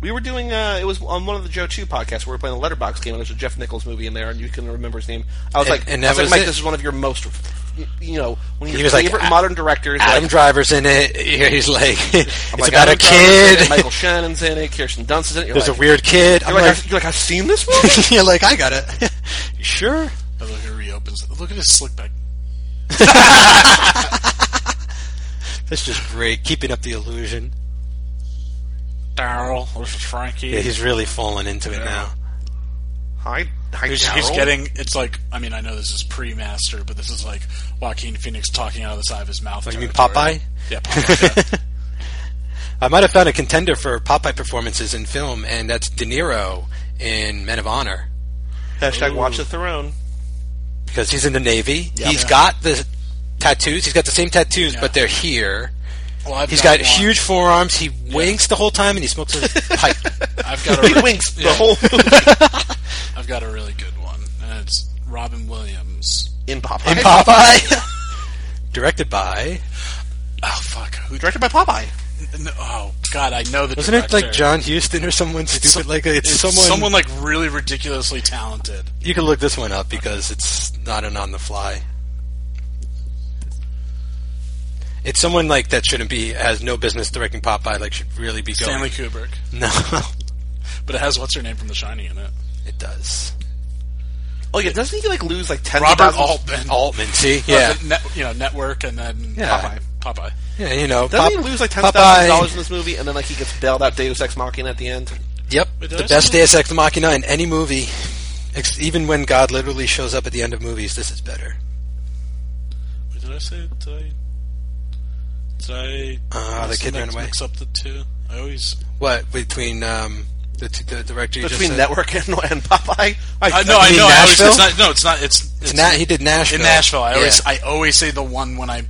[SPEAKER 1] We were doing uh, it was on one of the Joe Two podcasts. We were playing the Letterbox game, and there's a Jeff Nichols movie in there, and you can remember his name. I was
[SPEAKER 2] And-
[SPEAKER 1] like,
[SPEAKER 2] and
[SPEAKER 1] I
[SPEAKER 2] that
[SPEAKER 1] was like,
[SPEAKER 2] was
[SPEAKER 1] Mike,
[SPEAKER 2] it.
[SPEAKER 1] this is one of your most, y- you know, one of
[SPEAKER 2] He
[SPEAKER 1] your
[SPEAKER 2] was like,
[SPEAKER 1] favorite
[SPEAKER 2] "A-
[SPEAKER 1] modern directors.
[SPEAKER 2] Adam
[SPEAKER 1] like,
[SPEAKER 2] Driver's in it. He's like, it's
[SPEAKER 1] I'm like,
[SPEAKER 2] about
[SPEAKER 1] Adam
[SPEAKER 2] a
[SPEAKER 1] Driver's in it,
[SPEAKER 2] kid.
[SPEAKER 1] Michael Shannon's in it. Kirsten Dunst is in it. You're
[SPEAKER 2] There's a
[SPEAKER 1] like,
[SPEAKER 2] weird kid. I'm
[SPEAKER 1] you're like,
[SPEAKER 2] like,
[SPEAKER 1] I've, you're like, I've seen this movie.
[SPEAKER 2] you're like, I got it. You sure.
[SPEAKER 3] Oh, look, it reopens. Look at his slick back.
[SPEAKER 2] That's just great. Keeping up the illusion.
[SPEAKER 3] Daryl, this is Frankie.
[SPEAKER 2] Yeah, he's really fallen into it
[SPEAKER 3] Yeah.
[SPEAKER 2] now.
[SPEAKER 1] Hi, hi,
[SPEAKER 3] He's, he's
[SPEAKER 1] Daryl.
[SPEAKER 3] getting. It's like. I mean, I know this is pre-master, but this is like Joaquin Phoenix talking out of the side of his mouth.
[SPEAKER 2] Oh, you mean
[SPEAKER 3] territory.
[SPEAKER 2] Popeye?
[SPEAKER 3] Yeah, Popeye. yeah.
[SPEAKER 2] I might have found a contender for Popeye performances in film, and that's De Niro in Men of Honor
[SPEAKER 1] hashtag
[SPEAKER 3] Ooh.
[SPEAKER 1] Watch the Throne.
[SPEAKER 2] because he's in the Navy.
[SPEAKER 3] Yeah.
[SPEAKER 2] He's
[SPEAKER 3] Yeah.
[SPEAKER 2] got the tattoos. He's got the same tattoos,
[SPEAKER 3] Yeah.
[SPEAKER 2] but they're here.
[SPEAKER 3] Well, I've
[SPEAKER 2] He's got
[SPEAKER 3] one.
[SPEAKER 2] huge forearms. He winks the whole time, and he smokes a pipe.
[SPEAKER 3] I've got a.
[SPEAKER 1] He winks the
[SPEAKER 3] yeah,
[SPEAKER 1] whole movie
[SPEAKER 3] I've got a really good one, and it's Robin Williams.
[SPEAKER 1] in Popeye.
[SPEAKER 2] In Popeye, directed by
[SPEAKER 3] Oh fuck! Who?
[SPEAKER 1] Directed by Popeye.
[SPEAKER 3] No, oh god! I know the.
[SPEAKER 2] wasn't it like
[SPEAKER 3] director.
[SPEAKER 2] John Huston or someone stupid
[SPEAKER 3] Some-
[SPEAKER 2] like it's,
[SPEAKER 3] It's
[SPEAKER 2] someone,
[SPEAKER 3] someone like really ridiculously talented.
[SPEAKER 2] You can look this one up because it's not an on the fly. It's someone like that shouldn't be has no business directing Popeye. Like should really be going.
[SPEAKER 3] Stanley Kubrick,
[SPEAKER 2] No,
[SPEAKER 3] but it has what's her name from The Shining in it.
[SPEAKER 2] it does.
[SPEAKER 1] Oh yeah, doesn't he like lose like ten?
[SPEAKER 3] Robert Altman.
[SPEAKER 2] Altman, see, yeah,
[SPEAKER 3] Uh, net, you know, network, and then
[SPEAKER 2] Yeah.
[SPEAKER 3] Popeye. Popeye.
[SPEAKER 2] yeah, you know,
[SPEAKER 1] Doesn't
[SPEAKER 2] Pop-
[SPEAKER 1] he lose like ten
[SPEAKER 2] Popeye-
[SPEAKER 1] thousand dollars in this movie, and then like he gets bailed out Deus Ex Machina at the end?
[SPEAKER 2] Yep,
[SPEAKER 3] But
[SPEAKER 2] the
[SPEAKER 3] doesn't
[SPEAKER 2] best
[SPEAKER 3] he-
[SPEAKER 2] Deus Ex Machina in any movie, ex- even when God literally shows up at the end of movies. This is better.
[SPEAKER 3] Wait, did I say? Did I? Did I?
[SPEAKER 2] Uh, the
[SPEAKER 3] mix-
[SPEAKER 2] kid ran
[SPEAKER 3] mix-
[SPEAKER 2] away.
[SPEAKER 3] Mix up the two. I always.
[SPEAKER 2] What between um, the, t- the director? You
[SPEAKER 1] Between
[SPEAKER 2] just said?
[SPEAKER 1] Network and, and Popeye, I,
[SPEAKER 3] Uh, no, I
[SPEAKER 2] mean
[SPEAKER 3] know. I always, it's
[SPEAKER 2] Nashville?
[SPEAKER 3] not. No, it's not. It's,
[SPEAKER 2] It's Na- he did Nashville.
[SPEAKER 3] in Nashville. I always.
[SPEAKER 2] Yeah.
[SPEAKER 3] I always say the one when I'm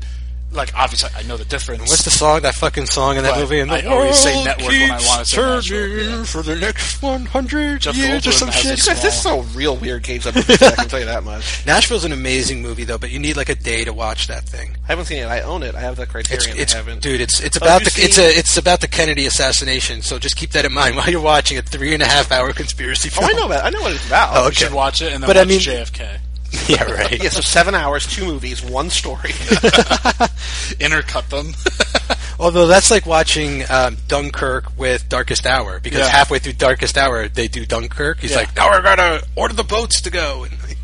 [SPEAKER 3] like. Obviously, I know the difference.
[SPEAKER 2] What's the song? That fucking song in that
[SPEAKER 3] But
[SPEAKER 2] movie? And the
[SPEAKER 3] I always say
[SPEAKER 2] world
[SPEAKER 3] network when I
[SPEAKER 2] keeps
[SPEAKER 3] wanna say Nashville,
[SPEAKER 2] turning
[SPEAKER 3] yeah.
[SPEAKER 2] for the next one hundred
[SPEAKER 3] Jeff
[SPEAKER 2] years or
[SPEAKER 3] Goldblum
[SPEAKER 2] some
[SPEAKER 3] has
[SPEAKER 2] shit.
[SPEAKER 3] a
[SPEAKER 1] You guys, this is a real weird game. I can tell you that much.
[SPEAKER 2] Nashville's an amazing movie though, but you need like a day to watch that thing.
[SPEAKER 1] I haven't seen it. I own it. I have the
[SPEAKER 2] It's,
[SPEAKER 1] criterion.
[SPEAKER 2] it's
[SPEAKER 1] I haven't.
[SPEAKER 2] dude, it's it's
[SPEAKER 1] Have
[SPEAKER 2] about
[SPEAKER 1] you
[SPEAKER 2] the it's
[SPEAKER 1] seen-
[SPEAKER 2] a it's about the Kennedy assassination. So just keep that in mind while you're watching a three and a half hour conspiracy
[SPEAKER 1] Oh,
[SPEAKER 2] film.
[SPEAKER 1] I know about. I know what it's about.
[SPEAKER 2] Oh,
[SPEAKER 3] You should
[SPEAKER 2] okay.
[SPEAKER 3] watch it and then
[SPEAKER 2] But I
[SPEAKER 3] watch
[SPEAKER 2] mean-
[SPEAKER 3] JFK.
[SPEAKER 2] Yeah, right.
[SPEAKER 1] Yeah, so seven hours, two movies, one story.
[SPEAKER 3] Intercut them.
[SPEAKER 2] Although that's like watching um, Dunkirk with Darkest Hour because
[SPEAKER 3] Yeah.
[SPEAKER 2] halfway through Darkest Hour they do Dunkirk. He's
[SPEAKER 3] Yeah.
[SPEAKER 2] like, now we're gonna order the boats to go. And like,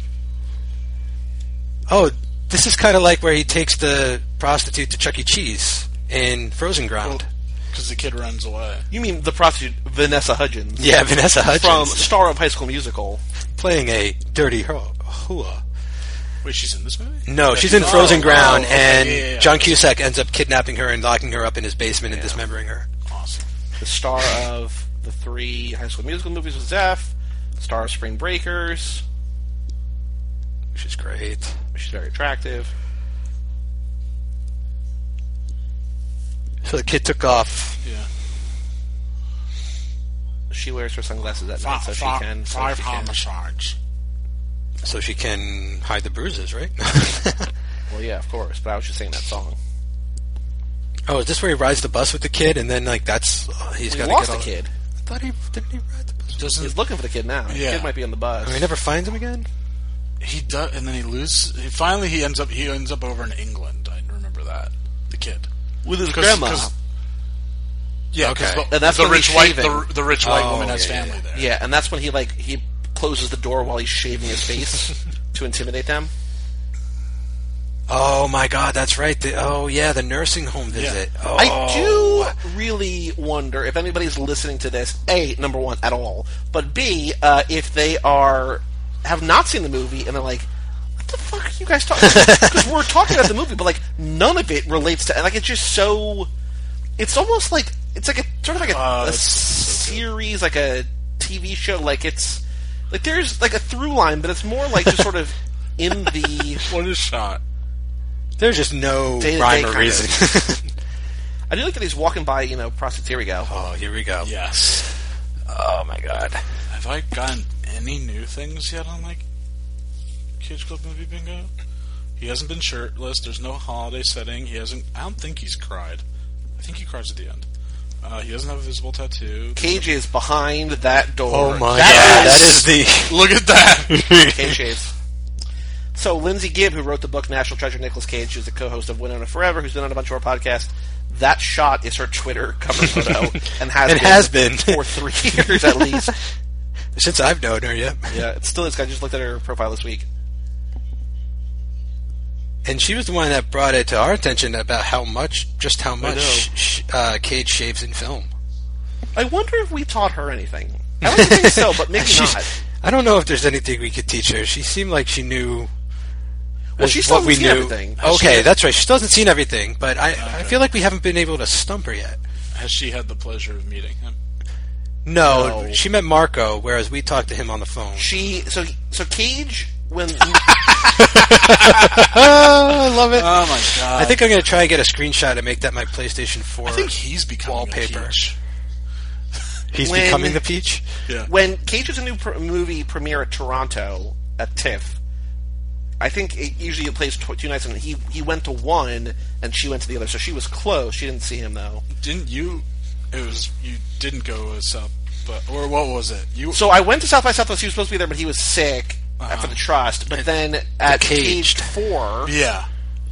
[SPEAKER 2] oh, this is kind of like where he takes the prostitute to Chuck E. Cheese in Frozen Ground.
[SPEAKER 3] Because the kid runs away.
[SPEAKER 1] you mean the prostitute Vanessa Hudgens
[SPEAKER 2] yeah, Vanessa
[SPEAKER 1] from
[SPEAKER 2] Hudgens
[SPEAKER 1] Star of High School Musical?
[SPEAKER 2] playing a dirty ho- hua.
[SPEAKER 3] Wait, she's in this movie?
[SPEAKER 2] No,
[SPEAKER 3] Yeah,
[SPEAKER 2] she's in Frozen
[SPEAKER 3] oh,
[SPEAKER 2] Ground,
[SPEAKER 3] oh, okay,
[SPEAKER 2] and
[SPEAKER 3] yeah, yeah, yeah.
[SPEAKER 2] John Cusack ends up kidnapping her and locking her up in his basement and dismembering her.
[SPEAKER 3] Awesome.
[SPEAKER 1] The star of the three High School Musical movies was Zeph. Star of Spring Breakers.
[SPEAKER 2] Which is great.
[SPEAKER 1] She's very attractive.
[SPEAKER 2] So the kid took off
[SPEAKER 3] Yeah.
[SPEAKER 1] She wears her sunglasses at night, so she
[SPEAKER 3] Fi-
[SPEAKER 1] can. So
[SPEAKER 3] five
[SPEAKER 1] she can.
[SPEAKER 3] homicides.
[SPEAKER 2] so she can hide the bruises, right?
[SPEAKER 1] Well, yeah, of course. But I was just saying that song.
[SPEAKER 2] oh, is this where he rides the bus with the kid, and then like that's oh, he's
[SPEAKER 1] He
[SPEAKER 2] got
[SPEAKER 1] lost
[SPEAKER 2] get
[SPEAKER 1] the
[SPEAKER 2] all-
[SPEAKER 1] kid.
[SPEAKER 2] I thought he didn't he ride the bus.
[SPEAKER 1] He's
[SPEAKER 3] Doesn't
[SPEAKER 1] looking for the kid now.
[SPEAKER 3] Yeah.
[SPEAKER 1] The kid might be on the bus.
[SPEAKER 2] And he never finds him again.
[SPEAKER 3] he does? And then he loses. He, finally, he ends up. He ends up over in England. I remember that. The kid.
[SPEAKER 1] With his
[SPEAKER 3] 'Cause-
[SPEAKER 1] grandma.
[SPEAKER 3] 'cause- yeah, 'cause
[SPEAKER 2] Okay.
[SPEAKER 3] the,
[SPEAKER 1] And that's
[SPEAKER 3] the
[SPEAKER 1] when
[SPEAKER 3] rich
[SPEAKER 1] he's
[SPEAKER 3] white. The,
[SPEAKER 1] shaving.
[SPEAKER 3] the rich white
[SPEAKER 2] Oh,
[SPEAKER 3] woman has
[SPEAKER 2] yeah, yeah,
[SPEAKER 3] family there.
[SPEAKER 1] Yeah, and that's when he like he closes the door while he's shaving his face to intimidate them.
[SPEAKER 2] Oh my God, that's right. The, oh yeah, the nursing home visit. Oh.
[SPEAKER 1] I do really wonder if anybody's listening to this. A number one at all, but B uh, if they are have not seen the movie and they're like, "What the fuck are you guys talking?" Because we're talking about the movie, but like none of it relates to. Like it's just so. It's almost like it's like a sort of like a,
[SPEAKER 3] Oh,
[SPEAKER 1] a
[SPEAKER 3] that's so
[SPEAKER 1] series, like a TV show. Like it's like there's like a through line, but it's more like just sort of in the.
[SPEAKER 3] What a shot!
[SPEAKER 2] There's just no
[SPEAKER 1] Day to day
[SPEAKER 2] rhyme
[SPEAKER 1] kind
[SPEAKER 2] or
[SPEAKER 1] of.
[SPEAKER 2] reason.
[SPEAKER 1] I do like that he's walking by, you know, prostitute. Here we go.
[SPEAKER 2] oh, here we go.
[SPEAKER 3] Yes.
[SPEAKER 2] Oh my God.
[SPEAKER 3] Have I gotten any new things yet on like Kids Club Movie Bingo? He hasn't been shirtless. There's no holiday setting. He hasn't. I don't think he's cried. I think he cries at the end. Uh, he doesn't have a visible tattoo.
[SPEAKER 1] Cage is behind that door.
[SPEAKER 2] Oh my
[SPEAKER 1] That
[SPEAKER 2] god, that is the
[SPEAKER 3] Look at that.
[SPEAKER 1] Cage Shades. So Lindsay Gibb, who wrote the book National Treasure Nicholas Cage, who's a co-host of Winona Forever, who's been on a bunch of our podcasts, that shot is her Twitter cover photo and has
[SPEAKER 2] It
[SPEAKER 1] been
[SPEAKER 2] has been.
[SPEAKER 1] for three years at least.
[SPEAKER 2] since I've known her. Yep.
[SPEAKER 1] Yeah, it still is. I just looked at her profile this week.
[SPEAKER 2] And she was the one that brought it to our attention about how much, just how much
[SPEAKER 1] know.
[SPEAKER 2] sh- uh, Cage shaves in film.
[SPEAKER 1] I wonder if we taught her anything. I don't think so, but maybe
[SPEAKER 2] She's-
[SPEAKER 1] not.
[SPEAKER 2] I don't know if there's anything we could teach her. She seemed like she knew.
[SPEAKER 1] Well,
[SPEAKER 2] what
[SPEAKER 1] she still
[SPEAKER 2] we
[SPEAKER 1] hasn't Uh, seen
[SPEAKER 2] knew.
[SPEAKER 1] everything. Has
[SPEAKER 2] Okay, that's right. She still hasn't seen everything, but I, I feel like we haven't been able to stump her yet.
[SPEAKER 3] Has she had the pleasure of meeting him?
[SPEAKER 2] No,
[SPEAKER 1] No.
[SPEAKER 2] she met Marco, whereas we talked to him on the phone.
[SPEAKER 1] She so so Cage when
[SPEAKER 2] Oh, I love it.
[SPEAKER 3] Oh my god.
[SPEAKER 2] I think I'm going to try and get a screenshot and make that my PlayStation 4.
[SPEAKER 3] I think he's becoming
[SPEAKER 2] Wallpaper.
[SPEAKER 3] A peach.
[SPEAKER 2] he's
[SPEAKER 1] when-
[SPEAKER 2] becoming the peach.
[SPEAKER 3] Yeah.
[SPEAKER 1] when Cage's a new pr- movie premiere at Toronto at TIFF. I think it usually it plays tw- two nights, and he he went to one, and she went to the other, so she was close. She didn't see him though.
[SPEAKER 3] Didn't you? It was you didn't go south, but or what was it? You
[SPEAKER 1] So I went to South by Southwest. He was supposed to be there, but he was sick uh for the trust. But then at
[SPEAKER 2] Caged.
[SPEAKER 1] Caged Four,
[SPEAKER 3] yeah.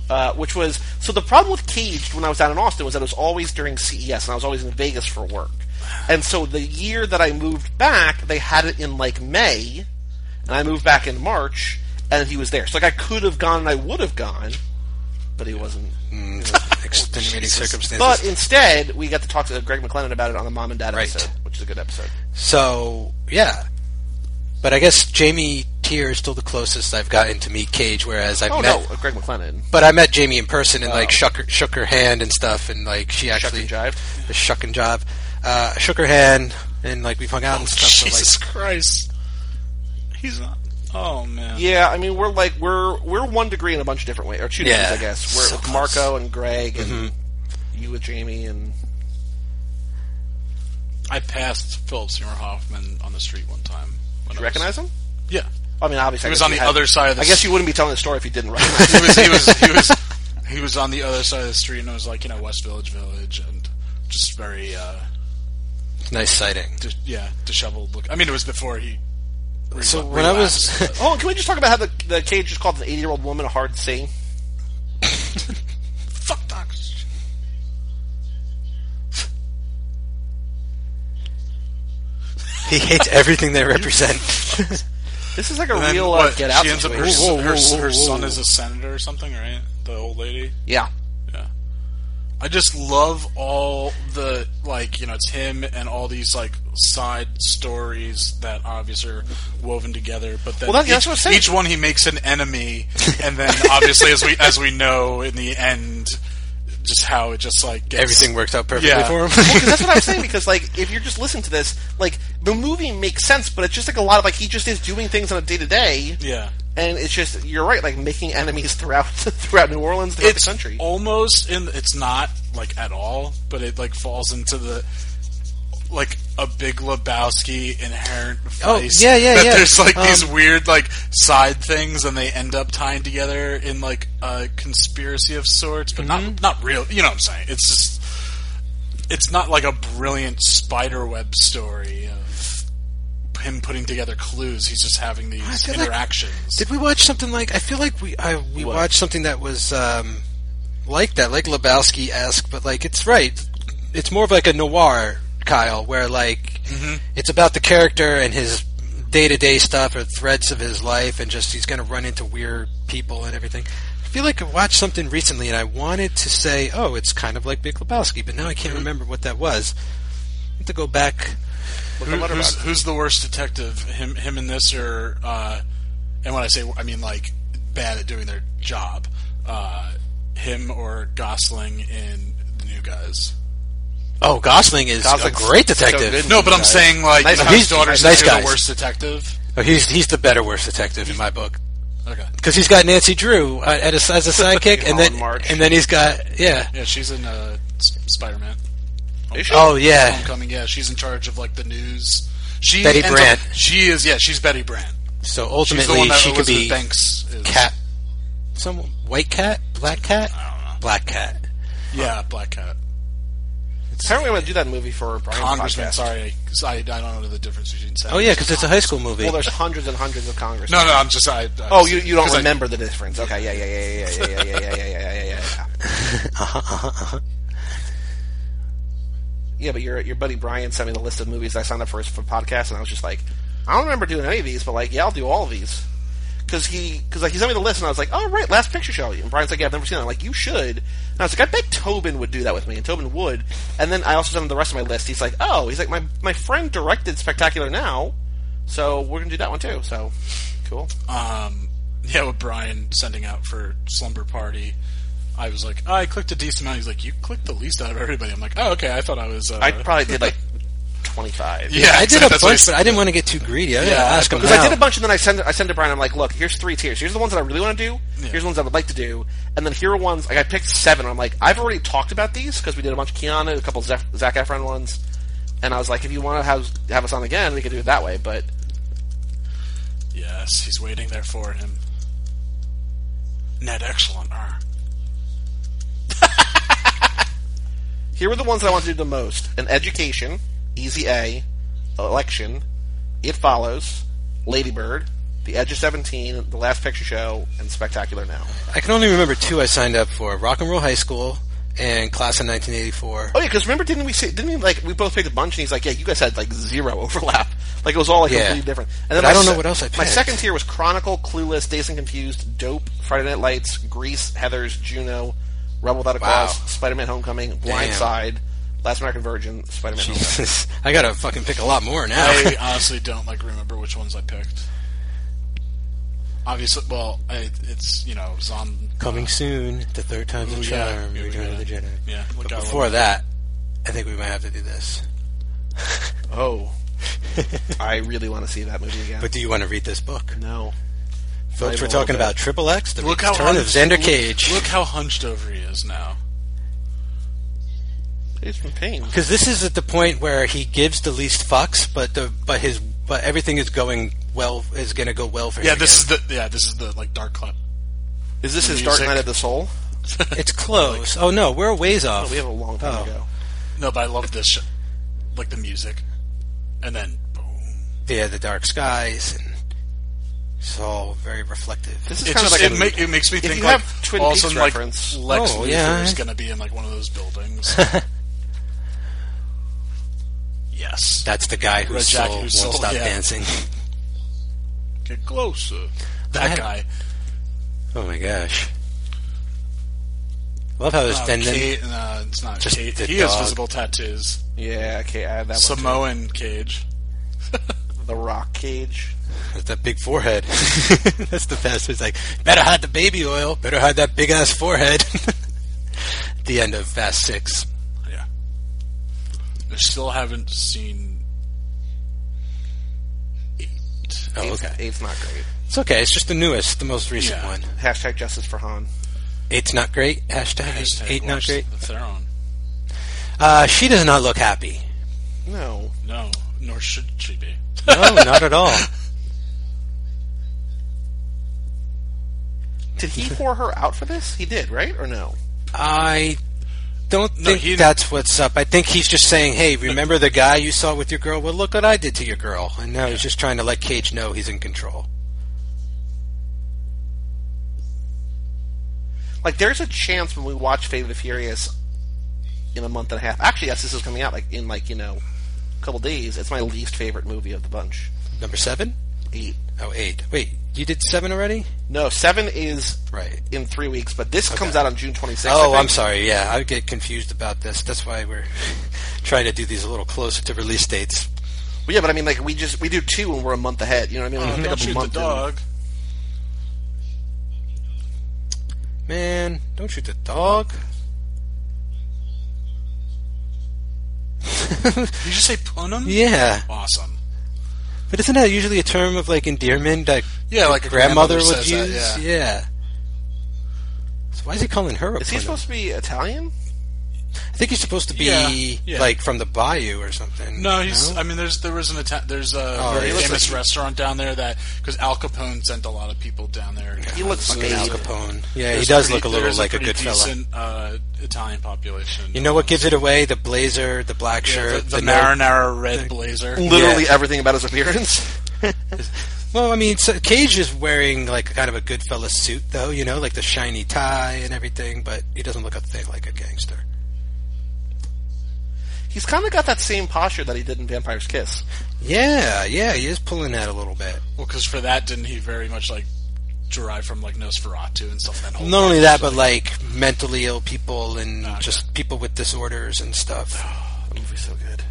[SPEAKER 1] uh, which was so the problem with Caged when I was down in Austin was that it was always during CES, and I was always in Vegas for work. And so the year that I moved back, they had it in like May, and I moved back in March, and he was there. So like I could have gone and I would have gone, but he wasn't.
[SPEAKER 2] Mm. Extenuating circumstances.
[SPEAKER 1] Oh, But instead, we got to talk to Greg McLennan about it on the Mom and Dad
[SPEAKER 2] Right.
[SPEAKER 1] episode, which is a good episode.
[SPEAKER 2] So yeah, but I guess Jamie Tier is still the closest I've gotten to meet Cage, whereas I've
[SPEAKER 1] Oh
[SPEAKER 2] met.
[SPEAKER 1] no, Greg McLennan.
[SPEAKER 2] But I met Jamie in person and like shook her, shook her hand and stuff, and like she actually
[SPEAKER 1] and jived?
[SPEAKER 2] the shuck and jive. Uh, I shook her hand and like we've hung out and stuff.
[SPEAKER 3] Jesus Christ. He's not. Oh man.
[SPEAKER 1] Yeah, I mean we're like we're we're one degree in a bunch of different ways, or two
[SPEAKER 2] Yeah,
[SPEAKER 1] degrees, I guess. We're
[SPEAKER 2] so
[SPEAKER 1] with
[SPEAKER 2] close.
[SPEAKER 1] Marco and Greg and
[SPEAKER 3] Mm-hmm.
[SPEAKER 1] you with Jamie and
[SPEAKER 3] I passed Philip Seymour Hoffman on the street one time. When
[SPEAKER 1] you
[SPEAKER 3] I was-
[SPEAKER 1] recognize him?
[SPEAKER 3] Yeah.
[SPEAKER 1] I mean, obviously, I
[SPEAKER 3] He was
[SPEAKER 1] guess
[SPEAKER 3] on
[SPEAKER 1] you
[SPEAKER 3] the
[SPEAKER 1] had-
[SPEAKER 3] other side of the
[SPEAKER 1] I guess you wouldn't be telling the story if you didn't recognize. him.
[SPEAKER 3] he was he was he was he was on the other side of the street and it was like you know West Village Village and just very uh
[SPEAKER 2] Like, nice sighting.
[SPEAKER 3] dis- yeah disheveled look. I mean it was before he. re-
[SPEAKER 2] So when I was-
[SPEAKER 3] relapsed,
[SPEAKER 1] oh, can we just talk about how the, the cage just called an eighty-year-old woman a hard C?
[SPEAKER 3] but- fuck Doc.
[SPEAKER 2] He hates everything they represent.
[SPEAKER 1] This is like a
[SPEAKER 3] And
[SPEAKER 1] real uh,
[SPEAKER 3] what,
[SPEAKER 1] get out
[SPEAKER 3] She ends up her,
[SPEAKER 1] situation.
[SPEAKER 2] Whoa, whoa,
[SPEAKER 3] her,
[SPEAKER 2] whoa,
[SPEAKER 3] her
[SPEAKER 2] whoa,
[SPEAKER 3] son
[SPEAKER 2] whoa.
[SPEAKER 3] is a senator or something, right? The old lady.
[SPEAKER 1] yeah,
[SPEAKER 3] Yeah. I just love all the like you know it's him and all these like side stories that obviously are woven together. But then
[SPEAKER 1] Well, that-
[SPEAKER 3] each,
[SPEAKER 1] that's what I'm saying.
[SPEAKER 3] each one he makes an enemy, and then obviously as we as we know in the end, just how it just like gets,
[SPEAKER 2] everything works out perfectly
[SPEAKER 3] Yeah.
[SPEAKER 2] for him.
[SPEAKER 1] because that's what I'm saying. Because like, if you're just listening to this, like the movie makes sense, but it's just like a lot of like he just is doing things on a day-to-day,
[SPEAKER 3] Yeah,
[SPEAKER 1] and it's just you're right, like making enemies throughout throughout New Orleans, throughout
[SPEAKER 3] it's
[SPEAKER 1] the country.
[SPEAKER 3] almost in. It's not like at all, but it like falls into the like a big Lebowski inherent
[SPEAKER 2] Oh,
[SPEAKER 3] vice.
[SPEAKER 2] yeah, yeah,
[SPEAKER 3] that
[SPEAKER 2] yeah.
[SPEAKER 3] There's like these
[SPEAKER 2] Um,
[SPEAKER 3] weird like side things, and they end up tying together in like a conspiracy of sorts, but
[SPEAKER 2] Mm-hmm.
[SPEAKER 3] not not real. You know what I'm saying? It's just it's not like a brilliant spider web story of him putting together clues. He's just having these
[SPEAKER 2] feel like-
[SPEAKER 3] interactions.
[SPEAKER 2] Did we watch something like? I feel like we I, we watched something that was um, like that, like Lebowski esque, but like it's right. It's more of like a noir, Kyle, where like it's about the character and his day to day stuff or threads of his life, and just he's going to run into weird people and everything. I feel like I watched something recently, and I wanted to say, "Oh, it's kind of like Big Lebowski," but now I can't remember what that was. I have to go back.
[SPEAKER 1] Look
[SPEAKER 3] Who-
[SPEAKER 1] at
[SPEAKER 3] who's,
[SPEAKER 1] Letterboxd.
[SPEAKER 3] who's the worst detective? Him, him, and this, or uh, and when I say I mean like bad at doing their job, uh, him or Gosling in the new guys.
[SPEAKER 2] Oh, Gosling is
[SPEAKER 1] Gosling's
[SPEAKER 2] a great
[SPEAKER 1] so
[SPEAKER 2] detective.
[SPEAKER 1] good.
[SPEAKER 3] No, but I'm saying like
[SPEAKER 1] Nice
[SPEAKER 3] you know,
[SPEAKER 1] guys.
[SPEAKER 3] his daughter's
[SPEAKER 2] Nice
[SPEAKER 3] nice the
[SPEAKER 2] guys.
[SPEAKER 3] worst detective.
[SPEAKER 2] oh, he's he's the better worst detective in my book.
[SPEAKER 3] Okay,
[SPEAKER 2] because he's got Nancy Drew uh, at his, as a sidekick, and then
[SPEAKER 1] Holland March.
[SPEAKER 2] and then he's got yeah.
[SPEAKER 3] yeah, she's in uh, S- Spider-Man
[SPEAKER 1] Is she?
[SPEAKER 2] Oh yeah,
[SPEAKER 3] Homecoming. Yeah, she's in charge of like the news. She
[SPEAKER 2] Betty
[SPEAKER 3] ends up-
[SPEAKER 2] Brant.
[SPEAKER 3] she is yeah, she's Betty Brandt.
[SPEAKER 2] so
[SPEAKER 3] She's the
[SPEAKER 2] ultimately
[SPEAKER 3] one that
[SPEAKER 2] she could
[SPEAKER 3] Elizabeth
[SPEAKER 2] be
[SPEAKER 3] Banks is.
[SPEAKER 2] Cap. someone? White cat? Black cat?
[SPEAKER 3] I don't know.
[SPEAKER 2] Black cat.
[SPEAKER 3] Yeah, Black Cat.
[SPEAKER 1] Apparently, I'm going to do that movie for Brian's
[SPEAKER 3] Congressman,
[SPEAKER 1] podcast.
[SPEAKER 3] sorry. 'cause I, I don't know the difference between
[SPEAKER 2] Oh yeah, because it's a high school movie.
[SPEAKER 1] Well, there's hundreds and hundreds of Congressmen.
[SPEAKER 3] No, no, I'm just. I, I
[SPEAKER 1] Oh, you, you don't
[SPEAKER 3] 'cause I-
[SPEAKER 1] remember the difference? Okay, yeah, yeah, yeah, yeah, yeah, yeah, yeah, yeah, yeah, yeah, yeah, yeah, yeah. Yeah, but your your buddy Brian sent me the list of movies I signed up for his for podcast, and I was just like, I don't remember doing any of these, but like, yeah, I'll do all of these. Because he, cause like he sent me the list, and I was like, "Oh right, Last Picture Show." And Brian's like, "Yeah, I've never seen that." I'm like, "You should." And I was like, "I bet Tobin would do that with me," and Tobin would. And then I also sent him the rest of my list. He's like, "Oh, he's like my my friend directed Spectacular Now, so we're gonna do that one too." So cool.
[SPEAKER 3] um, yeah, with Brian sending out for Slumber Party, I was like, oh, I clicked a decent amount. He's like, you clicked the least out of everybody. I'm like, oh, okay. I thought I was. Uh,
[SPEAKER 1] I probably did like 25.
[SPEAKER 3] yeah,
[SPEAKER 2] I did a
[SPEAKER 3] that's what he
[SPEAKER 2] bunch,
[SPEAKER 3] said.
[SPEAKER 2] but I didn't want to get too greedy. I didn't
[SPEAKER 3] Yeah,
[SPEAKER 2] ask him
[SPEAKER 1] Because I did a
[SPEAKER 2] out.
[SPEAKER 1] bunch and then I send I send to Brian. I'm like, look, here's three tiers. Here's the ones that I really want to do. Here's the ones I would like to do. And then here are ones like I picked seven. I'm like, I've already talked about these because we did a bunch of Keanu, a couple Zef- Zac Efron ones. And I was like, if you want to have have us on again, we could do it that way. But
[SPEAKER 3] Yes, he's waiting there for him. Ned Excellent. R.
[SPEAKER 1] here were the ones that I want to do the most: an education, Easy A, election, It Follows, Ladybird, The Edge of Seventeen, The Last Picture Show, and Spectacular Now.
[SPEAKER 2] I can only remember two I signed up for: Rock and Roll High School and Class of 1984.
[SPEAKER 1] Oh yeah, because remember, didn't we say? Didn't we like we both picked a bunch? And he's like, yeah, you guys had like zero overlap. Like it was all like
[SPEAKER 2] Yeah.
[SPEAKER 1] completely different. And
[SPEAKER 2] But I don't know
[SPEAKER 1] se-
[SPEAKER 2] what else I
[SPEAKER 1] My
[SPEAKER 2] picked.
[SPEAKER 1] second tier was Chronicle, Clueless, Days and Confused, Dope, Friday Night Lights, Grease, Heather's, Juno, Rebel Without a
[SPEAKER 2] Wow.
[SPEAKER 1] Cause, Spider-Man: Homecoming, Blindside, Last American Virgin, Spider-Man: Homecoming.
[SPEAKER 2] I gotta fucking pick a lot more now.
[SPEAKER 3] I honestly don't like remember which ones I picked. Obviously, well, I, it's you know, it was on
[SPEAKER 2] Coming soon, the third time's
[SPEAKER 3] Ooh,
[SPEAKER 2] a
[SPEAKER 3] yeah.
[SPEAKER 2] charm.
[SPEAKER 3] Yeah, we
[SPEAKER 2] Return of the
[SPEAKER 3] gotta-
[SPEAKER 2] Jedi.
[SPEAKER 3] yeah, we
[SPEAKER 2] but
[SPEAKER 3] gotta
[SPEAKER 2] before that, I think we might have to do this.
[SPEAKER 1] Oh, I really want to see that movie again.
[SPEAKER 2] But do you want to read this book,
[SPEAKER 1] no,
[SPEAKER 2] folks?
[SPEAKER 1] even
[SPEAKER 2] We're
[SPEAKER 1] a
[SPEAKER 2] talking
[SPEAKER 1] little
[SPEAKER 2] about Triple X, the
[SPEAKER 3] Look how
[SPEAKER 2] Return of
[SPEAKER 3] hunched-
[SPEAKER 2] Xander
[SPEAKER 3] look-
[SPEAKER 2] Cage.
[SPEAKER 3] Look how hunched over he is now.
[SPEAKER 1] it's from pain.
[SPEAKER 2] Because this is at the point where he gives the least fucks, but the but his but everything is going well is going to go well for
[SPEAKER 3] Yeah,
[SPEAKER 2] him.
[SPEAKER 3] this is the yeah, this is the like dark cloud.
[SPEAKER 1] Is this his
[SPEAKER 3] Music.
[SPEAKER 1] Dark Knight of the Soul?
[SPEAKER 2] again. it's close. oh no, we're a ways off.
[SPEAKER 1] We have a long time
[SPEAKER 2] Oh.
[SPEAKER 1] ago.
[SPEAKER 3] No, but I love this, sh- like the music, and then boom.
[SPEAKER 2] yeah, the dark skies and it's all very reflective.
[SPEAKER 1] This is
[SPEAKER 3] It
[SPEAKER 1] kind
[SPEAKER 3] just
[SPEAKER 1] of like
[SPEAKER 3] it,
[SPEAKER 1] a,
[SPEAKER 3] make, it makes me
[SPEAKER 1] if
[SPEAKER 3] think
[SPEAKER 1] you
[SPEAKER 3] like
[SPEAKER 1] have Twin
[SPEAKER 3] all of a
[SPEAKER 1] Peaks
[SPEAKER 3] sudden, like
[SPEAKER 1] reference-
[SPEAKER 3] Lex
[SPEAKER 2] Oh,
[SPEAKER 3] Luthor
[SPEAKER 2] yeah.
[SPEAKER 3] is going to be in like one of those buildings. yes,
[SPEAKER 2] That's the guy whose
[SPEAKER 3] Red
[SPEAKER 2] soul
[SPEAKER 3] Jacket
[SPEAKER 2] won't
[SPEAKER 3] whose soul,
[SPEAKER 2] stop
[SPEAKER 3] yeah.
[SPEAKER 2] dancing.
[SPEAKER 3] get closer.
[SPEAKER 2] I-
[SPEAKER 3] That guy.
[SPEAKER 2] Oh my gosh. Love how this
[SPEAKER 3] Uh,
[SPEAKER 2] then then
[SPEAKER 3] Kate, no, it's not
[SPEAKER 2] Just
[SPEAKER 3] Kate.
[SPEAKER 2] the
[SPEAKER 3] He has
[SPEAKER 2] dog.
[SPEAKER 3] visible tattoos.
[SPEAKER 1] yeah, okay, I had that one.
[SPEAKER 3] Samoan Cage.
[SPEAKER 1] The Rock Cage.
[SPEAKER 2] that big forehead. That's the best. It's like better hide the baby oil. Better hide that big ass forehead. the end of Fast Six.
[SPEAKER 3] Yeah. I still haven't seen eight.
[SPEAKER 2] Oh,
[SPEAKER 1] Eight's-
[SPEAKER 2] okay.
[SPEAKER 1] Eight's not great.
[SPEAKER 2] It's okay. It's just the newest, the most recent
[SPEAKER 3] Yeah.
[SPEAKER 2] one.
[SPEAKER 1] Hashtag justice for Han.
[SPEAKER 2] Eight's not great. Hashtag, eight- eight not
[SPEAKER 3] watch
[SPEAKER 2] great.
[SPEAKER 3] The Throne.
[SPEAKER 2] Uh, she does not look happy.
[SPEAKER 1] No.
[SPEAKER 3] No, nor should she be.
[SPEAKER 2] No, not at all.
[SPEAKER 1] Did he whore her out for this? He did, right? Or no?
[SPEAKER 2] I don't
[SPEAKER 3] No,
[SPEAKER 2] think
[SPEAKER 3] he-
[SPEAKER 2] that's what's up. I think he's just saying, "Hey, remember the guy you saw with your girl? Well, look what I did to your girl." And now he's just trying to let Cage know he's in control.
[SPEAKER 1] Like, there's a chance when we watch Fate of the Furious in a month and a half. Actually, yes, this is coming out like in like you know, a couple days. It's my least favorite movie of the bunch.
[SPEAKER 2] Number seven?
[SPEAKER 1] Eight.
[SPEAKER 2] Oh, eight. Wait, you did seven already?
[SPEAKER 1] No, seven is
[SPEAKER 2] Right.
[SPEAKER 1] in three weeks, but this comes out on June 26th. I
[SPEAKER 2] Oh,
[SPEAKER 1] think.
[SPEAKER 2] I'm sorry. Yeah, I get confused about this. That's why we're trying to do these a little closer to release dates.
[SPEAKER 1] Well, yeah, but I mean, like we just we do two and we're a month ahead. You know what I mean? Like, we pick
[SPEAKER 3] Don't
[SPEAKER 1] up a
[SPEAKER 3] Mm-hmm. shoot the
[SPEAKER 1] month in-
[SPEAKER 3] dog.
[SPEAKER 2] Man, don't shoot the dog.
[SPEAKER 3] Did you just say punum?
[SPEAKER 2] Yeah,
[SPEAKER 3] Awesome.
[SPEAKER 2] but isn't that usually a term of like endearment that
[SPEAKER 3] Yeah, like a
[SPEAKER 2] grandmother, would
[SPEAKER 3] says that,
[SPEAKER 2] use?
[SPEAKER 3] yeah.
[SPEAKER 2] yeah. So why is he calling her a
[SPEAKER 1] Is he
[SPEAKER 2] pun-
[SPEAKER 1] supposed to be Italian?
[SPEAKER 2] I think he's supposed to be
[SPEAKER 3] Yeah, yeah.
[SPEAKER 2] like from the bayou or something.
[SPEAKER 3] No, he's. I mean, there's there was an atta- there's a
[SPEAKER 2] Oh,
[SPEAKER 3] very
[SPEAKER 2] he looks
[SPEAKER 3] famous
[SPEAKER 2] like-
[SPEAKER 3] restaurant down there that because Al Capone sent a lot of people down there.
[SPEAKER 1] He looks
[SPEAKER 2] fucking Al
[SPEAKER 1] made.
[SPEAKER 2] Capone. Yeah, he
[SPEAKER 3] There's
[SPEAKER 2] does
[SPEAKER 3] pretty-
[SPEAKER 2] look a little
[SPEAKER 3] there's
[SPEAKER 2] like a,
[SPEAKER 3] pretty
[SPEAKER 2] good fella.
[SPEAKER 3] decent, Uh, Italian population.
[SPEAKER 2] You know what gives it away? The blazer, the black
[SPEAKER 3] Yeah,
[SPEAKER 2] shirt,
[SPEAKER 3] the, the
[SPEAKER 2] no-
[SPEAKER 3] marinara red blazer.
[SPEAKER 1] Literally
[SPEAKER 2] Yeah.
[SPEAKER 1] everything about his appearance.
[SPEAKER 2] Well, I mean, so Cage is wearing like kind of a good fella suit, though. You know, like the shiny tie and everything, but he doesn't look a thing like a gangster.
[SPEAKER 1] He's kind of got that same posture that he did in Vampire's Kiss.
[SPEAKER 2] Yeah, yeah, he is pulling that a little bit.
[SPEAKER 3] Well, because for that, didn't he very much like derive from like Nosferatu and stuff? That whole
[SPEAKER 2] Not only that, but like mentally ill people and
[SPEAKER 3] Okay.
[SPEAKER 2] just people with disorders and stuff.
[SPEAKER 1] That movie's so good.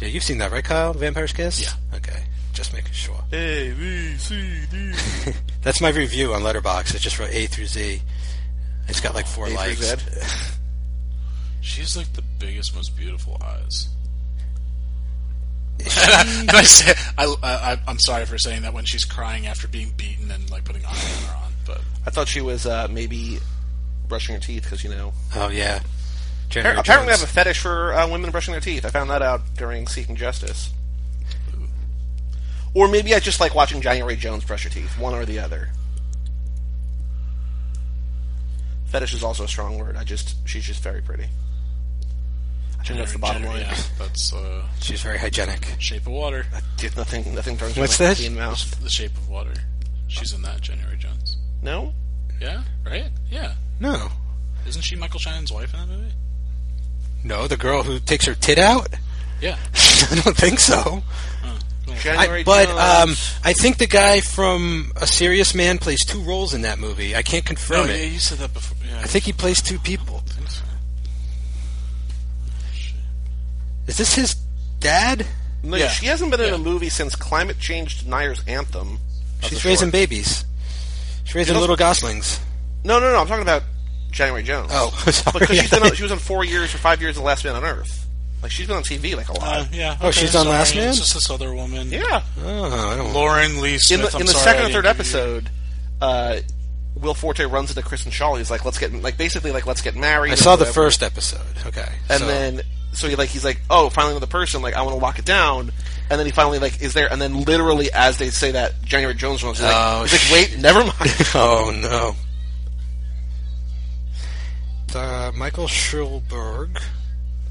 [SPEAKER 2] Yeah, you've seen that, right, Kyle? Vampire's Kiss.
[SPEAKER 3] Yeah.
[SPEAKER 2] Okay, just making sure.
[SPEAKER 1] A, B, C, D.
[SPEAKER 2] That's my review on Letterbox. It just wrote A through Z. It's got like four
[SPEAKER 1] A through
[SPEAKER 2] likes.
[SPEAKER 1] Z.
[SPEAKER 3] she's like the biggest, most beautiful eyes.
[SPEAKER 2] Is she-
[SPEAKER 3] And I say, I, I, I'm sorry for saying that when she's crying after being beaten and like putting eyeliner on, but
[SPEAKER 1] I thought she was uh, maybe brushing her teeth because you know.
[SPEAKER 2] oh yeah. Jennifer
[SPEAKER 1] Apparently, apparently I
[SPEAKER 2] Jones.
[SPEAKER 1] have a fetish for uh, women brushing their teeth. I found that out during Seeking Justice. Or maybe I just like watching Johnny Ray Jones brush her teeth. One or the other. Fetish is also a strong word. I just she's just very pretty. I think that's the bottom
[SPEAKER 3] Generally,
[SPEAKER 1] line.
[SPEAKER 3] yeah, that's uh,
[SPEAKER 2] She's very hygienic.
[SPEAKER 3] Shape of Water.
[SPEAKER 1] Dude, nothing nothing turns me
[SPEAKER 2] What's
[SPEAKER 1] like a
[SPEAKER 2] that?
[SPEAKER 1] clean mouth.
[SPEAKER 3] The Shape of Water. She's in that, January Jones.
[SPEAKER 1] No,
[SPEAKER 3] Yeah, right? Yeah.
[SPEAKER 2] No,
[SPEAKER 3] Isn't she Michael Shannon's wife in that movie?
[SPEAKER 2] no, the girl who takes her tit out.
[SPEAKER 3] Yeah.
[SPEAKER 2] I don't think so.
[SPEAKER 3] Huh. Cool. Oh,
[SPEAKER 1] January
[SPEAKER 2] I, but um,
[SPEAKER 1] Jones.
[SPEAKER 2] I think the guy from A Serious Man plays two roles in that movie. I can't
[SPEAKER 3] Oh,
[SPEAKER 2] confirm
[SPEAKER 3] yeah,
[SPEAKER 2] it.
[SPEAKER 3] you said that before. Yeah.
[SPEAKER 2] I think he plays two people.
[SPEAKER 3] I think so.
[SPEAKER 2] Is this his dad?
[SPEAKER 1] No,
[SPEAKER 3] Yeah.
[SPEAKER 1] she hasn't been in
[SPEAKER 3] Yeah.
[SPEAKER 1] a movie since Climate Change Deniers Anthem. That's a
[SPEAKER 2] She's
[SPEAKER 1] short.
[SPEAKER 2] raising babies. She's raising
[SPEAKER 1] doesn't-
[SPEAKER 2] little goslings.
[SPEAKER 1] No, no, no. I'm talking about January Jones.
[SPEAKER 2] Oh, sorry.
[SPEAKER 1] because she's been on, she was on four years or five years of Last Man on Earth. Like she's been on TV like a lot.
[SPEAKER 3] Uh, yeah.
[SPEAKER 2] Oh, she's on
[SPEAKER 3] sorry,
[SPEAKER 2] Last Man?
[SPEAKER 3] It's just this other woman.
[SPEAKER 1] yeah,
[SPEAKER 2] oh, I don't.
[SPEAKER 3] Lauren Lee Smith.
[SPEAKER 1] in the,
[SPEAKER 3] I'm
[SPEAKER 1] in the
[SPEAKER 3] sorry, I
[SPEAKER 1] second or
[SPEAKER 3] didn't
[SPEAKER 1] third
[SPEAKER 3] give you-
[SPEAKER 1] episode, uh, Will Forte runs into Kristen Shaw. He's like, "Let's get like basically like let's get married."
[SPEAKER 2] I
[SPEAKER 1] or
[SPEAKER 2] saw the
[SPEAKER 1] whatever.
[SPEAKER 2] first episode. Okay,
[SPEAKER 1] and
[SPEAKER 2] so-
[SPEAKER 1] then so he like he's like, "Oh, finally another person." Like I want to lock it down. And then he finally like is there, and then literally as they say that, January Jones runs. He's like,
[SPEAKER 2] Oh,
[SPEAKER 1] he's like
[SPEAKER 2] shit.
[SPEAKER 1] "Wait, never mind."
[SPEAKER 2] oh no. Uh, Michael Schulberg,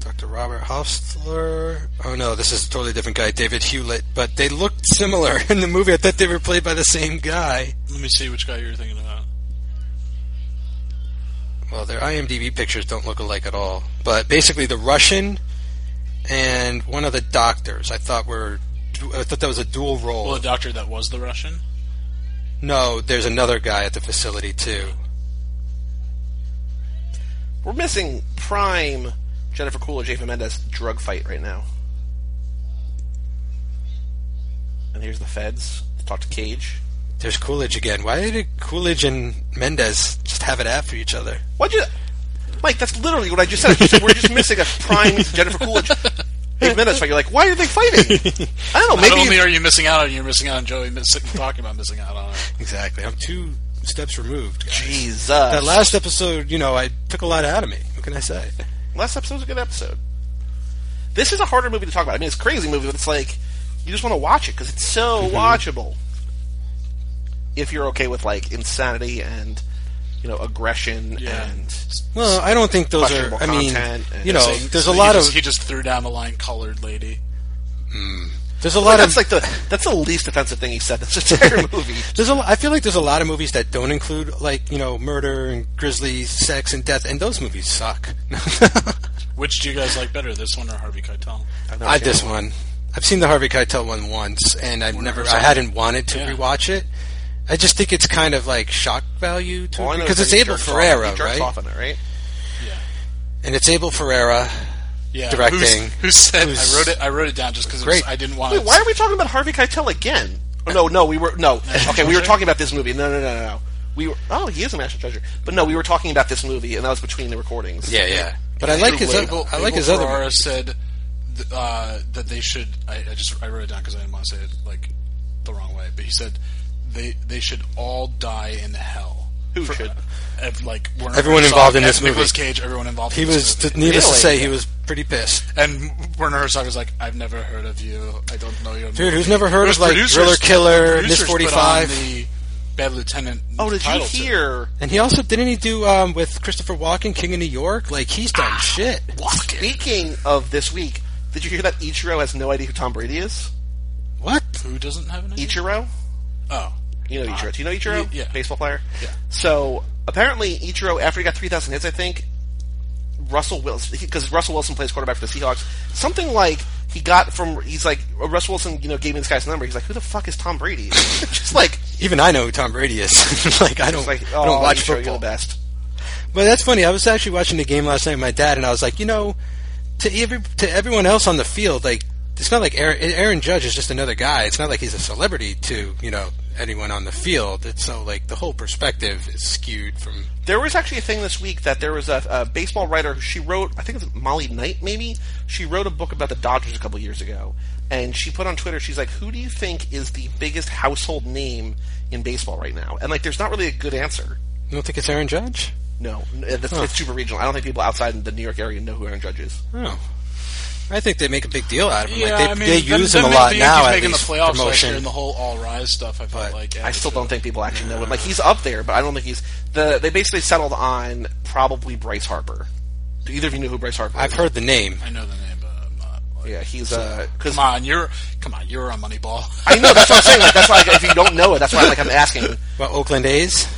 [SPEAKER 2] Dr. Robert Hostler. Oh no, this is a totally different guy, David Hewlett. But they looked similar in the movie. I thought they were played by the same guy.
[SPEAKER 3] Let me see which guy you're thinking about.
[SPEAKER 2] Well, their IMDb pictures don't look alike at all. But basically, the Russian and one of the doctors, I thought were. I thought that was a dual role.
[SPEAKER 3] Well, the doctor that was the Russian.
[SPEAKER 2] no, there's another guy at the facility too.
[SPEAKER 1] We're missing prime Jennifer Coolidge, Ava Mendes drug fight right now. And here's the feds. Talk to Cage.
[SPEAKER 2] There's Coolidge again. Why did Coolidge and Mendez just have it after each other?
[SPEAKER 1] Why'd you, Mike? That's literally what I just said. Just- We're just missing a prime Jennifer Coolidge, Ava Mendes fight. You're like, why are they fighting? I don't know.
[SPEAKER 3] Not
[SPEAKER 1] Oh, Maybe
[SPEAKER 3] only are you missing out on, it, you're missing out on Joey miss- talking about missing out on it.
[SPEAKER 2] Exactly. I'm two steps removed. guys.
[SPEAKER 1] Jesus.
[SPEAKER 2] That last episode, you know, I took a lot out of me. What can I say?
[SPEAKER 1] Last episode's a good episode. This is a harder movie to talk about. I mean, it's a crazy movie, but it's like you just want to watch it because it's so
[SPEAKER 2] Mm-hmm.
[SPEAKER 1] watchable. If you're okay with like insanity and you know aggression
[SPEAKER 3] Yeah.
[SPEAKER 1] and
[SPEAKER 2] Well, I don't think those are.
[SPEAKER 1] Questionable
[SPEAKER 2] I mean,
[SPEAKER 1] content and-
[SPEAKER 2] you know,
[SPEAKER 1] So-
[SPEAKER 2] Oh, there's
[SPEAKER 3] So
[SPEAKER 2] a
[SPEAKER 3] he
[SPEAKER 2] lot
[SPEAKER 3] just-
[SPEAKER 2] of
[SPEAKER 3] He just threw down the line, colored lady.
[SPEAKER 2] there's a lot of
[SPEAKER 1] that's like the that's the least offensive thing he said in this entire movie.
[SPEAKER 2] there's a. lo- I feel like there's a lot of movies that don't include like you know murder and grisly sex and death, and those movies suck.
[SPEAKER 3] Which do you guys like better, this one or Harvey Keitel?
[SPEAKER 1] I've never
[SPEAKER 2] I
[SPEAKER 1] seen
[SPEAKER 2] this
[SPEAKER 1] it.
[SPEAKER 2] one. I've seen the Harvey Keitel one once, and I've never.
[SPEAKER 3] saw
[SPEAKER 2] I hadn't wanted to
[SPEAKER 3] Yeah.
[SPEAKER 2] rewatch it. I just think it's kind of like shock value to
[SPEAKER 1] All I know
[SPEAKER 2] because
[SPEAKER 1] is
[SPEAKER 2] it's
[SPEAKER 1] that he
[SPEAKER 2] Abel
[SPEAKER 1] jerks off-
[SPEAKER 2] Ferreira,
[SPEAKER 1] he jerks
[SPEAKER 2] right?
[SPEAKER 1] off in it, right?
[SPEAKER 3] Yeah.
[SPEAKER 2] And it's Abel Ferreira.
[SPEAKER 3] Yeah.
[SPEAKER 2] Directing.
[SPEAKER 3] Who's- who said?
[SPEAKER 2] Who's-
[SPEAKER 3] I wrote it. I wrote it down just because
[SPEAKER 2] Great.
[SPEAKER 3] I didn't want.
[SPEAKER 1] Wait, why are we talking about Harvey Keitel again? Oh, no, no, we were no. Okay, we were talking about this movie. No, no, no, no, no. We were. Oh, he is a national treasure. But no, we were talking about this movie, and that was between the recordings.
[SPEAKER 2] Yeah, yeah. But I like his.
[SPEAKER 3] Abel,
[SPEAKER 2] Other, I like
[SPEAKER 3] Abel
[SPEAKER 2] his other.
[SPEAKER 3] Ferrara
[SPEAKER 2] movies.
[SPEAKER 3] said th- uh, that they should. I, I just I wrote it down because I didn't want to say it like the wrong way. But he said they they should all die in hell.
[SPEAKER 1] Who should?
[SPEAKER 3] Ev- like Werner
[SPEAKER 2] Everyone
[SPEAKER 3] Herzog
[SPEAKER 2] involved in
[SPEAKER 3] and
[SPEAKER 2] this movie.
[SPEAKER 3] Nicolas Cage, everyone involved.
[SPEAKER 2] He
[SPEAKER 3] in this
[SPEAKER 2] was,
[SPEAKER 3] movie.
[SPEAKER 2] needless to
[SPEAKER 1] Really?
[SPEAKER 2] say, he was pretty pissed.
[SPEAKER 3] and Werner Herzog was like, "I've never heard of you. I don't know your
[SPEAKER 2] Dude,
[SPEAKER 3] movie."
[SPEAKER 2] who's never
[SPEAKER 3] It
[SPEAKER 2] heard
[SPEAKER 3] was
[SPEAKER 2] of like
[SPEAKER 3] producers-
[SPEAKER 2] Thriller Killer,
[SPEAKER 3] producers
[SPEAKER 2] Miss
[SPEAKER 3] put
[SPEAKER 2] Forty
[SPEAKER 3] on
[SPEAKER 2] Five?
[SPEAKER 3] the Bad Lieutenant.
[SPEAKER 1] Oh, did you
[SPEAKER 3] title to it.
[SPEAKER 1] hear?
[SPEAKER 2] And he also didn't he do um, with Christopher Walken, King of New York? Like he's
[SPEAKER 1] Ah.
[SPEAKER 2] done shit.
[SPEAKER 1] Speaking of this week, did you hear that Ichiro has no idea who Tom Brady is?
[SPEAKER 2] What?
[SPEAKER 3] Who doesn't have an idea?
[SPEAKER 1] Ichiro?
[SPEAKER 3] Oh,
[SPEAKER 1] You know Ichiro. Do you know Ichiro?
[SPEAKER 3] y- yeah.
[SPEAKER 1] Baseball player?
[SPEAKER 3] Yeah.
[SPEAKER 1] So, apparently, Ichiro, after he got 3,000 hits, I think, Russell Wilson, because Russell Wilson plays quarterback for the Seahawks, something like he got from, he's like, Russell Wilson, you know, gave me this guy's number. He's like, who the fuck is Tom Brady? Just like,
[SPEAKER 2] Even I know who Tom Brady is. like I don't,
[SPEAKER 1] it's like, oh,
[SPEAKER 2] I don't watch
[SPEAKER 1] Ichiro, you're
[SPEAKER 2] football.
[SPEAKER 1] the best.
[SPEAKER 2] But that's funny. I was actually watching the game last night with my dad, and I was like, you know, to every to everyone else on the field, like it's not like Aaron, Aaron Judge is just another guy. It's not like he's a celebrity to you know anyone on the field. It's so like the whole perspective is skewed from.
[SPEAKER 1] There was actually a thing this week that there was a, a baseball writer. She wrote, I think it's Molly Knight, maybe. She wrote a book about the Dodgers a couple years ago, and she put on Twitter, she's like, "Who do you think is the biggest household name in baseball right now?" And like, there's not really a good answer.
[SPEAKER 2] You don't think it's Aaron Judge?
[SPEAKER 1] No, N- it's, it's super regional. I don't think people outside the New York area know who Aaron Judge is.
[SPEAKER 2] Oh. I think they make a big deal out of him.
[SPEAKER 3] yeah.
[SPEAKER 2] like they,
[SPEAKER 3] I mean,
[SPEAKER 2] they
[SPEAKER 3] then-
[SPEAKER 2] use
[SPEAKER 3] then
[SPEAKER 2] him a
[SPEAKER 3] the-
[SPEAKER 2] lot
[SPEAKER 3] the
[SPEAKER 2] now
[SPEAKER 3] Yankees
[SPEAKER 2] at
[SPEAKER 3] making the
[SPEAKER 2] least
[SPEAKER 3] playoffs last year
[SPEAKER 2] promotion.
[SPEAKER 3] and the whole all rise stuff. I felt
[SPEAKER 2] But
[SPEAKER 3] like uh,
[SPEAKER 1] I
[SPEAKER 3] added
[SPEAKER 1] still
[SPEAKER 3] to
[SPEAKER 1] don't
[SPEAKER 3] it.
[SPEAKER 1] think people actually know him. Like, he's up there, but I don't think he's the. They basically settled on probably Bryce Harper. Do either of you know who Bryce Harper?
[SPEAKER 2] I've
[SPEAKER 1] is?
[SPEAKER 2] heard the name.
[SPEAKER 3] I know the name, but I'm not. Like,
[SPEAKER 1] Yeah, he's uh, because
[SPEAKER 3] Come on, you're come on, you're on Moneyball.
[SPEAKER 1] I know that's what I'm saying. Like, that's why like, if you don't know it, that's why like I'm asking.
[SPEAKER 2] Well, Oakland A's.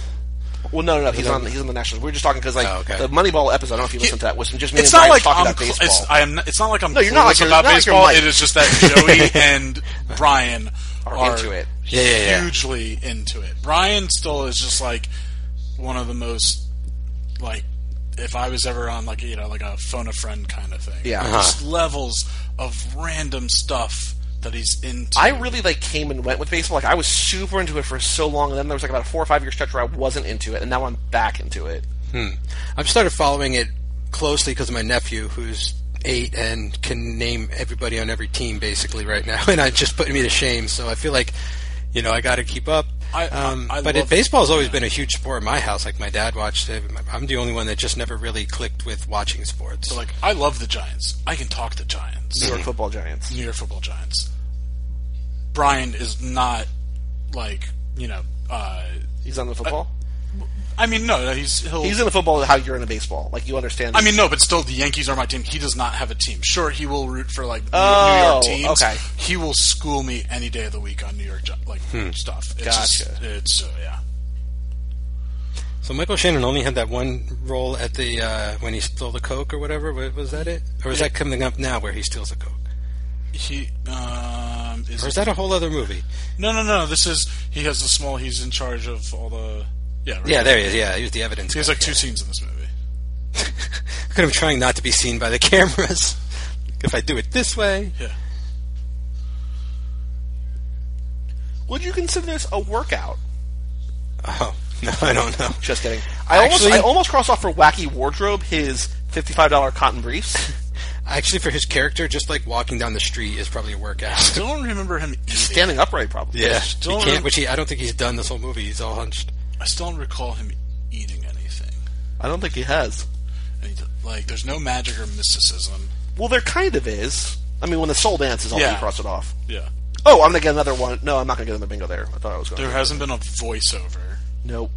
[SPEAKER 1] Well, no, no, no. He's on. He's on the Nationals. We were just talking because like
[SPEAKER 2] Oh, okay.
[SPEAKER 1] the Moneyball episode. I don't know if you listened to that. Was just me
[SPEAKER 3] it's
[SPEAKER 1] and
[SPEAKER 3] not
[SPEAKER 1] Brian
[SPEAKER 3] like
[SPEAKER 1] talking
[SPEAKER 3] I'm.
[SPEAKER 1] about
[SPEAKER 3] cl-
[SPEAKER 1] baseball.
[SPEAKER 3] it's, I am. Not, it's not like I'm. No,
[SPEAKER 1] you're not like you're-
[SPEAKER 3] about
[SPEAKER 1] not like you're
[SPEAKER 3] baseball.
[SPEAKER 1] Mike.
[SPEAKER 3] it is just that Joey and Brian are,
[SPEAKER 1] into it.
[SPEAKER 2] Yeah, yeah, yeah.
[SPEAKER 3] Hugely into it. Brian still is just like one of the most like. If I was ever on like you know like a phone a friend kind of thing,
[SPEAKER 1] Yeah.
[SPEAKER 2] Uh-huh.
[SPEAKER 3] just levels of random stuff that he's into.
[SPEAKER 1] I really like came and went with baseball. Like I was super into it for so long, and then there was like about a four or five year stretch where I wasn't into it, and now I'm back into it.
[SPEAKER 2] I've started following it closely because of my nephew, who's eight and can name everybody on every team basically right now, and it's just putting me to shame. So I feel like, you know, I got to keep up.
[SPEAKER 3] I- I-
[SPEAKER 2] um,
[SPEAKER 3] I
[SPEAKER 2] but
[SPEAKER 3] love-
[SPEAKER 2] it, baseball's always been a huge sport in my house. Like my dad watched it. My- I'm the only one that just never really clicked with watching sports.
[SPEAKER 3] So, like I love the Giants. I can talk the Giants.
[SPEAKER 1] New York Football Giants.
[SPEAKER 3] New York Football Giants. Brian is not like you know. Uh,
[SPEAKER 1] He's on the football.
[SPEAKER 3] I mean, no, no, he's he'll.
[SPEAKER 1] he's in the football. How you're in a baseball? Like you understand?
[SPEAKER 3] I mean, no, but still, the Yankees are my team. He does not have a team. Sure, he will root for like New-
[SPEAKER 1] Oh,
[SPEAKER 3] New York teams.
[SPEAKER 1] okay.
[SPEAKER 3] He will school me any day of the week on New York jo- like stuff. It's Just,
[SPEAKER 1] Hmm. Gotcha.
[SPEAKER 3] it's uh, yeah.
[SPEAKER 2] So Michael Shannon only had that one role at the uh, when he stole the coke or whatever. Wa- Was that it, or is that coming up now where he steals the coke,
[SPEAKER 3] He um is,
[SPEAKER 2] or is that a whole other movie?
[SPEAKER 3] no no no. This is he has the small. He's in charge of all the yeah right.
[SPEAKER 2] Yeah, there he is. Yeah, he was the evidence.
[SPEAKER 3] He has
[SPEAKER 2] guy.
[SPEAKER 3] like two scenes in this movie.
[SPEAKER 2] Look at him trying not to be seen by the cameras. if I do it this way,
[SPEAKER 3] Yeah.
[SPEAKER 1] would you consider this a workout?
[SPEAKER 2] oh no, I don't know.
[SPEAKER 1] Just kidding. I
[SPEAKER 2] Actually-
[SPEAKER 1] almost, I almost crossed off for wacky wardrobe his fifty five dollar cotton briefs.
[SPEAKER 2] Actually, for his character, just like walking down the street is probably a workout.
[SPEAKER 3] Still don't remember him eating.
[SPEAKER 1] Standing upright, probably.
[SPEAKER 2] yeah,
[SPEAKER 3] Still
[SPEAKER 2] he can't.
[SPEAKER 3] rem-
[SPEAKER 2] Which he, I don't think he's done this whole movie. He's all hunched.
[SPEAKER 3] I still don't recall him eating anything.
[SPEAKER 1] I don't think he has.
[SPEAKER 3] And he d- Like, there's no magic or mysticism.
[SPEAKER 1] Well, there kind of is. I mean, when the soul dances, I'll
[SPEAKER 3] Yeah.
[SPEAKER 1] cross it off.
[SPEAKER 3] Yeah.
[SPEAKER 1] Oh, I'm gonna get another one. No, I'm not gonna get another bingo there. I thought I was going.
[SPEAKER 3] There
[SPEAKER 1] to
[SPEAKER 3] hasn't been a voiceover.
[SPEAKER 1] Nope.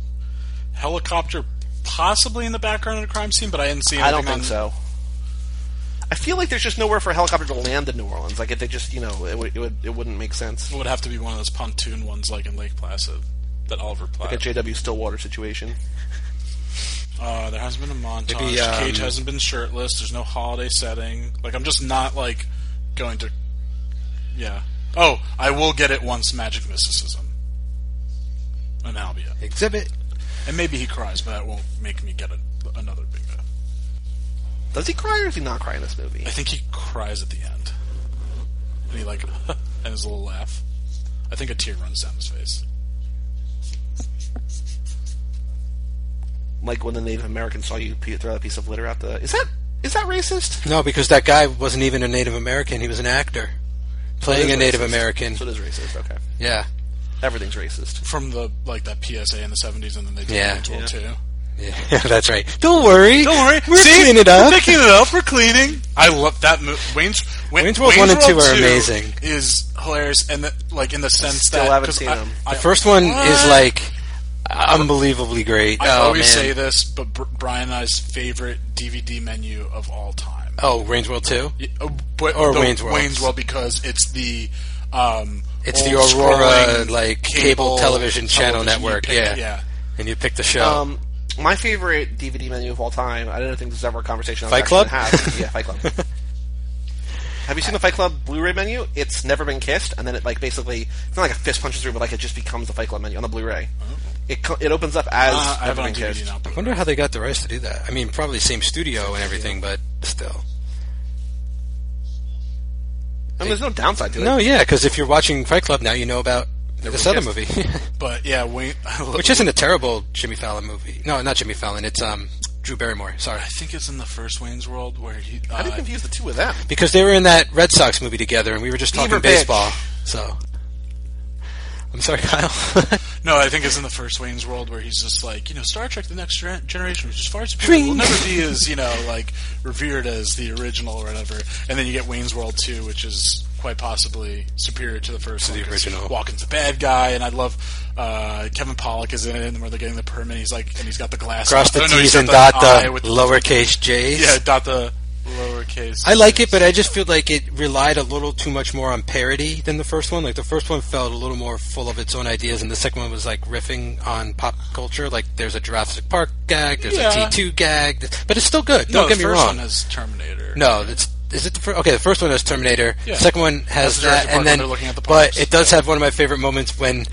[SPEAKER 3] Helicopter possibly in the background of the crime scene, but I didn't see anything
[SPEAKER 1] I don't
[SPEAKER 3] on-
[SPEAKER 1] think so. I feel like there's just nowhere for a helicopter to land in New Orleans. Like if they just, you know, it would it, would, it wouldn't make sense.
[SPEAKER 3] It would have to be one of those pontoon ones like in Lake Placid that Oliver Platt.
[SPEAKER 1] A J.W. Stillwater situation.
[SPEAKER 3] uh, there hasn't been a montage.
[SPEAKER 2] Maybe, um,
[SPEAKER 3] Cage hasn't been shirtless. There's no holiday setting. Like, I'm just not, like, going to. Yeah. Oh, I will get it once magic mysticism. And Albion.
[SPEAKER 2] Exhibit.
[SPEAKER 3] And maybe he cries, but that won't make me get a, another bingo.
[SPEAKER 1] Does he cry or does he not cry in this movie?
[SPEAKER 3] I think he cries at the end. And he like and his little laugh. I think a tear runs down his face.
[SPEAKER 1] Like when the Native Americans saw you pe- throw that piece of litter out the is that is that racist?
[SPEAKER 2] No, because that guy wasn't even a Native American. He was an actor playing
[SPEAKER 1] It is
[SPEAKER 2] a Native
[SPEAKER 1] racist.
[SPEAKER 2] American.
[SPEAKER 1] So it is racist. Okay.
[SPEAKER 2] Yeah.
[SPEAKER 1] Everything's racist.
[SPEAKER 3] from the like that PSA in the seventies, and then they did
[SPEAKER 2] Yeah.
[SPEAKER 3] it in World War Two.
[SPEAKER 2] Yeah, that's right. Don't worry.
[SPEAKER 3] Don't worry,
[SPEAKER 2] We're
[SPEAKER 3] See?
[SPEAKER 2] cleaning it up.
[SPEAKER 3] We're picking it up. We're cleaning. I love that movie. Wayne's, Wa-
[SPEAKER 2] Wayne's World one and two are amazing.
[SPEAKER 3] Is hilarious, and the, like in the sense
[SPEAKER 1] Still
[SPEAKER 3] that
[SPEAKER 1] haven't
[SPEAKER 3] 'cause
[SPEAKER 1] seen
[SPEAKER 3] I,
[SPEAKER 1] them.
[SPEAKER 3] I,
[SPEAKER 2] The first one
[SPEAKER 3] What?
[SPEAKER 2] is like unbelievably great.
[SPEAKER 3] I
[SPEAKER 2] oh
[SPEAKER 3] always
[SPEAKER 2] man.
[SPEAKER 3] say this, but Br- Brian and I's favorite DVD menu of all time.
[SPEAKER 2] oh, Wayne's World two.
[SPEAKER 3] Y- uh, but
[SPEAKER 2] Or
[SPEAKER 3] the
[SPEAKER 2] Wayne's World.
[SPEAKER 3] Wayne's World because it's the um,
[SPEAKER 2] It's the
[SPEAKER 3] old
[SPEAKER 2] Aurora
[SPEAKER 3] scrolling
[SPEAKER 2] like cable, television channel
[SPEAKER 3] television you
[SPEAKER 2] network.
[SPEAKER 3] pick-
[SPEAKER 2] yeah.
[SPEAKER 3] yeah.
[SPEAKER 2] and you pick the show.
[SPEAKER 1] Um, my favorite DVD menu of all time. I don't think this is ever a conversation. I was actually
[SPEAKER 2] Fight Club?
[SPEAKER 1] gonna Have. yeah, Fight Club. Have you seen the Fight Club Blu-ray menu? It's never been kissed, and then it like basically it's not like a fist punches through, but like it just becomes the Fight Club menu on the Blu-ray.
[SPEAKER 2] Mm-hmm.
[SPEAKER 1] It co- it opens up as
[SPEAKER 3] Uh, I have
[SPEAKER 1] never
[SPEAKER 3] it on
[SPEAKER 1] been kissed.
[SPEAKER 3] DVD now.
[SPEAKER 2] I wonder how they got the rights to do that. I mean, probably same studio and everything, but still.
[SPEAKER 1] And there's no downside to it.
[SPEAKER 2] No, yeah, because if you're watching Fight Club now, you know about this other
[SPEAKER 1] Kissed.
[SPEAKER 2] movie,
[SPEAKER 3] But yeah, Wayne. I love-
[SPEAKER 2] which isn't a terrible Jimmy Fallon movie. No, not Jimmy Fallon. It's um Drew Barrymore. Sorry,
[SPEAKER 3] I think it's in the first Wayne's World where he.
[SPEAKER 1] How do you
[SPEAKER 3] uh,
[SPEAKER 1] confuse the two of them?
[SPEAKER 2] because they were in that Red Sox movie together, and we were just talking
[SPEAKER 1] Beaver
[SPEAKER 2] baseball. So, I'm sorry, Kyle.
[SPEAKER 3] No, I think it's in the first Wayne's World where he's just like, you know, Star Trek: The Next Gen- Generation, which is far superior, will
[SPEAKER 2] Shring.
[SPEAKER 3] never be as you know, like revered as the original or whatever. And then you get Wayne's World Two, which is quite possibly superior to the first. one,
[SPEAKER 2] the
[SPEAKER 3] 'cause
[SPEAKER 2] original.
[SPEAKER 3] Walken's a bad guy, and I love uh, Kevin Pollock is in it, and where they're getting the permit. He's like, and he's got the glass.
[SPEAKER 2] Cross
[SPEAKER 3] Oh,
[SPEAKER 2] the
[SPEAKER 3] no,
[SPEAKER 2] T's
[SPEAKER 3] he's got
[SPEAKER 2] and dot
[SPEAKER 3] I
[SPEAKER 2] the
[SPEAKER 3] with
[SPEAKER 2] lowercase J's.
[SPEAKER 3] yeah, dot the lowercase.
[SPEAKER 2] I like it, but I just feel like it relied a little too much more on parody than the first one. Like the first one felt a little more full of its own ideas, and the second one was like riffing on pop culture. Like there's a Jurassic Park gag, there's
[SPEAKER 3] Yeah.
[SPEAKER 2] a T2 gag, th- but it's still good. Don't
[SPEAKER 3] no,
[SPEAKER 2] get
[SPEAKER 3] the
[SPEAKER 2] me
[SPEAKER 3] first
[SPEAKER 2] wrong.
[SPEAKER 3] one is Terminator.
[SPEAKER 2] no, it's is it the first? Okay, the first one is Terminator.
[SPEAKER 3] Yeah.
[SPEAKER 2] The second one has
[SPEAKER 3] That's the
[SPEAKER 2] that,
[SPEAKER 3] Jurassic Park
[SPEAKER 2] and
[SPEAKER 3] when
[SPEAKER 2] then
[SPEAKER 3] they're looking at the
[SPEAKER 2] but
[SPEAKER 3] parks.
[SPEAKER 2] it does have one of my favorite moments when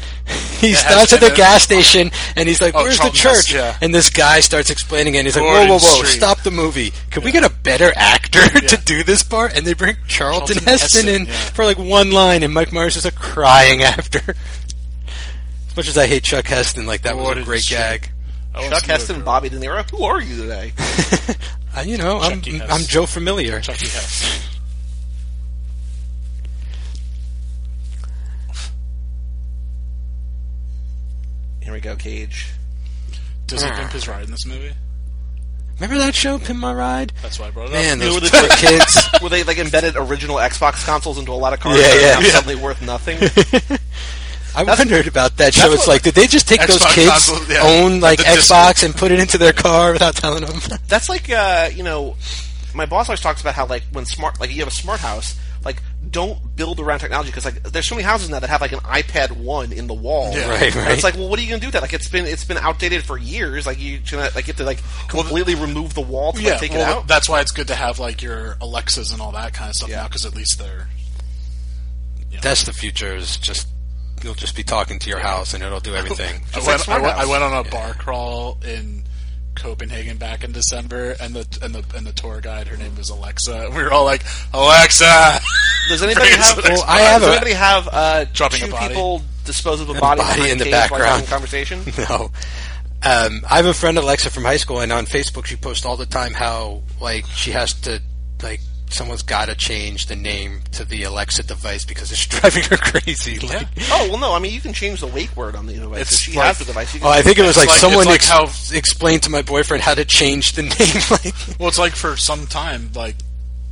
[SPEAKER 2] he
[SPEAKER 3] has
[SPEAKER 2] stops at the
[SPEAKER 3] Kenneth.
[SPEAKER 2] gas station and he's like,
[SPEAKER 3] Oh,
[SPEAKER 2] "Where's the
[SPEAKER 3] Charlton Heston,
[SPEAKER 2] church?"
[SPEAKER 3] yeah.
[SPEAKER 2] And this guy starts explaining it. and He's like,
[SPEAKER 3] Gordon
[SPEAKER 2] "Whoa, whoa, whoa!
[SPEAKER 3] Street."
[SPEAKER 2] Stop the movie! Can we get a better actor to do this part?" And they bring Charlton,
[SPEAKER 3] Charlton
[SPEAKER 2] Heston,
[SPEAKER 3] Heston,
[SPEAKER 2] in
[SPEAKER 3] yeah.
[SPEAKER 2] for like one line, and Mike Myers is like crying after. As much as I hate Chuck Heston, like that was
[SPEAKER 3] Gordon
[SPEAKER 2] a great
[SPEAKER 3] Street.
[SPEAKER 2] gag.
[SPEAKER 3] I want
[SPEAKER 1] Chuck
[SPEAKER 3] some new
[SPEAKER 1] Heston,
[SPEAKER 3] girl.
[SPEAKER 1] Bobby De Niro. Who are you today?
[SPEAKER 2] Uh, you know, I'm, I'm
[SPEAKER 3] Chucky E. Heston.
[SPEAKER 2] Joe Familiar.
[SPEAKER 3] Chucky Hess.
[SPEAKER 1] Here we go, Cage.
[SPEAKER 3] Does he
[SPEAKER 2] Mm.
[SPEAKER 3] pimp his ride in this movie?
[SPEAKER 2] Remember that show, Pin My Ride?
[SPEAKER 3] That's why I brought it up.
[SPEAKER 2] Man,
[SPEAKER 1] You
[SPEAKER 2] those
[SPEAKER 1] were the
[SPEAKER 2] poor kids.
[SPEAKER 1] Were they like embedded original Xbox consoles into a lot of cars?
[SPEAKER 2] Yeah,
[SPEAKER 1] that are
[SPEAKER 2] yeah.
[SPEAKER 1] now
[SPEAKER 2] Yeah.
[SPEAKER 1] Suddenly worth nothing.
[SPEAKER 2] I wondered about that show.
[SPEAKER 3] that's
[SPEAKER 2] It's
[SPEAKER 3] what-
[SPEAKER 2] like, did they just take those
[SPEAKER 3] Xbox
[SPEAKER 2] kids
[SPEAKER 3] console, yeah.
[SPEAKER 2] own like
[SPEAKER 3] The disc-
[SPEAKER 2] Xbox and put it into their car without telling them?
[SPEAKER 1] That's like uh, you know, my boss always talks about how like when smart like you have a smart house, like don't build around technology because like there's so many houses now that have like an iPad one in the wall.
[SPEAKER 3] Yeah.
[SPEAKER 2] Right,
[SPEAKER 1] And it's
[SPEAKER 2] right.
[SPEAKER 1] like, well, what are you gonna do with that? Like it's been it's been outdated for years. Like you gonna like get to like completely remove the wall to like,
[SPEAKER 3] yeah,
[SPEAKER 1] take
[SPEAKER 3] well,
[SPEAKER 1] it out.
[SPEAKER 3] that's why it's good to have like your Alexas and all that kind of stuff
[SPEAKER 1] Yeah.
[SPEAKER 3] now, because at least they're
[SPEAKER 2] That's the future. Is just you'll just be talking to your house and it'll do everything.
[SPEAKER 3] I
[SPEAKER 1] Just like
[SPEAKER 3] went, I, went,
[SPEAKER 1] Smarthouse.
[SPEAKER 3] I went on a bar crawl in Copenhagen back in December, and the and the and the tour guide, her name was Alexa. and We were all like, Alexa,
[SPEAKER 1] Does anybody
[SPEAKER 3] Brings
[SPEAKER 1] have?
[SPEAKER 3] the next
[SPEAKER 2] Well, I have
[SPEAKER 1] does
[SPEAKER 2] a-
[SPEAKER 1] anybody have uh,
[SPEAKER 3] Dropping a
[SPEAKER 1] two
[SPEAKER 3] body.
[SPEAKER 1] people dispose of a body,
[SPEAKER 2] body
[SPEAKER 1] behind
[SPEAKER 2] in the
[SPEAKER 1] Cage while he's
[SPEAKER 2] background.
[SPEAKER 1] having a conversation?
[SPEAKER 2] no. Um, I have a friend Alexa from high school, and on Facebook she posts all the time how like she has to like someone's got to change the name to the Alexa device because it's driving her crazy. Like,
[SPEAKER 1] Oh well, no. I mean, you can change the wake word on the device.
[SPEAKER 3] It's
[SPEAKER 1] if she
[SPEAKER 3] like-
[SPEAKER 1] has the device. You can
[SPEAKER 2] Oh, I think it was
[SPEAKER 3] It's
[SPEAKER 2] like,
[SPEAKER 3] like-
[SPEAKER 2] someone
[SPEAKER 3] it's like
[SPEAKER 2] ex-
[SPEAKER 3] how-
[SPEAKER 2] explained to my boyfriend how to change the name. Like,
[SPEAKER 3] well, it's like for some time, like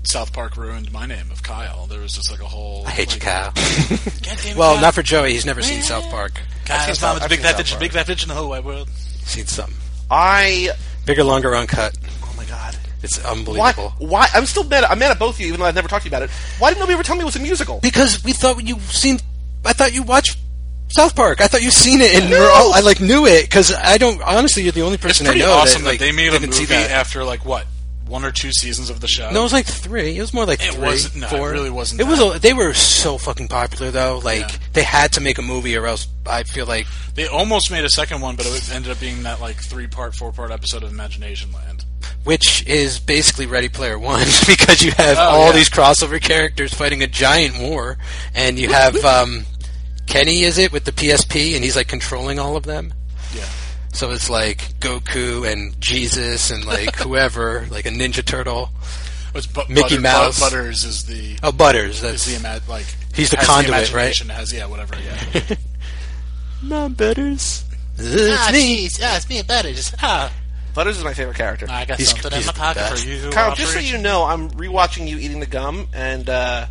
[SPEAKER 3] South Park ruined my name of Kyle. There was just like a whole.
[SPEAKER 2] I hate you,
[SPEAKER 3] like,
[SPEAKER 2] Kyle.
[SPEAKER 3] God damn it,
[SPEAKER 2] Well,
[SPEAKER 3] Kyle.
[SPEAKER 2] not for Joey. He's never seen South Park.
[SPEAKER 1] seen
[SPEAKER 3] Kyle's
[SPEAKER 1] South-
[SPEAKER 3] mama's
[SPEAKER 1] I've
[SPEAKER 3] big
[SPEAKER 1] seen
[SPEAKER 3] fat
[SPEAKER 1] South
[SPEAKER 3] bitch,
[SPEAKER 1] Park.
[SPEAKER 3] big fat bitch in the whole wide world.
[SPEAKER 2] Seen some
[SPEAKER 1] I.
[SPEAKER 2] bigger, longer, uncut.
[SPEAKER 1] Oh my god.
[SPEAKER 2] It's
[SPEAKER 1] Why?
[SPEAKER 2] unbelievable.
[SPEAKER 1] Why? I'm still mad. I'm mad at both of you, even though I've never talked to you about it. Why didn't nobody ever tell me it was a musical?
[SPEAKER 2] Because we thought you seen. I thought you watched South Park. I thought you seen it, and we're all, I like knew it because I don't. Honestly, you're the only
[SPEAKER 3] It's
[SPEAKER 2] person I
[SPEAKER 3] pretty
[SPEAKER 2] know
[SPEAKER 3] awesome
[SPEAKER 2] that, like,
[SPEAKER 3] that they made a
[SPEAKER 2] didn't see
[SPEAKER 3] movie
[SPEAKER 2] that.
[SPEAKER 3] after like what one or two seasons of the show.
[SPEAKER 2] No, it was like three. It was more like
[SPEAKER 3] It
[SPEAKER 2] three,
[SPEAKER 3] wasn't- no, it
[SPEAKER 2] four.
[SPEAKER 3] really wasn't
[SPEAKER 2] It was.
[SPEAKER 3] that.
[SPEAKER 2] A, they were so fucking popular though. Like
[SPEAKER 3] Yeah.
[SPEAKER 2] they had to make a movie, or else I feel like
[SPEAKER 3] They almost made a second one, but it ended up being that like three part, four part episode of Imagination Land.
[SPEAKER 2] which is basically Ready Player One because you have
[SPEAKER 3] Oh,
[SPEAKER 2] all
[SPEAKER 3] yeah.
[SPEAKER 2] these crossover characters fighting a giant war, and you have um, Kenny is it with the PSP, and he's like controlling all of them.
[SPEAKER 3] Yeah.
[SPEAKER 2] So it's like Goku and Jesus and like whoever, like a Ninja Turtle.
[SPEAKER 3] It's bu-
[SPEAKER 2] Mickey
[SPEAKER 3] Butter-
[SPEAKER 2] Mouse.
[SPEAKER 3] Bu- Butters is the
[SPEAKER 2] Oh, Butters.
[SPEAKER 3] is
[SPEAKER 2] That's
[SPEAKER 3] the ima- like
[SPEAKER 2] He's the
[SPEAKER 3] has
[SPEAKER 2] conduit, right?
[SPEAKER 3] imagination, Has yeah, whatever. Yeah.
[SPEAKER 2] Mom Butters. It's me.
[SPEAKER 3] yeah, it's me, Butters. Ah,
[SPEAKER 1] Butters is my favorite character.
[SPEAKER 3] I got
[SPEAKER 2] He's-
[SPEAKER 3] something in
[SPEAKER 2] he's
[SPEAKER 3] my
[SPEAKER 2] the
[SPEAKER 3] pocket
[SPEAKER 2] best.
[SPEAKER 3] for you.
[SPEAKER 1] Kyle, just so
[SPEAKER 3] Operation-
[SPEAKER 1] you know, I'm rewatching you eating the gum, and uh,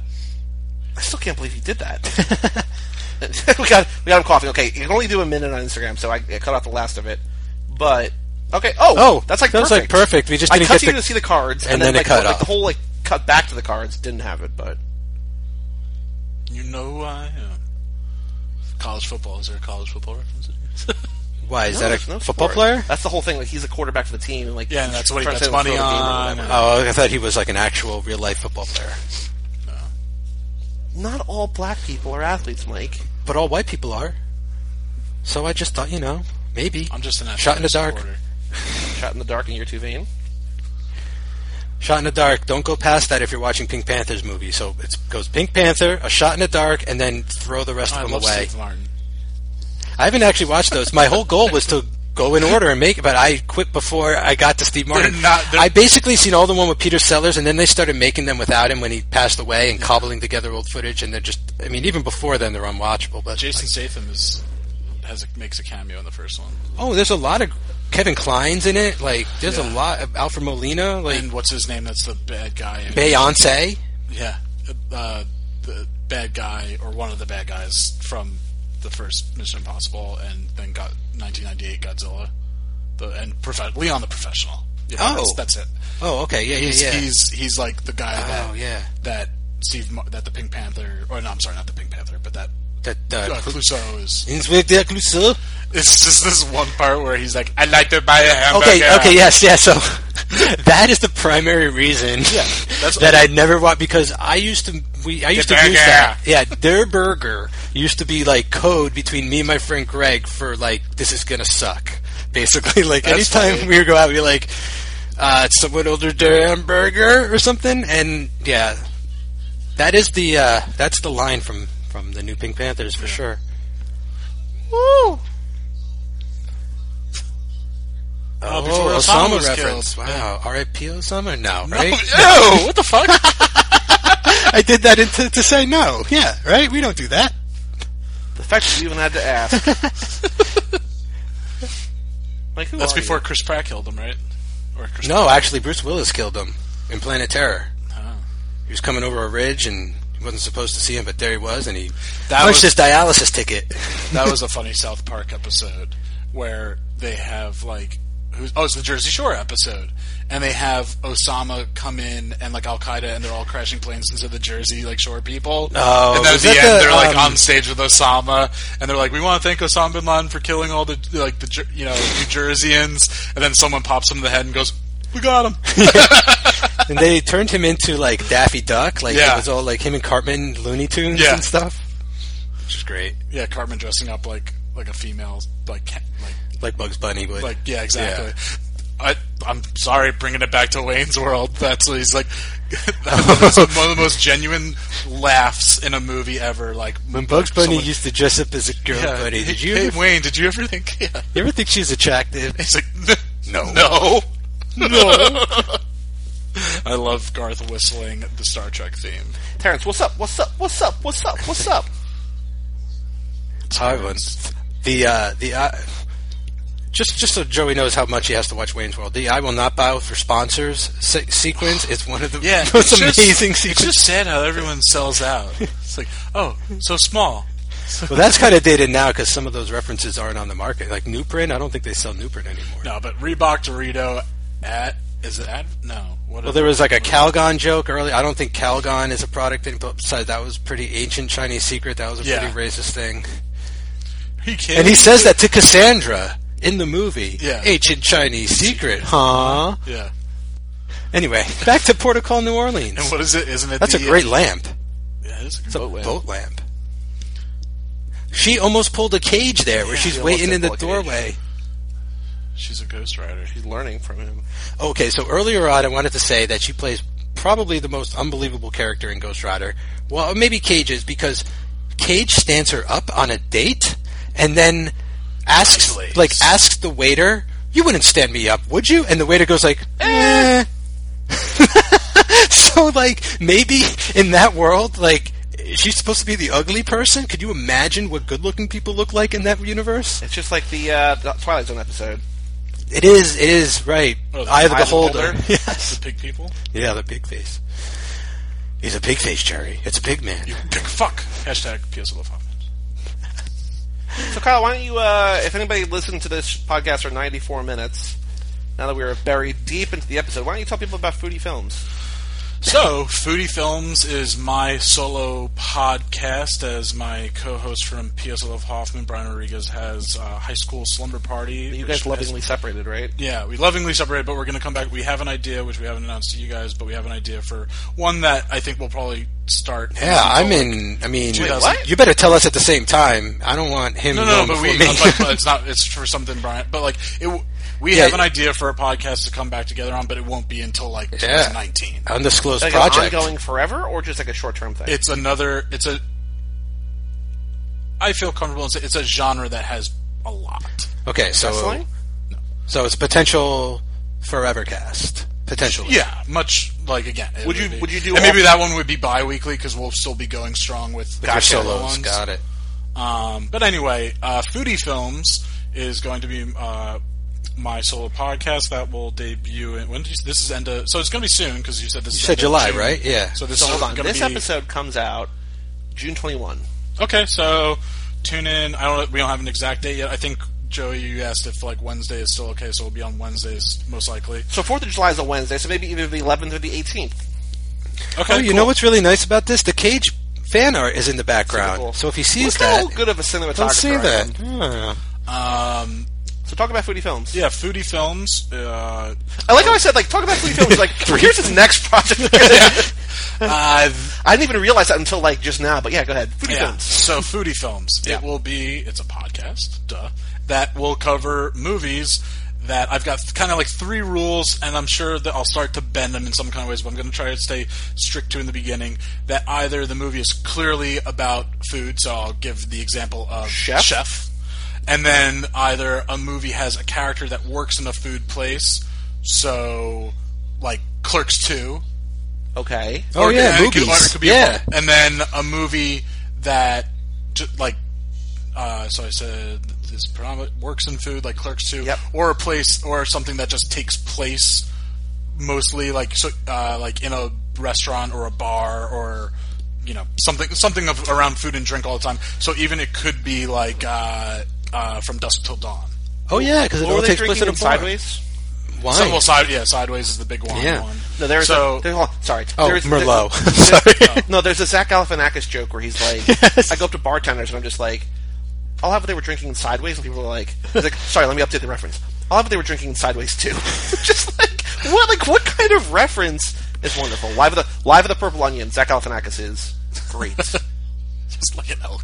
[SPEAKER 1] I still can't believe you did that. we got we got him coughing. Okay, you can only do a minute on Instagram, so I, I cut out the last of it. But okay, oh,
[SPEAKER 2] Oh,
[SPEAKER 1] that's like
[SPEAKER 2] that was,
[SPEAKER 1] perfect.
[SPEAKER 2] like, perfect. We just
[SPEAKER 1] I
[SPEAKER 2] didn't
[SPEAKER 1] cut
[SPEAKER 2] get
[SPEAKER 1] to you
[SPEAKER 2] the-
[SPEAKER 1] to see the cards, and,
[SPEAKER 2] and
[SPEAKER 1] then,
[SPEAKER 2] then
[SPEAKER 1] like,
[SPEAKER 2] it cut
[SPEAKER 1] the, like the
[SPEAKER 2] out.
[SPEAKER 1] whole like cut back to the cards didn't have it, but
[SPEAKER 3] You know who I am. College football. Is there a college football reference? in here?
[SPEAKER 2] Why is
[SPEAKER 1] No,
[SPEAKER 2] that
[SPEAKER 1] there's
[SPEAKER 2] a
[SPEAKER 1] no
[SPEAKER 2] football
[SPEAKER 1] sport.
[SPEAKER 2] player?
[SPEAKER 1] That's the whole thing. Like he's a quarterback for the team, and like
[SPEAKER 3] Yeah, and that's what he
[SPEAKER 1] tries to
[SPEAKER 3] bets money
[SPEAKER 1] throw the game or
[SPEAKER 3] on,
[SPEAKER 1] whatever.
[SPEAKER 3] and-
[SPEAKER 2] Oh, I thought he was like an actual real life football player.
[SPEAKER 1] Not all black people are athletes, Mike.
[SPEAKER 2] But all white people are. So I just thought, you know, maybe.
[SPEAKER 3] I'm just an
[SPEAKER 2] Shot in the
[SPEAKER 3] athletic
[SPEAKER 2] dark.
[SPEAKER 3] supporter.
[SPEAKER 1] Shot in the dark, and you're too vain.
[SPEAKER 2] Shot in the dark. Don't go past that if you're watching Pink Panther's movie. So it goes Pink Panther, a shot in the dark, and then throw the rest
[SPEAKER 3] I
[SPEAKER 2] of them
[SPEAKER 3] love
[SPEAKER 2] away.
[SPEAKER 3] Steve Martin.
[SPEAKER 2] I haven't actually watched those. My whole goal was to go in order and make it, but I quit before I got to Steve Martin.
[SPEAKER 3] They're not- they're-
[SPEAKER 2] I basically seen all the one with Peter Sellers, and then they started making them without him when he passed away and cobbling together old footage. And they're just, I mean, even before then, they're unwatchable. But
[SPEAKER 3] Jason Statham is has a, makes a cameo in the first one.
[SPEAKER 2] oh, there's a lot of Kevin Klein's in it. Like, there's
[SPEAKER 3] Yeah.
[SPEAKER 2] a lot of Alfred Molina, like
[SPEAKER 3] And what's his name? That's the bad guy. in-
[SPEAKER 2] Beyonce.
[SPEAKER 3] Yeah, uh, the bad guy or one of the bad guys from the first Mission Impossible, and then got 1998 Godzilla, the and prof- Leon the Professional. Yeah,
[SPEAKER 2] Oh.
[SPEAKER 3] that's, that's it.
[SPEAKER 2] Oh, okay, yeah, yeah,
[SPEAKER 3] He's,
[SPEAKER 2] yeah.
[SPEAKER 3] he's he's like the guy that
[SPEAKER 2] oh, yeah.
[SPEAKER 3] that Steve Mar- that the Pink Panther or no, I'm sorry, not the Pink Panther, but that
[SPEAKER 2] That
[SPEAKER 3] uh,
[SPEAKER 2] uh,
[SPEAKER 3] Clouseau is.
[SPEAKER 2] Inspector Clouseau.
[SPEAKER 3] It's just this one part where he's like, "I like to buy a hamburger."
[SPEAKER 2] Okay, okay, yes, yeah. So that is the primary reason
[SPEAKER 3] that's-
[SPEAKER 2] that I never watched because I used to we I used to use
[SPEAKER 3] burger.
[SPEAKER 2] that. Yeah, their burger used to be like code between me and my friend Greg for like this is gonna suck. Basically, like
[SPEAKER 3] That's
[SPEAKER 2] anytime
[SPEAKER 3] funny.
[SPEAKER 2] we would go out, we'd be like, uh, it's someone older damn burger or something, and yeah, that is the uh, that's the line from from the new Pink Panthers for sure.
[SPEAKER 1] Woo!
[SPEAKER 3] Oh, before Osama was killed.
[SPEAKER 2] Wow, R.I.P. Osama? No,
[SPEAKER 3] No,
[SPEAKER 2] right?
[SPEAKER 3] ew, Oh, what the fuck?
[SPEAKER 2] I did that into, to say no. Yeah, right? We don't do that.
[SPEAKER 1] The fact that you even had to ask. like who
[SPEAKER 3] That's
[SPEAKER 1] are
[SPEAKER 3] before
[SPEAKER 1] you?
[SPEAKER 3] Chris Pratt killed him, right? Or Chris
[SPEAKER 2] No, actually, Bruce Willis killed him in Planet Terror.
[SPEAKER 3] Oh.
[SPEAKER 2] He was coming over a ridge and he wasn't supposed to see him, but there he was, and he
[SPEAKER 3] That
[SPEAKER 2] punched
[SPEAKER 3] was-
[SPEAKER 2] his dialysis ticket.
[SPEAKER 3] that was a funny South Park episode where they have like who's oh it's the Jersey Shore episode and they have Osama come in and like Al Qaeda and they're all crashing planes into the Jersey like Shore people
[SPEAKER 2] Oh,
[SPEAKER 3] and then at
[SPEAKER 2] was
[SPEAKER 3] the
[SPEAKER 2] that
[SPEAKER 3] end
[SPEAKER 2] the,
[SPEAKER 3] they're like
[SPEAKER 2] um,
[SPEAKER 3] on stage with Osama and they're like we want to thank Osama bin Laden for killing all the like the Jer- you know New Jerseyans and then someone pops him in the head and goes we got him
[SPEAKER 2] and they turned him into, like, Daffy Duck. Like,
[SPEAKER 3] Yeah.
[SPEAKER 2] it was all, like, him and Cartman, Looney Tunes
[SPEAKER 3] Yeah.
[SPEAKER 2] and stuff. Which is great.
[SPEAKER 3] yeah Cartman dressing up like like a female like ca- like
[SPEAKER 2] Like Bugs Bunny would.
[SPEAKER 3] Like, yeah, exactly. I, I'm sorry, bringing it back to Wayne's World. That's what he's like. that's one of the most genuine laughs in a movie ever. Like
[SPEAKER 2] When Bugs Bunny
[SPEAKER 3] someone-
[SPEAKER 2] used to dress up as a girl
[SPEAKER 3] yeah,
[SPEAKER 2] bunny, did you
[SPEAKER 3] hey,
[SPEAKER 2] ever,
[SPEAKER 3] Wayne? Did you ever think? Yeah.
[SPEAKER 2] you ever think she's attractive?
[SPEAKER 3] He's like, no, no, no. I love Garth whistling the Star Trek theme.
[SPEAKER 1] Terrence, what's up? What's up? What's up? What's up? What's up?
[SPEAKER 2] Hard ones. The uh, the uh, just just so Joey knows how much he has to watch Wayne's World. The "I will not bow for sponsors" se- sequence is one of the most
[SPEAKER 3] it's just-
[SPEAKER 2] amazing
[SPEAKER 3] It's
[SPEAKER 2] sequences.
[SPEAKER 3] just sad how everyone sells out. It's like, oh, so small.
[SPEAKER 2] well, that's kind of dated now because some of those references aren't on the market. Like New Print, I don't think they sell New Print anymore.
[SPEAKER 3] No, but Reebok Dorito at is it at no? What
[SPEAKER 2] Well, there was like a Calgon joke earlier. I don't think Calgon is a product, in- but besides that was pretty ancient Chinese secret. That was a
[SPEAKER 3] Yeah.
[SPEAKER 2] pretty racist thing.
[SPEAKER 3] Are you kidding
[SPEAKER 2] And he
[SPEAKER 3] me?
[SPEAKER 2] says that to Cassandra in the movie.
[SPEAKER 3] Yeah.
[SPEAKER 2] Ancient Chinese secret, huh?
[SPEAKER 3] Yeah.
[SPEAKER 2] Anyway, back to Port au Col, New Orleans.
[SPEAKER 3] And what is it? Isn't it?
[SPEAKER 2] That's
[SPEAKER 3] the-
[SPEAKER 2] a great lamp.
[SPEAKER 3] Yeah, it is a
[SPEAKER 2] It's a
[SPEAKER 3] great-
[SPEAKER 2] boat lamp. She almost pulled a cage there where she's
[SPEAKER 1] she almost
[SPEAKER 2] waiting
[SPEAKER 1] did
[SPEAKER 2] in the
[SPEAKER 1] pull a cage.
[SPEAKER 2] doorway.
[SPEAKER 3] She's a ghostwriter.
[SPEAKER 1] He's learning from him.
[SPEAKER 2] Okay, so earlier on, I wanted to say that she plays probably the most unbelievable character in Ghost Rider. Well, maybe Cage's because Cage stands her up on a date and then asks,
[SPEAKER 3] Isolates.
[SPEAKER 2] like, asks the waiter, "You wouldn't stand me up, would you?" And the waiter goes like, "Eh." so, like, maybe in that world, like. is she supposed to be the ugly person? Could you imagine what good-looking people look like in that universe?
[SPEAKER 1] It's just like the, uh, the Twilight Zone episode.
[SPEAKER 2] It is. It is right.
[SPEAKER 3] Oh, the
[SPEAKER 2] Eye of the
[SPEAKER 3] Eye of the
[SPEAKER 2] beholder.
[SPEAKER 3] Beholder?
[SPEAKER 2] yes.
[SPEAKER 3] The pig people.
[SPEAKER 2] Yeah, the pig face. He's a pig face, Jerry. It's a pig man.
[SPEAKER 3] You pig fuck. Hashtag PS Love Hopkins.
[SPEAKER 1] So, Kyle, why don't you, uh, if anybody listened to this podcast for 94 minutes, now that we are buried deep into the episode, why don't you tell people about Foodie Films?
[SPEAKER 3] So, Foodie Films is my solo podcast as my co-host from PS Love Hoffman, Brian Rodriguez, has uh, High School Slumber Party.
[SPEAKER 1] You
[SPEAKER 3] which
[SPEAKER 1] guys
[SPEAKER 3] has-
[SPEAKER 1] lovingly separated, right?
[SPEAKER 3] Yeah, we lovingly separated, but we're going to come back. We have an idea, which we haven't announced to you guys, but we have an idea for one that I think we'll probably start.
[SPEAKER 2] Yeah, I'm in. I mean,
[SPEAKER 3] Wait, what?
[SPEAKER 2] you better tell us at the same time. I don't want him.
[SPEAKER 3] No, no,
[SPEAKER 2] going
[SPEAKER 3] no, but we.
[SPEAKER 2] before me.
[SPEAKER 3] I'm talking about- it's not. It's for something, Brian. But like, it, w- we
[SPEAKER 2] Yeah.
[SPEAKER 3] have an idea for a podcast to come back together on, but it won't be until like 2019.
[SPEAKER 2] Undisclosed
[SPEAKER 1] Like
[SPEAKER 2] project.
[SPEAKER 1] an ongoing forever, or just like a short term thing?
[SPEAKER 3] It's another. It's a. I feel comfortable. in saying It's a genre that has a lot.
[SPEAKER 2] Okay, so
[SPEAKER 1] Wrestling?
[SPEAKER 2] so it's potential forever cast. Potentially.
[SPEAKER 3] Yeah, much like again. it
[SPEAKER 1] Would you-
[SPEAKER 3] be-
[SPEAKER 1] would you do
[SPEAKER 3] And
[SPEAKER 1] all-
[SPEAKER 3] maybe that one would be bi-weekly because we'll still be going strong with
[SPEAKER 2] Your
[SPEAKER 3] the
[SPEAKER 2] solos.
[SPEAKER 3] ones.
[SPEAKER 2] Got it.
[SPEAKER 3] Um, but anyway, uh, Foodie Films is going to be uh, my solo podcast that will debut. In, when did you, this is end of so it's going to be soon because you said this.
[SPEAKER 2] You
[SPEAKER 3] is
[SPEAKER 2] said
[SPEAKER 3] end of
[SPEAKER 2] July,
[SPEAKER 3] June.
[SPEAKER 2] right? Yeah.
[SPEAKER 3] So this
[SPEAKER 1] So,
[SPEAKER 3] is
[SPEAKER 1] hold on.
[SPEAKER 3] gonna
[SPEAKER 1] This
[SPEAKER 3] be-
[SPEAKER 1] episode comes out June 21.
[SPEAKER 3] Okay, so tune in. I don't. We don't have an exact date yet. I think Joey, you asked if like Wednesday is still okay, so we'll be on Wednesdays most likely.
[SPEAKER 1] So, 4th of July is a Wednesday, so maybe either the 11th or the 18th.
[SPEAKER 3] Okay,
[SPEAKER 2] oh, you
[SPEAKER 3] cool.
[SPEAKER 2] know what's really nice about this? The cage fan art is in the background.
[SPEAKER 1] Super cool.
[SPEAKER 2] So if he
[SPEAKER 1] Look
[SPEAKER 2] sees
[SPEAKER 1] how
[SPEAKER 2] that,
[SPEAKER 1] good of a cinematographer
[SPEAKER 2] he'll see
[SPEAKER 1] I
[SPEAKER 2] that.
[SPEAKER 1] am.
[SPEAKER 2] Hmm.
[SPEAKER 3] Um,
[SPEAKER 1] So, talk about Foodie Films.
[SPEAKER 3] yeah, Foodie Films. Uh,
[SPEAKER 1] I like how I said, like, talk about Foodie Films. Like, here's his next project.
[SPEAKER 3] uh,
[SPEAKER 1] I didn't even realize that until like just now. But yeah, go ahead. Foodie
[SPEAKER 3] Yeah.
[SPEAKER 1] films.
[SPEAKER 3] So foodie films.
[SPEAKER 1] Yeah.
[SPEAKER 3] It will be. It's a podcast. Duh. That will cover movies that I've got kind of like three rules, and I'm sure that I'll start to bend them in some kind of ways. But I'm going to try to stay strict to in the beginning. That either the movie is clearly about food, so I'll give the example of
[SPEAKER 1] Chef?
[SPEAKER 3] chef and then either a movie has a character that works in a food place, so like Clerks Two,
[SPEAKER 1] Okay.
[SPEAKER 2] Oh,
[SPEAKER 3] or,
[SPEAKER 2] yeah,
[SPEAKER 3] and it could-
[SPEAKER 2] movies.
[SPEAKER 3] or it could be
[SPEAKER 2] Yeah.
[SPEAKER 3] a- and then a movie that j- like uh, so I said this predominant works in food like Clerks Two,
[SPEAKER 1] Yep.
[SPEAKER 3] or a place or something that just takes place mostly like so, uh, like in a restaurant or a bar or you know something something of around food and drink all the time. So even it could be like uh, uh, from dusk till dawn.
[SPEAKER 2] Oh yeah, because it
[SPEAKER 1] What were
[SPEAKER 2] all
[SPEAKER 1] they
[SPEAKER 2] takes place
[SPEAKER 1] drinking
[SPEAKER 2] in a
[SPEAKER 1] in
[SPEAKER 2] bar.
[SPEAKER 1] sideways?
[SPEAKER 2] Wine.
[SPEAKER 3] So, well, side, yeah, sideways is the big one.
[SPEAKER 2] Yeah.
[SPEAKER 3] one.
[SPEAKER 1] No, there's
[SPEAKER 3] so
[SPEAKER 1] a, there's, hold on, sorry.
[SPEAKER 2] Oh,
[SPEAKER 1] there's,
[SPEAKER 2] Merlot.
[SPEAKER 1] there's-
[SPEAKER 2] Sorry.
[SPEAKER 1] no, there's a Zach Galifianakis joke where he's like,
[SPEAKER 2] Yes.
[SPEAKER 1] I go up to bartenders and I'm just like, I'll have what they were drinking sideways, and people are like, he's like, sorry, let me update the reference. I'll have what they were drinking sideways too. just like what, like what kind of reference is wonderful? Live of the Live of the Purple Onion. Zach Galifianakis is great.
[SPEAKER 3] just like an elk.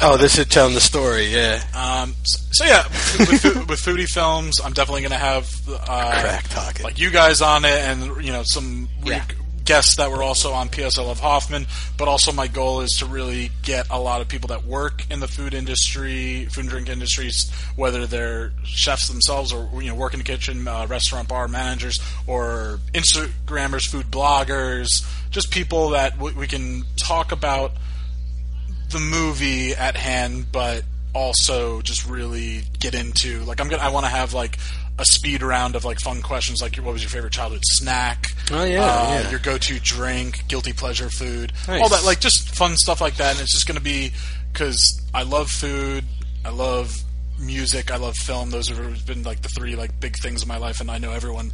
[SPEAKER 2] oh, this is telling the story. Yeah.
[SPEAKER 3] Um, so, so yeah, with, with, with foodie films, I'm definitely going to have uh,
[SPEAKER 2] Crack talking.
[SPEAKER 3] like you guys on it, and you know some re-
[SPEAKER 1] Yeah.
[SPEAKER 3] guests that were also on PSL of Hoffman. But also, my goal is to really get a lot of people that work in the food industry, food and drink industries, whether they're chefs themselves or you know work in the kitchen, uh, restaurant bar managers, or Instagrammers, food bloggers, just people that w- we can talk about the movie at hand, but also just really get into like I'm gonna I want to have like a speed round of like fun questions like what was your favorite childhood snack?
[SPEAKER 2] Oh, yeah,
[SPEAKER 3] Uh,
[SPEAKER 2] yeah.
[SPEAKER 3] your go-to drink, guilty pleasure food,
[SPEAKER 2] Nice.
[SPEAKER 3] all that like just fun stuff like that. And it's just gonna be because I love food, I love music, I love film. Those have been like the three like big things in my life, and I know everyone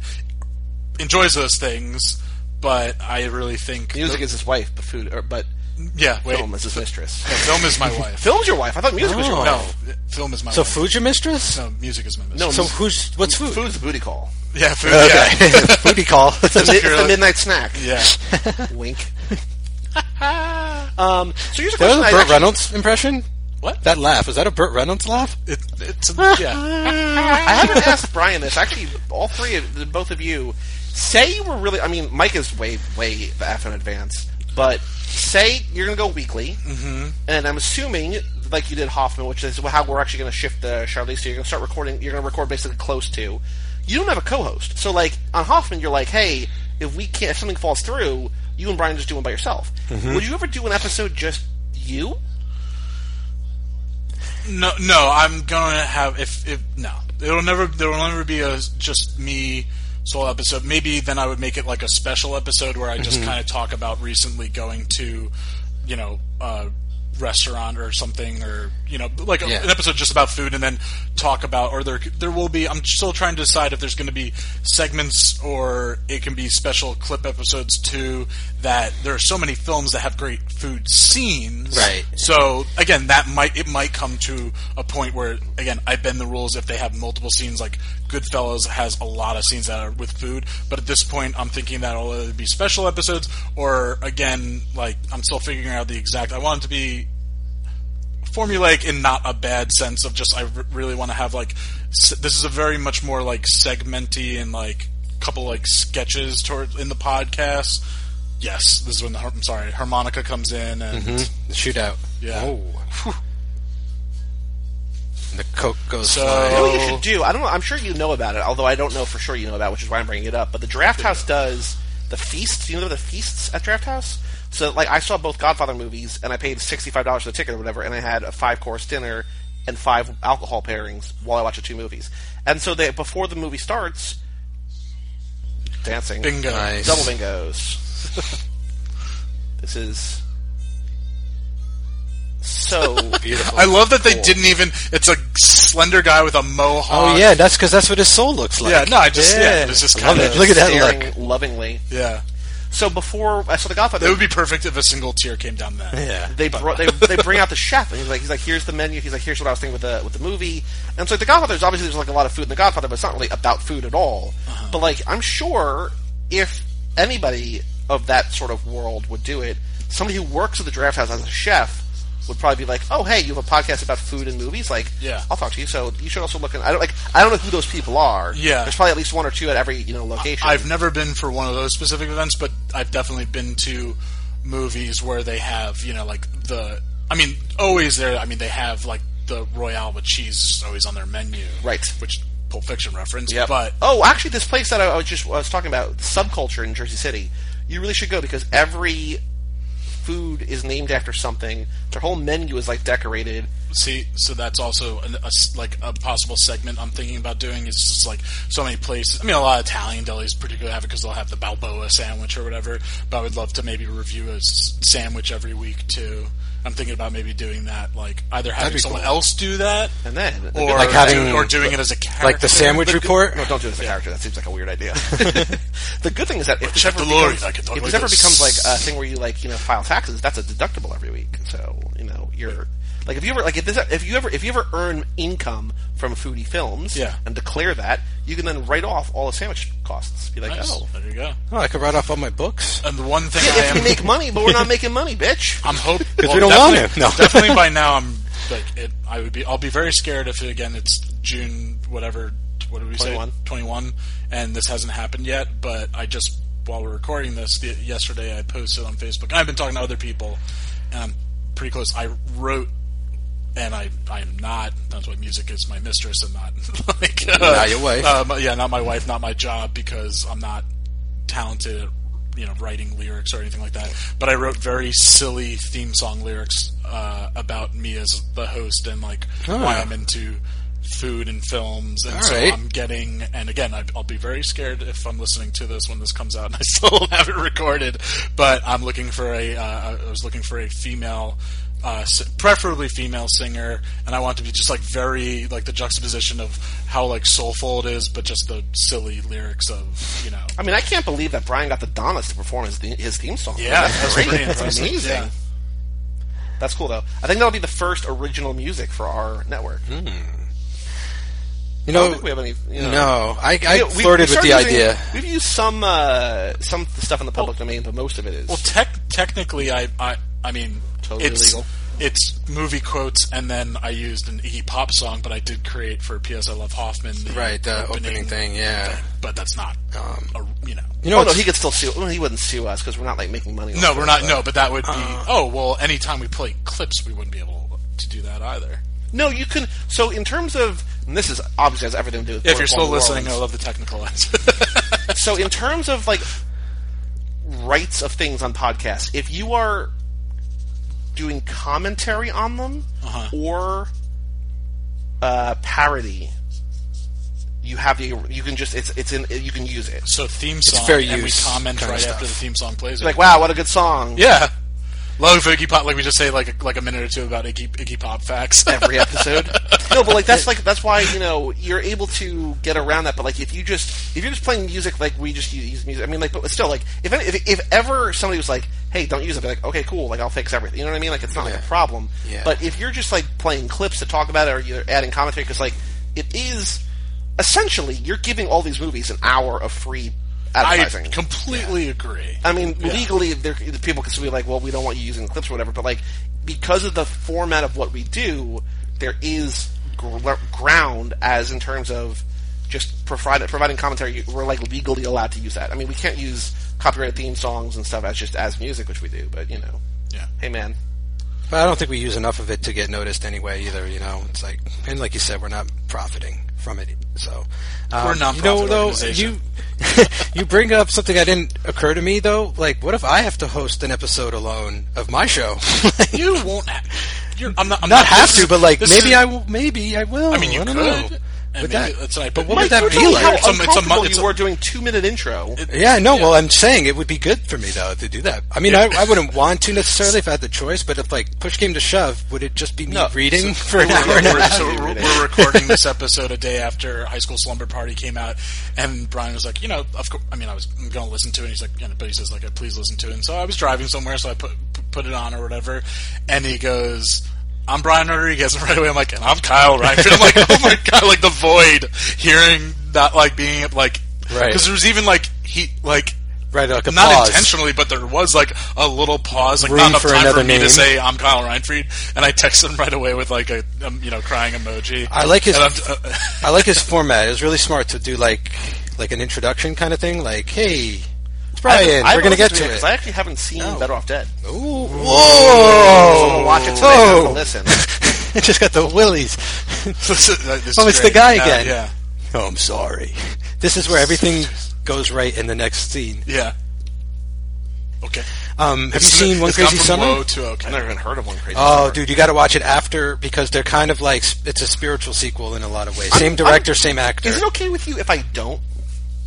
[SPEAKER 3] enjoys those things. But I really think
[SPEAKER 1] Music is his wife, but food, or, but
[SPEAKER 3] yeah, wait,
[SPEAKER 1] film is his mistress.
[SPEAKER 3] No, film is my wife.
[SPEAKER 1] Film's your wife. I thought music was your
[SPEAKER 2] Oh.
[SPEAKER 1] wife.
[SPEAKER 3] No, film is my
[SPEAKER 2] So
[SPEAKER 3] wife.
[SPEAKER 2] food's your mistress.
[SPEAKER 3] No, music is my
[SPEAKER 1] No,
[SPEAKER 3] business.
[SPEAKER 2] So who's what's food?
[SPEAKER 1] Food's a booty call.
[SPEAKER 3] yeah, food.
[SPEAKER 2] Okay.
[SPEAKER 3] Yeah.
[SPEAKER 2] Booty call.
[SPEAKER 1] It's the, it's the
[SPEAKER 3] Securely.
[SPEAKER 1] midnight snack.
[SPEAKER 3] yeah.
[SPEAKER 1] Wink. um, so here's a
[SPEAKER 2] That was
[SPEAKER 1] question.
[SPEAKER 2] a
[SPEAKER 1] I
[SPEAKER 2] Burt
[SPEAKER 1] actually-
[SPEAKER 2] Reynolds impression.
[SPEAKER 3] What?
[SPEAKER 2] That laugh was that a Burt Reynolds laugh?
[SPEAKER 3] It, it's yeah.
[SPEAKER 1] I haven't asked Brian this. Actually, all three of the both of you say you were really. I mean, Mike is way, way the f in advance. But say you're going to go weekly, mm-hmm. and I'm assuming like you did Hoffman, which is how we're actually going to shift the Charlize. So you're going to start recording. You're going to record basically close to. You don't have a co-host, so like on Hoffman, you're like, hey, if we can't, if something falls through, you and Brian just do one by yourself. Would you ever do an episode just you?
[SPEAKER 3] No, no, I'm gonna have if if no, it'll never there will never be a just me solo episode. Maybe then I would make it like a special episode where I just kind of talk about recently going to, you know, a restaurant or something, or you know, like a,
[SPEAKER 2] Yeah.
[SPEAKER 3] an episode just about food, and then talk about or there there will be. I'm still trying to decide if there's going to be segments or it can be special clip episodes too. That there are so many films that have great food scenes,
[SPEAKER 2] Right.
[SPEAKER 3] so again, that might it might come to a point where again I bend the rules if they have multiple scenes. Like Goodfellas has a lot of scenes that are with food, but at this point I'm thinking that will either be special episodes or again like I'm still figuring out the exact. I want it to be formulaic in not a bad sense of just I r- really want to have like s- this is a very much more like segmenty and like couple like sketches toward in the podcast. Yes, this is when the har- I'm sorry harmonica comes in and.
[SPEAKER 2] The shootout.
[SPEAKER 3] Yeah.
[SPEAKER 2] Oh. Whew. The coke goes
[SPEAKER 3] So-
[SPEAKER 1] You know
[SPEAKER 2] flying.
[SPEAKER 1] what you should do? I don't know. I'm sure you know about it, although I don't know for sure you know about, it, which is why I'm bringing it up. But the Draft House does the feasts. You know the feasts at Draft House. So like I saw both Godfather movies, and I paid sixty five dollars for the ticket or whatever, and I had a five course dinner and five alcohol pairings while I watched the two movies. And so they before the movie starts, dancing,
[SPEAKER 3] Bingo.
[SPEAKER 2] Nice.
[SPEAKER 1] double bingos. this is so
[SPEAKER 2] Beautiful.
[SPEAKER 3] I love that they didn't even. It's a slender guy with a mohawk.
[SPEAKER 2] oh yeah, that's because that's what his soul looks like.
[SPEAKER 3] Yeah, no, I just- yeah, it's just
[SPEAKER 2] I love
[SPEAKER 3] kinda-
[SPEAKER 2] it. Look at that
[SPEAKER 1] staring
[SPEAKER 2] look.
[SPEAKER 1] lovingly.
[SPEAKER 3] yeah.
[SPEAKER 1] So before I saw the Godfather,
[SPEAKER 3] It would be perfect if a single tear came down that.
[SPEAKER 2] Yeah.
[SPEAKER 1] they brought they, they bring out the chef and he's like he's like here's the menu he's like here's what I was thinking with the with the movie and so like the Godfather is obviously there's like a lot of food in the Godfather but it's not really about food at all
[SPEAKER 3] Uh-huh.
[SPEAKER 1] but like I'm sure if anybody of that sort of world would do it somebody who works at the draft house as a chef would probably be like oh hey you have a podcast about food and movies like
[SPEAKER 3] Yeah.
[SPEAKER 1] I'll talk to you so you should also look in I don't like I don't know who those people are
[SPEAKER 3] Yeah.
[SPEAKER 1] there's probably at least one or two at every you know location
[SPEAKER 3] I've never been for one of those specific events, but I've definitely been to movies where they have, you know, like the. I mean, always there. I mean, they have like the Royale with cheese is always on their menu,
[SPEAKER 1] Right.
[SPEAKER 3] Which Pulp Fiction reference,
[SPEAKER 1] Yep.
[SPEAKER 3] but
[SPEAKER 1] oh, actually, this place that I, I was just I was talking about, subculture in Jersey City, you really should go because every food is named after something. Their whole menu is like decorated.
[SPEAKER 3] See, so that's also an, a s like a possible segment I'm thinking about doing is just like so many places. I mean, a lot of Italian delis particularly have it because they'll have the Balboa sandwich or whatever. But I would love to maybe review a s- sandwich every week too. I'm thinking about maybe doing that, like either having
[SPEAKER 2] be
[SPEAKER 3] someone
[SPEAKER 2] cool.
[SPEAKER 3] else do that,
[SPEAKER 1] And then,
[SPEAKER 3] or
[SPEAKER 2] Like having-
[SPEAKER 3] do- or doing it as a character,
[SPEAKER 2] Like the sandwich report.
[SPEAKER 1] no, don't do it as a character. That seems like a weird idea. the good thing is that if this
[SPEAKER 3] Chef
[SPEAKER 1] ever
[SPEAKER 3] Delory,
[SPEAKER 1] becomes,
[SPEAKER 3] I can totally
[SPEAKER 1] if this ever
[SPEAKER 3] go s-
[SPEAKER 1] becomes like a thing where you like you know file taxes, that's a deductible every week. So you know you're like if you ever like if this if you ever if you ever earn income from foodie films
[SPEAKER 3] Yeah.
[SPEAKER 1] and declare that, you can then write off all the sandwich costs. Be like,
[SPEAKER 3] Nice.
[SPEAKER 1] oh,
[SPEAKER 3] there you go.
[SPEAKER 2] Oh, I could write off all my books.
[SPEAKER 3] And the one thing
[SPEAKER 1] if
[SPEAKER 3] I
[SPEAKER 1] we
[SPEAKER 3] am,
[SPEAKER 1] make money, but we're not making money, bitch.
[SPEAKER 3] I'm hoping
[SPEAKER 2] we don't want him. No.
[SPEAKER 3] definitely by now I'm like it, I would be I'll be very scared if again it's June whatever what did we
[SPEAKER 1] 21.
[SPEAKER 3] say 21 and this hasn't happened yet but I just while we're recording this the, yesterday I posted on Facebook and I've been talking to other people and I'm pretty close I wrote and I, I am not. That's why music is my mistress, and not like uh,
[SPEAKER 2] Not your wife.
[SPEAKER 3] uh, my- yeah, not my wife, not my job, because I'm not talented at you know writing lyrics or anything like that. But I wrote very silly theme song lyrics uh, about me as the host and like why I'm into food and films, and
[SPEAKER 2] All
[SPEAKER 3] so
[SPEAKER 2] right.
[SPEAKER 3] I'm getting. And again, I, I'll be very scared if I'm listening to this when this comes out and I still don't have it recorded. But I'm looking for a. Uh, I was looking for a female. Uh, s- preferably female singer, and I want it to be just like very like the juxtaposition of how like soulful it is, but just the silly lyrics of you know.
[SPEAKER 1] I mean, I can't believe that Brian got the Donuts to perform his, the- his theme song.
[SPEAKER 3] Yeah,
[SPEAKER 1] that's,
[SPEAKER 3] that's
[SPEAKER 1] great.
[SPEAKER 3] pretty
[SPEAKER 1] that's
[SPEAKER 3] impressive,
[SPEAKER 1] amazing.
[SPEAKER 3] yeah.
[SPEAKER 1] That's cool, though. I think that'll be the first original music for our network. I
[SPEAKER 2] You
[SPEAKER 1] don't
[SPEAKER 2] know,
[SPEAKER 1] think we have any. You know,
[SPEAKER 2] no, I, I
[SPEAKER 1] oh, We- we- we
[SPEAKER 2] flirted with
[SPEAKER 1] started
[SPEAKER 2] the
[SPEAKER 1] using-
[SPEAKER 2] idea.
[SPEAKER 1] We've used some uh, some stuff in the public domain, but most of it is.
[SPEAKER 3] Well, tech technically, I I, I mean,
[SPEAKER 1] Totally
[SPEAKER 3] it's
[SPEAKER 1] legal.
[SPEAKER 3] it's movie quotes, and then I used an Iggy Pop song, but I did create for P.S. I Love Hoffman, the
[SPEAKER 2] Right, the opening thing, yeah.
[SPEAKER 3] But that's not, a, you know.
[SPEAKER 2] You know,
[SPEAKER 1] oh no,
[SPEAKER 2] it's-
[SPEAKER 1] he could still sue. Well, he wouldn't sue us because we're not like making money. off
[SPEAKER 3] No,
[SPEAKER 1] it,
[SPEAKER 3] we're not.
[SPEAKER 1] but-
[SPEAKER 3] No, but that would be. oh well, anytime we play clips, we wouldn't be able to do that either.
[SPEAKER 1] No, you can. So in terms of and this is obviously has everything to do with
[SPEAKER 3] If you're still
[SPEAKER 1] New Orleans.
[SPEAKER 3] listening, I love the technical answer.
[SPEAKER 1] so in terms of like rights of things on podcasts. If you are doing commentary on them or uh, parody, you have the you can just it's it's in you can use it.
[SPEAKER 3] So theme song,
[SPEAKER 2] fair
[SPEAKER 3] and we
[SPEAKER 2] use
[SPEAKER 3] comment
[SPEAKER 2] kind of
[SPEAKER 3] right
[SPEAKER 2] stuff.
[SPEAKER 3] after the theme song plays.
[SPEAKER 1] Like wow, what a good song!
[SPEAKER 3] yeah, love Iggy Pop. Like we just say like a, like a minute or two about Iggy Iggy Pop facts.
[SPEAKER 1] every episode. no, but like that's like that's why you know you're able to get around that. But like if you just if you're just playing music like we just use, use music, I mean like but still like if, any- if if ever somebody was like, hey, don't use it, I'd be like okay, cool, like I'll fix everything. You know what I mean? Like it's not like a problem.
[SPEAKER 2] Yeah.
[SPEAKER 1] But if you're just like playing clips to talk about it or you're adding commentary because like it is essentially you're giving all these movies an hour of free
[SPEAKER 3] I
[SPEAKER 1] advertising.
[SPEAKER 3] completely agree.
[SPEAKER 1] I mean, legally, there, the people could still be like, "Well, we don't want you using clips or whatever." But like, because of the format of what we do, there is gr- ground as in terms of just provide, providing commentary. you- We're like legally allowed to use that. I mean, we can't use copyrighted theme songs and stuff as just as music, which we do. But you know,
[SPEAKER 3] Yeah.
[SPEAKER 1] hey man,
[SPEAKER 2] But I don't think we use enough of it to get noticed anyway either. You know, it's like and like you said, we're not profiting from it. So um,
[SPEAKER 3] We're a nonprofit
[SPEAKER 2] you know, though,
[SPEAKER 3] organization.
[SPEAKER 2] You you bring up something that didn't occur to me though. Like, what if I have to host an episode alone of my show? Like,
[SPEAKER 3] You won't. ha- You're, I'm not. I'm
[SPEAKER 2] not have
[SPEAKER 3] this
[SPEAKER 2] to,
[SPEAKER 3] is-
[SPEAKER 2] but like
[SPEAKER 3] this
[SPEAKER 2] maybe
[SPEAKER 3] is-
[SPEAKER 2] I will. Maybe I will.
[SPEAKER 3] I mean, you
[SPEAKER 2] don't
[SPEAKER 3] could.
[SPEAKER 2] Know.
[SPEAKER 3] And
[SPEAKER 2] But
[SPEAKER 3] maybe
[SPEAKER 2] that-
[SPEAKER 3] that's right.
[SPEAKER 2] but what would
[SPEAKER 1] you
[SPEAKER 2] that
[SPEAKER 1] were
[SPEAKER 2] be
[SPEAKER 1] telling me
[SPEAKER 2] like?
[SPEAKER 1] how
[SPEAKER 3] It's a- it's a
[SPEAKER 1] uncomfortable
[SPEAKER 3] mon- it's
[SPEAKER 1] you
[SPEAKER 3] a-
[SPEAKER 1] were doing two minute intro.
[SPEAKER 2] Yeah, no. Well, I'm saying it would be good for me though to do that. I mean, I, I wouldn't want to necessarily if I had the choice, but if like push came to shove, would it just be me
[SPEAKER 1] No.
[SPEAKER 2] reading for an hour
[SPEAKER 3] we're,
[SPEAKER 2] and a
[SPEAKER 3] we're-
[SPEAKER 2] half?
[SPEAKER 3] so we're, we're recording this episode a day after High School Slumber Party came out, and Brian was like, you know, of course. I mean, I was going to listen to it. And he's like, you know, but he says like, please listen to it. And so I was driving somewhere, so I put put it on or whatever, and he goes. I'm Brian Rodriguez, and right away I'm like, and I'm Kyle Reichert. I'm like, oh my god, like the void, hearing not like being like,
[SPEAKER 2] Right.
[SPEAKER 3] Because there was even like he like
[SPEAKER 2] Right, like a
[SPEAKER 3] not
[SPEAKER 2] pause.
[SPEAKER 3] intentionally, but there was like a little pause, like
[SPEAKER 2] Room
[SPEAKER 3] not enough
[SPEAKER 2] for
[SPEAKER 3] time for
[SPEAKER 2] another
[SPEAKER 3] me to
[SPEAKER 2] name.
[SPEAKER 3] say I'm Kyle Reinfried, and I texted him right away with like a um, you know crying emoji.
[SPEAKER 2] I like his-
[SPEAKER 3] And I'm- uh,
[SPEAKER 2] I like his format. It was really smart to do like like an introduction kind of thing. Like, hey, it's Brian.
[SPEAKER 1] I've
[SPEAKER 2] we're gonna
[SPEAKER 1] listened
[SPEAKER 2] get
[SPEAKER 1] to
[SPEAKER 2] to it. Oh.
[SPEAKER 1] because I actually haven't seen Better Off Dead.
[SPEAKER 2] Ooh, whoa!
[SPEAKER 1] I'm gonna watch it today. I'm gonna listen.
[SPEAKER 2] I just got the willies.
[SPEAKER 3] this is- uh, this
[SPEAKER 2] Oh,
[SPEAKER 3] is
[SPEAKER 2] it's the
[SPEAKER 3] great.
[SPEAKER 2] guy
[SPEAKER 3] Yeah,
[SPEAKER 2] again.
[SPEAKER 3] Yeah,
[SPEAKER 2] oh, I'm sorry. This is where everything goes right in the next scene.
[SPEAKER 3] yeah. Okay.
[SPEAKER 2] Um, have you
[SPEAKER 3] It's-
[SPEAKER 2] seen One
[SPEAKER 3] it's gone
[SPEAKER 2] Crazy
[SPEAKER 3] from
[SPEAKER 2] Summer?
[SPEAKER 3] Low to okay.
[SPEAKER 1] I've never even heard of one crazy.
[SPEAKER 2] Oh, dude, you got to watch it after because they're kind of like sp- it's a spiritual sequel in a lot of ways. Same director,
[SPEAKER 1] I'm-
[SPEAKER 2] same actor.
[SPEAKER 1] Is it okay with you if I don't?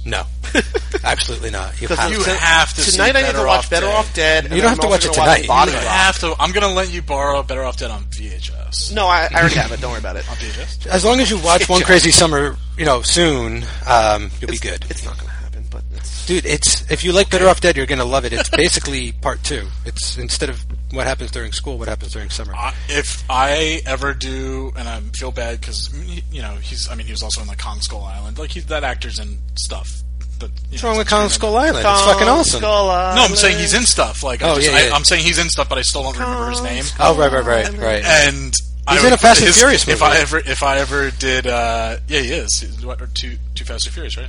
[SPEAKER 2] No, absolutely not. You
[SPEAKER 1] 'Cause
[SPEAKER 2] have
[SPEAKER 3] You
[SPEAKER 2] to.
[SPEAKER 3] have to see
[SPEAKER 1] tonight. I need
[SPEAKER 3] Better
[SPEAKER 1] to watch
[SPEAKER 3] Off
[SPEAKER 1] Better
[SPEAKER 3] Dead.
[SPEAKER 1] Off Dead. and
[SPEAKER 2] You don't
[SPEAKER 1] then
[SPEAKER 2] have
[SPEAKER 1] I'm
[SPEAKER 2] to
[SPEAKER 1] also
[SPEAKER 2] watch it
[SPEAKER 1] gonna
[SPEAKER 2] tonight.
[SPEAKER 1] Body
[SPEAKER 3] You
[SPEAKER 1] Rock.
[SPEAKER 3] have to. I'm gonna let you borrow Better Off Dead on VHS.
[SPEAKER 1] No, I, I already have it. Don't worry about it.
[SPEAKER 3] VHS.
[SPEAKER 2] As long as you watch One Crazy Summer, you know, soon, um, you'll be good.
[SPEAKER 1] It's not going to happen, but it's
[SPEAKER 2] Dude, it's if you like Better Off Dead, you're gonna love it. It's basically part two. It's instead of what happens during school, what happens during summer.
[SPEAKER 3] I- if I ever do, and I feel bad because you know he's. I mean, he was also in like Kong Skull Island. Like he, that actor's in stuff. But,
[SPEAKER 2] What's wrong with Kong Skull Island? It's fucking awesome.
[SPEAKER 3] No, I'm saying he's in stuff. Like, I
[SPEAKER 2] Oh,
[SPEAKER 3] just,
[SPEAKER 2] yeah, yeah.
[SPEAKER 3] I, I'm saying he's in stuff, but I still don't remember his name.
[SPEAKER 2] Oh, right, right, right, right.
[SPEAKER 3] And
[SPEAKER 2] He's
[SPEAKER 3] I
[SPEAKER 2] in a Fast and
[SPEAKER 3] his-
[SPEAKER 2] Furious
[SPEAKER 3] If
[SPEAKER 2] movie.
[SPEAKER 3] I ever, if I ever did, uh, yeah, he is. He's what- or Two, two Fast and Furious, right?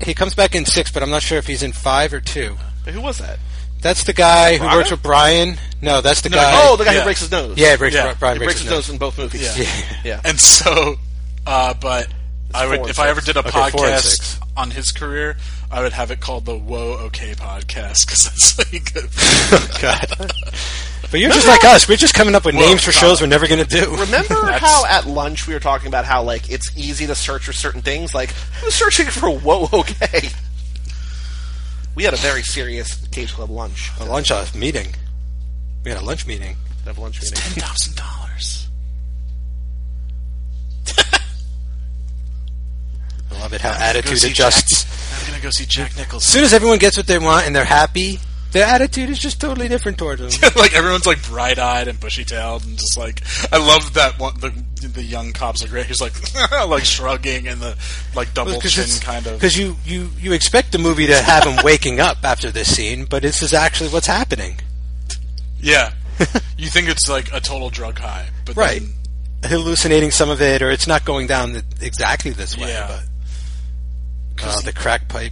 [SPEAKER 2] He comes back in six, but I'm not sure if he's in five or two.
[SPEAKER 1] Who was that?
[SPEAKER 2] That's the guy who
[SPEAKER 1] Brian?
[SPEAKER 2] works with Brian. No, that's the guy.
[SPEAKER 1] oh, the guy
[SPEAKER 3] yeah.
[SPEAKER 1] who breaks his nose.
[SPEAKER 2] Uh, yeah, breaks,
[SPEAKER 3] Yeah.
[SPEAKER 2] Brian
[SPEAKER 1] he
[SPEAKER 2] breaks, his nose.
[SPEAKER 1] in both movies.
[SPEAKER 3] Yeah.
[SPEAKER 1] yeah.
[SPEAKER 3] And so, uh, but I
[SPEAKER 1] four
[SPEAKER 3] would,
[SPEAKER 1] and
[SPEAKER 3] if I ever did a
[SPEAKER 2] Okay, four and six.
[SPEAKER 3] podcast on his career, I would have it called the Whoa Okay Podcast because that's like.
[SPEAKER 2] God. But you're just like us. We're just coming up with
[SPEAKER 3] Whoa,
[SPEAKER 2] names for
[SPEAKER 3] God.
[SPEAKER 2] shows we're never gonna do.
[SPEAKER 1] Remember
[SPEAKER 3] That's-
[SPEAKER 1] how at lunch we were talking about how like it's easy to search for certain things? Like who's searching for whoa okay? We had a very serious Cage Club lunch.
[SPEAKER 2] A lunch uh, meeting. We had a lunch meeting.
[SPEAKER 1] Have lunch meeting.
[SPEAKER 3] Ten thousand dollars.
[SPEAKER 2] I love it how attitude adjusts.
[SPEAKER 3] I'm gonna go see Jack
[SPEAKER 2] As
[SPEAKER 3] Nicholson.
[SPEAKER 2] soon as everyone gets what they want and they're happy, their attitude is just totally different toward them.
[SPEAKER 3] like everyone's like bright eyed and bushy tailed and just like I love that one. The the young cops are great. He's like like shrugging and the like double chin kind of.
[SPEAKER 2] Because you, you, you expect the movie to have him waking up after this scene, but this is actually what's happening.
[SPEAKER 3] Yeah, you think it's like a total drug high, but
[SPEAKER 2] Right.
[SPEAKER 3] Then,
[SPEAKER 2] Hallucinating some of it, or it's not going down the, exactly this way,
[SPEAKER 3] Yeah.
[SPEAKER 2] but uh, the crack pipe,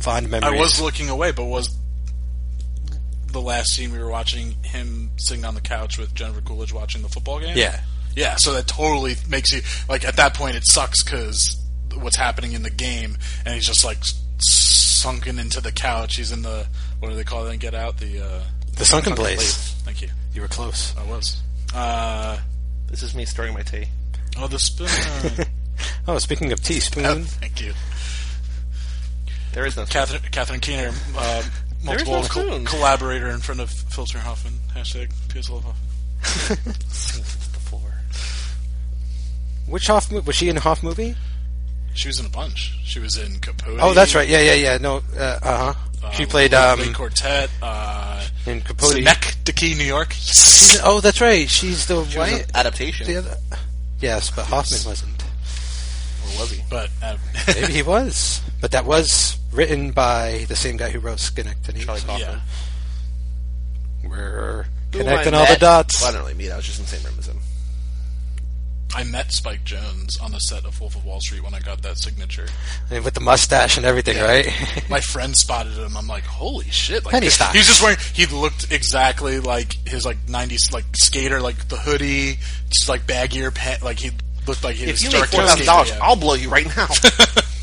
[SPEAKER 2] fond memories.
[SPEAKER 3] I was looking away, but was the last scene we were watching him sitting on the couch with Jennifer Coolidge watching the football game?
[SPEAKER 2] Yeah.
[SPEAKER 3] Yeah, so that totally makes you like at that point it sucks because what's happening in the game, and he's just like s- sunken into the couch. He's in the what do they call it? in Get out the uh,
[SPEAKER 2] The sunken place.
[SPEAKER 3] Thank you.
[SPEAKER 2] You were close.
[SPEAKER 3] I was. Uh,
[SPEAKER 1] This is me stirring my tea.
[SPEAKER 3] oh, the spoon.
[SPEAKER 2] Oh, speaking of
[SPEAKER 3] oh,
[SPEAKER 2] teaspoon,
[SPEAKER 3] thank you,
[SPEAKER 1] There is no.
[SPEAKER 3] Catherine. Catherine Keener, uh, multiple
[SPEAKER 1] no
[SPEAKER 3] col-
[SPEAKER 1] spoon.
[SPEAKER 3] collaborator in front of Filter Hoffman. Hashtag PS Love Hoffman.
[SPEAKER 1] the floor.
[SPEAKER 2] which Hoff mo- was she in a Hoff movie?
[SPEAKER 3] She was in a bunch. She was in Capote.
[SPEAKER 2] Oh, that's right. Yeah, yeah, yeah. No, uh huh.
[SPEAKER 3] uh,
[SPEAKER 2] She played
[SPEAKER 3] Lovely
[SPEAKER 2] um
[SPEAKER 3] Quartet. Uh,
[SPEAKER 2] in Capote.
[SPEAKER 3] Sinek, Dickey, New York.
[SPEAKER 2] She's- Oh, that's right. She's the
[SPEAKER 1] She was
[SPEAKER 2] wife.
[SPEAKER 1] an adaptation.
[SPEAKER 2] The other. Yes, but Hoffman wasn't.
[SPEAKER 1] Or was he?
[SPEAKER 3] But uh,
[SPEAKER 2] Maybe he was, but that was written by the same guy who wrote Schenectady.
[SPEAKER 1] Charlie
[SPEAKER 2] so
[SPEAKER 1] Kaufman.
[SPEAKER 3] yeah,
[SPEAKER 2] We're
[SPEAKER 1] Who
[SPEAKER 2] connecting
[SPEAKER 1] I
[SPEAKER 2] all the
[SPEAKER 1] met-
[SPEAKER 2] dots.
[SPEAKER 1] Well, I don't really meet. I was just in the same room as him.
[SPEAKER 3] I met Spike Jones on the set of Wolf of Wall Street when I got that signature.
[SPEAKER 2] And with the mustache and everything, right?
[SPEAKER 3] My friend spotted him. I'm like, holy shit! Like,
[SPEAKER 2] Penny
[SPEAKER 3] this-
[SPEAKER 2] stocks.
[SPEAKER 3] He was just wearing. He looked exactly like his like '90s like skater, like the hoodie, just like baggier pant. Like he looked like he
[SPEAKER 1] If
[SPEAKER 3] was
[SPEAKER 1] you make
[SPEAKER 3] directed
[SPEAKER 1] four
[SPEAKER 3] a
[SPEAKER 1] thousand dollars,
[SPEAKER 3] skater, yeah.
[SPEAKER 1] I'll blow you right now.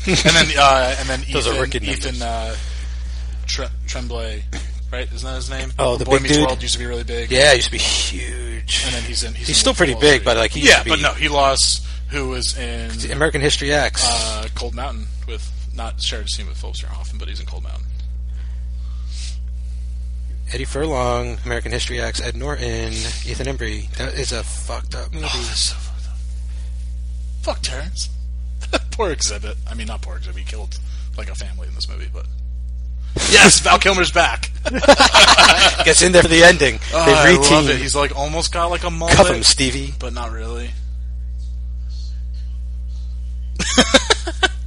[SPEAKER 3] and then uh, and then
[SPEAKER 2] Those are
[SPEAKER 3] Ethan,
[SPEAKER 2] wicked numbers.
[SPEAKER 3] Ethan uh, Tre- Tremblay, right? Isn't that his name?
[SPEAKER 2] Oh, the
[SPEAKER 3] Boy
[SPEAKER 2] big
[SPEAKER 3] Meets
[SPEAKER 2] dude?
[SPEAKER 3] World used to be really big.
[SPEAKER 2] yeah, he used to be huge.
[SPEAKER 3] and then he's in.
[SPEAKER 2] He's
[SPEAKER 3] He's, in
[SPEAKER 2] still
[SPEAKER 3] Wolf of
[SPEAKER 2] pretty
[SPEAKER 3] Wall
[SPEAKER 2] big,
[SPEAKER 3] Street.
[SPEAKER 2] but, like, he used
[SPEAKER 3] yeah,
[SPEAKER 2] to be-
[SPEAKER 3] but no, he lost. Who was in
[SPEAKER 2] American History X.
[SPEAKER 3] uh, Cold Mountain with not shared a scene with Foster Hoffman, but he's in Cold Mountain.
[SPEAKER 2] Eddie Furlong, American History X, Ed Norton, Ethan Embry. That is a fucked up movie.
[SPEAKER 3] Oh, that's so fucked up. Fuck Terrence. poor exhibit. I mean, not poor exhibit. He killed like a family in this movie, but yes, Val Kilmer's back.
[SPEAKER 2] Gets in there for the ending.
[SPEAKER 3] Oh,
[SPEAKER 2] they
[SPEAKER 3] I love it.
[SPEAKER 2] reteam.
[SPEAKER 3] He's like almost got like a mullet,
[SPEAKER 2] Cuff him, Stevie.
[SPEAKER 3] but not really.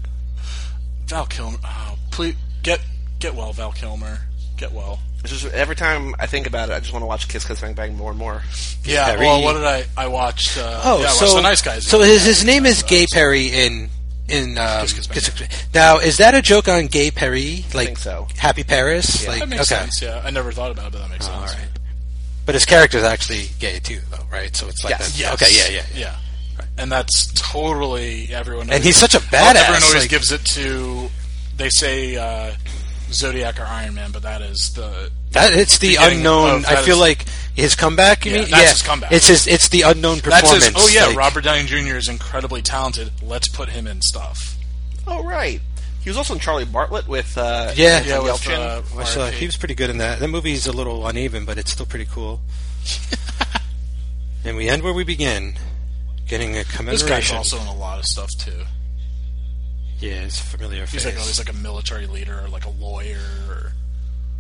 [SPEAKER 3] Val Kilmer. Oh, please get get well, Val Kilmer. Get well.
[SPEAKER 1] It's just every time I think about it, I just want to watch Kiss Kiss Bang Bang more and more.
[SPEAKER 3] Yeah.
[SPEAKER 2] Perry.
[SPEAKER 3] Well, what did I? I watched. Uh,
[SPEAKER 2] Oh,
[SPEAKER 3] yeah, I watched
[SPEAKER 2] so
[SPEAKER 3] the Nice Guys.
[SPEAKER 2] So his his name is
[SPEAKER 3] Uh,
[SPEAKER 2] Gay Perry in in um,
[SPEAKER 3] Kiss Kiss Bang
[SPEAKER 2] Kiss- now is that a joke on Gay Perry like
[SPEAKER 1] think so.
[SPEAKER 2] Happy Paris
[SPEAKER 1] Yeah.
[SPEAKER 2] like
[SPEAKER 3] That makes
[SPEAKER 2] okay
[SPEAKER 3] sense. Yeah, I never thought about it, but that makes
[SPEAKER 2] all
[SPEAKER 3] sense.
[SPEAKER 2] right but his character's actually gay too though right so it's like
[SPEAKER 1] Yes.
[SPEAKER 2] that-
[SPEAKER 3] Yes.
[SPEAKER 2] okay yeah yeah, yeah.
[SPEAKER 3] yeah. And that's totally everyone.
[SPEAKER 2] and he's such a badass
[SPEAKER 3] always, everyone always
[SPEAKER 2] like,
[SPEAKER 3] gives it to. They say uh, Zodiac or Iron Man, but that is the
[SPEAKER 2] that it's the
[SPEAKER 3] beginning
[SPEAKER 2] unknown
[SPEAKER 3] of-
[SPEAKER 2] I
[SPEAKER 3] that
[SPEAKER 2] feel
[SPEAKER 3] is-
[SPEAKER 2] like his comeback you
[SPEAKER 3] Yeah,
[SPEAKER 2] mean
[SPEAKER 3] that's
[SPEAKER 2] yeah
[SPEAKER 3] his comeback.
[SPEAKER 2] it's his it's the unknown
[SPEAKER 3] that's
[SPEAKER 2] performance
[SPEAKER 3] his. Oh yeah,
[SPEAKER 2] like-
[SPEAKER 3] Robert Downey Jr. is incredibly talented. Let's put him in stuff.
[SPEAKER 1] Oh right, he was also in Charlie Bartlett with uh,
[SPEAKER 2] Yeah.
[SPEAKER 1] Anton
[SPEAKER 2] Yeah,
[SPEAKER 3] with,
[SPEAKER 1] Yelchin.
[SPEAKER 3] uh,
[SPEAKER 2] I saw-
[SPEAKER 3] RIP.
[SPEAKER 2] he was pretty good in that that movie's a little uneven but it's still pretty cool and we end where we begin getting a
[SPEAKER 3] This
[SPEAKER 2] commemoration
[SPEAKER 3] guy's also in a lot of stuff too.
[SPEAKER 2] Yeah, it's a familiar
[SPEAKER 3] He's
[SPEAKER 2] face.
[SPEAKER 3] like always like a military leader or like a lawyer. Or,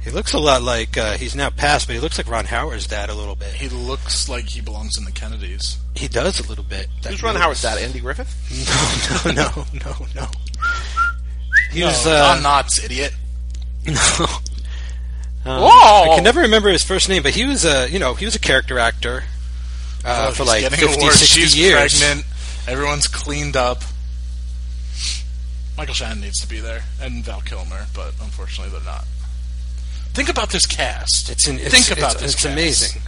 [SPEAKER 2] he looks a lot like uh, he's now passed, but he looks like Ron Howard's dad a little bit.
[SPEAKER 3] he looks like he belongs in the Kennedys.
[SPEAKER 2] He does a little bit. That
[SPEAKER 1] Who's Ron
[SPEAKER 2] nose.
[SPEAKER 1] Howard's dad? Andy Griffith.
[SPEAKER 2] No, no, no, no, no. He
[SPEAKER 3] No,
[SPEAKER 2] was uh,
[SPEAKER 3] Don Knotts, idiot.
[SPEAKER 2] no. Um,
[SPEAKER 3] Whoa!
[SPEAKER 2] I can never remember his first name, but he was a you know he was a character actor uh,
[SPEAKER 3] Oh,
[SPEAKER 2] for
[SPEAKER 3] she's
[SPEAKER 2] like
[SPEAKER 3] getting
[SPEAKER 2] 50,
[SPEAKER 3] awards.
[SPEAKER 2] 60
[SPEAKER 3] She's
[SPEAKER 2] years.
[SPEAKER 3] pregnant. Everyone's cleaned up. Michael Shannon needs to be there, and Val Kilmer, but unfortunately they're not. Think about this cast.
[SPEAKER 2] It's an, it's,
[SPEAKER 3] Think about
[SPEAKER 2] it's,
[SPEAKER 3] this.
[SPEAKER 2] It's
[SPEAKER 3] cast.
[SPEAKER 2] amazing.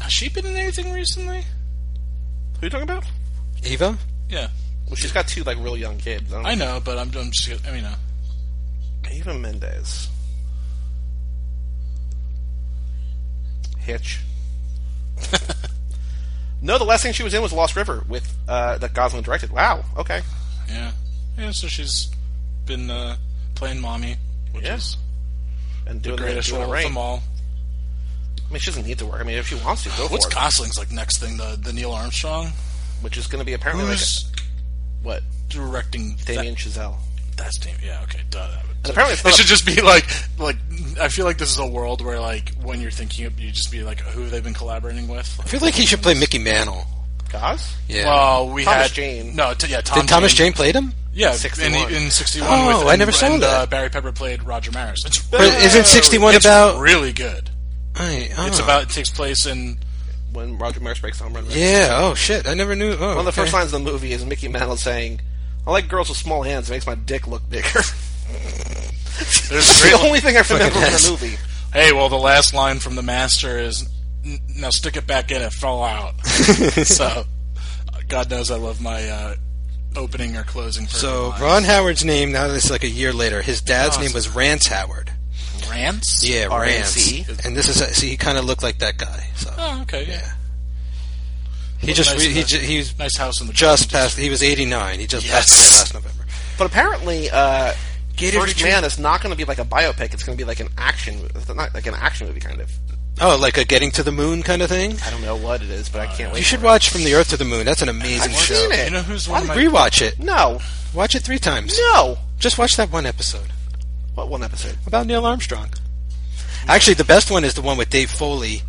[SPEAKER 3] Has she been in anything recently?
[SPEAKER 1] Who are you talking about?
[SPEAKER 2] Eva.
[SPEAKER 3] Yeah,
[SPEAKER 1] Well, she's got two like real young kids. I don't
[SPEAKER 3] I know, but I'm, I'm just. I mean, uh,
[SPEAKER 1] Eva Mendes. Hitch. no, the last thing she was in was Lost River with uh, that Gosling directed. Wow. Okay.
[SPEAKER 3] yeah, yeah. So she's been uh, playing mommy, which
[SPEAKER 1] Yeah.
[SPEAKER 3] is
[SPEAKER 1] And doing the
[SPEAKER 3] greatest
[SPEAKER 1] doing it
[SPEAKER 3] role of
[SPEAKER 1] right.
[SPEAKER 3] them all.
[SPEAKER 1] I mean, she doesn't need to work. I mean, if she wants to, go
[SPEAKER 3] What's
[SPEAKER 1] for it.
[SPEAKER 3] Gosling's like next thing? The the Neil Armstrong,
[SPEAKER 1] Which is going to be apparently like
[SPEAKER 3] who's
[SPEAKER 1] a- what
[SPEAKER 3] directing that
[SPEAKER 1] Damien Chazelle.
[SPEAKER 3] That's team. Yeah. Okay. Duh. That would-
[SPEAKER 1] And apparently it's
[SPEAKER 3] it
[SPEAKER 1] not
[SPEAKER 3] should just be like like I feel like this is a world where like when you're thinking of you just be like who have they been collaborating with?
[SPEAKER 2] I feel like he should play Mickey Mantle.
[SPEAKER 1] Gos.
[SPEAKER 2] Yeah.
[SPEAKER 3] Well, we
[SPEAKER 1] Thomas
[SPEAKER 3] had
[SPEAKER 1] Jane.
[SPEAKER 3] No. T- yeah. Tom
[SPEAKER 2] Did Thomas
[SPEAKER 3] Jane.
[SPEAKER 2] Jane played him?
[SPEAKER 3] Yeah.
[SPEAKER 1] 61.
[SPEAKER 3] In, in 61.
[SPEAKER 2] Oh,
[SPEAKER 3] with,
[SPEAKER 2] I
[SPEAKER 3] and-
[SPEAKER 2] never saw
[SPEAKER 3] and, Uh,
[SPEAKER 2] that.
[SPEAKER 3] Barry Pepper played Roger Maris. It's
[SPEAKER 2] But isn't 61
[SPEAKER 3] it's
[SPEAKER 2] about-
[SPEAKER 3] really good?
[SPEAKER 2] I,
[SPEAKER 3] It's
[SPEAKER 2] oh.
[SPEAKER 3] about it takes place in
[SPEAKER 1] Uh, When Roger Maris breaks home run. Right?
[SPEAKER 2] Yeah. Oh shit! I never knew. Oh,
[SPEAKER 1] One of the first lines of the movie is Mickey Mantle saying, "I like girls with small hands. It makes my dick look bigger."
[SPEAKER 3] there's a
[SPEAKER 1] It's the
[SPEAKER 3] great
[SPEAKER 1] only thing I remember from
[SPEAKER 2] ass.
[SPEAKER 1] the movie.
[SPEAKER 3] hey well the last line from the master is "N- now stick it back in it fell out so god knows i love my uh, opening or closing. Perfect
[SPEAKER 2] So
[SPEAKER 3] Lines.
[SPEAKER 2] Ron Howard's name now this is like a year later. His dad's
[SPEAKER 3] Oh,
[SPEAKER 2] name was Rance Howard.
[SPEAKER 3] Rance.
[SPEAKER 2] Yeah,
[SPEAKER 1] R-A-N-C.
[SPEAKER 2] Rance. And this is see he kind of looked like that guy. So
[SPEAKER 3] Oh, okay. Yeah.
[SPEAKER 2] yeah, he
[SPEAKER 3] Well,
[SPEAKER 2] just
[SPEAKER 3] nice
[SPEAKER 2] re- he
[SPEAKER 3] enough.
[SPEAKER 2] ju- he was
[SPEAKER 3] Nice house in the
[SPEAKER 2] just passed. He was eighty nine. He just
[SPEAKER 3] Yes.
[SPEAKER 2] passed away last November.
[SPEAKER 1] But apparently, uh,
[SPEAKER 2] Gator
[SPEAKER 1] First
[SPEAKER 2] Retreat-
[SPEAKER 1] Man is not going to be like a biopic. It's going to be like an action, not like an action movie kind of.
[SPEAKER 2] Oh, like a getting to the moon kind of thing.
[SPEAKER 1] I don't know what it is, but I can't wait.
[SPEAKER 2] Uh, You should
[SPEAKER 1] for it.
[SPEAKER 2] watch From the Earth to the Moon. That's an amazing
[SPEAKER 1] I've
[SPEAKER 2] show.
[SPEAKER 1] seen it.
[SPEAKER 3] You know who's one
[SPEAKER 1] Why did-
[SPEAKER 3] of my
[SPEAKER 2] Rewatch it.
[SPEAKER 1] No,
[SPEAKER 2] Watch it three times.
[SPEAKER 1] no.
[SPEAKER 2] Just watch that one episode
[SPEAKER 1] What one episode?
[SPEAKER 2] about Neil Armstrong. Actually, the best one is the one with Dave Foley,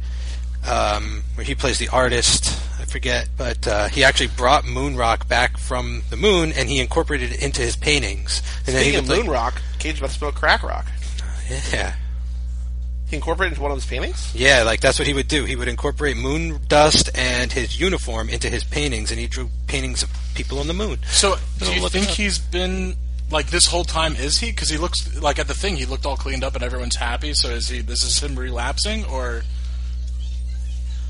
[SPEAKER 2] um, where he plays the artist. I forget, but uh, he actually brought moon rock back from the moon, and he incorporated it into his paintings. And then he
[SPEAKER 1] Speaking of
[SPEAKER 2] would,
[SPEAKER 1] Moon Rock, Cage about to smoke crack rock.
[SPEAKER 2] like, yeah,
[SPEAKER 1] He incorporated it into one of his paintings.
[SPEAKER 2] yeah, like that's what he would do. He would incorporate moon dust and his uniform into his paintings, and he drew paintings of people on the moon.
[SPEAKER 3] So,
[SPEAKER 2] I'll
[SPEAKER 3] do you
[SPEAKER 2] look it
[SPEAKER 3] think
[SPEAKER 2] up.
[SPEAKER 3] he's been like this whole time? Is he? Because he looks like at the thing, he looked all cleaned up and everyone's happy. So, is he? This is him relapsing, or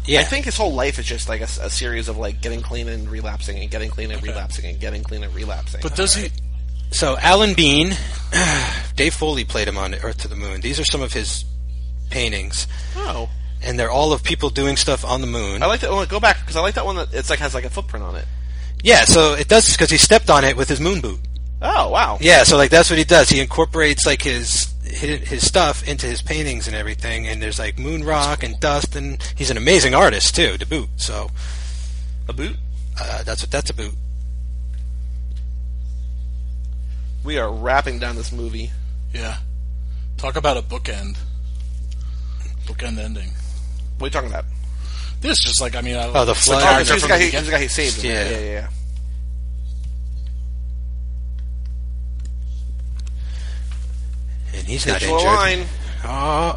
[SPEAKER 2] Yeah,
[SPEAKER 1] I think his whole life is just like a, s- a series of like getting clean and relapsing and getting clean and relapsing and getting clean and relapsing.
[SPEAKER 3] but does
[SPEAKER 2] So Alan Bean, Dave Foley played him on Earth to the Moon. These are some of his paintings,
[SPEAKER 1] oh,
[SPEAKER 2] and they're all of people doing stuff on the moon.
[SPEAKER 1] I like that one. Go back because I like that one that it's like has like a footprint on it.
[SPEAKER 2] Yeah, so it does because he stepped on it with his moon boot.
[SPEAKER 1] Oh wow.
[SPEAKER 2] Yeah, so like that's what he does. He incorporates like his his, his stuff into his paintings and everything. And there's like moon rock and dust, and he's an amazing artist too, to boot. So
[SPEAKER 1] A boot.
[SPEAKER 2] uh, that's what that's about.
[SPEAKER 1] We are wrapping down this movie.
[SPEAKER 3] he? Yeah. Talk about a bookend. Bookend ending.
[SPEAKER 1] What are you talking about?
[SPEAKER 3] This just like I mean, I,
[SPEAKER 2] Oh, the
[SPEAKER 3] it's
[SPEAKER 2] flood.
[SPEAKER 1] Oh,
[SPEAKER 3] character
[SPEAKER 1] he's the
[SPEAKER 3] from
[SPEAKER 1] guy.
[SPEAKER 3] the
[SPEAKER 1] He, he's the guy
[SPEAKER 3] beginning.
[SPEAKER 1] he saved. Yeah,
[SPEAKER 2] Yeah.
[SPEAKER 1] yeah, yeah.
[SPEAKER 2] And he's
[SPEAKER 1] yeah.
[SPEAKER 2] not
[SPEAKER 1] Draw a line.
[SPEAKER 2] injured. Oh,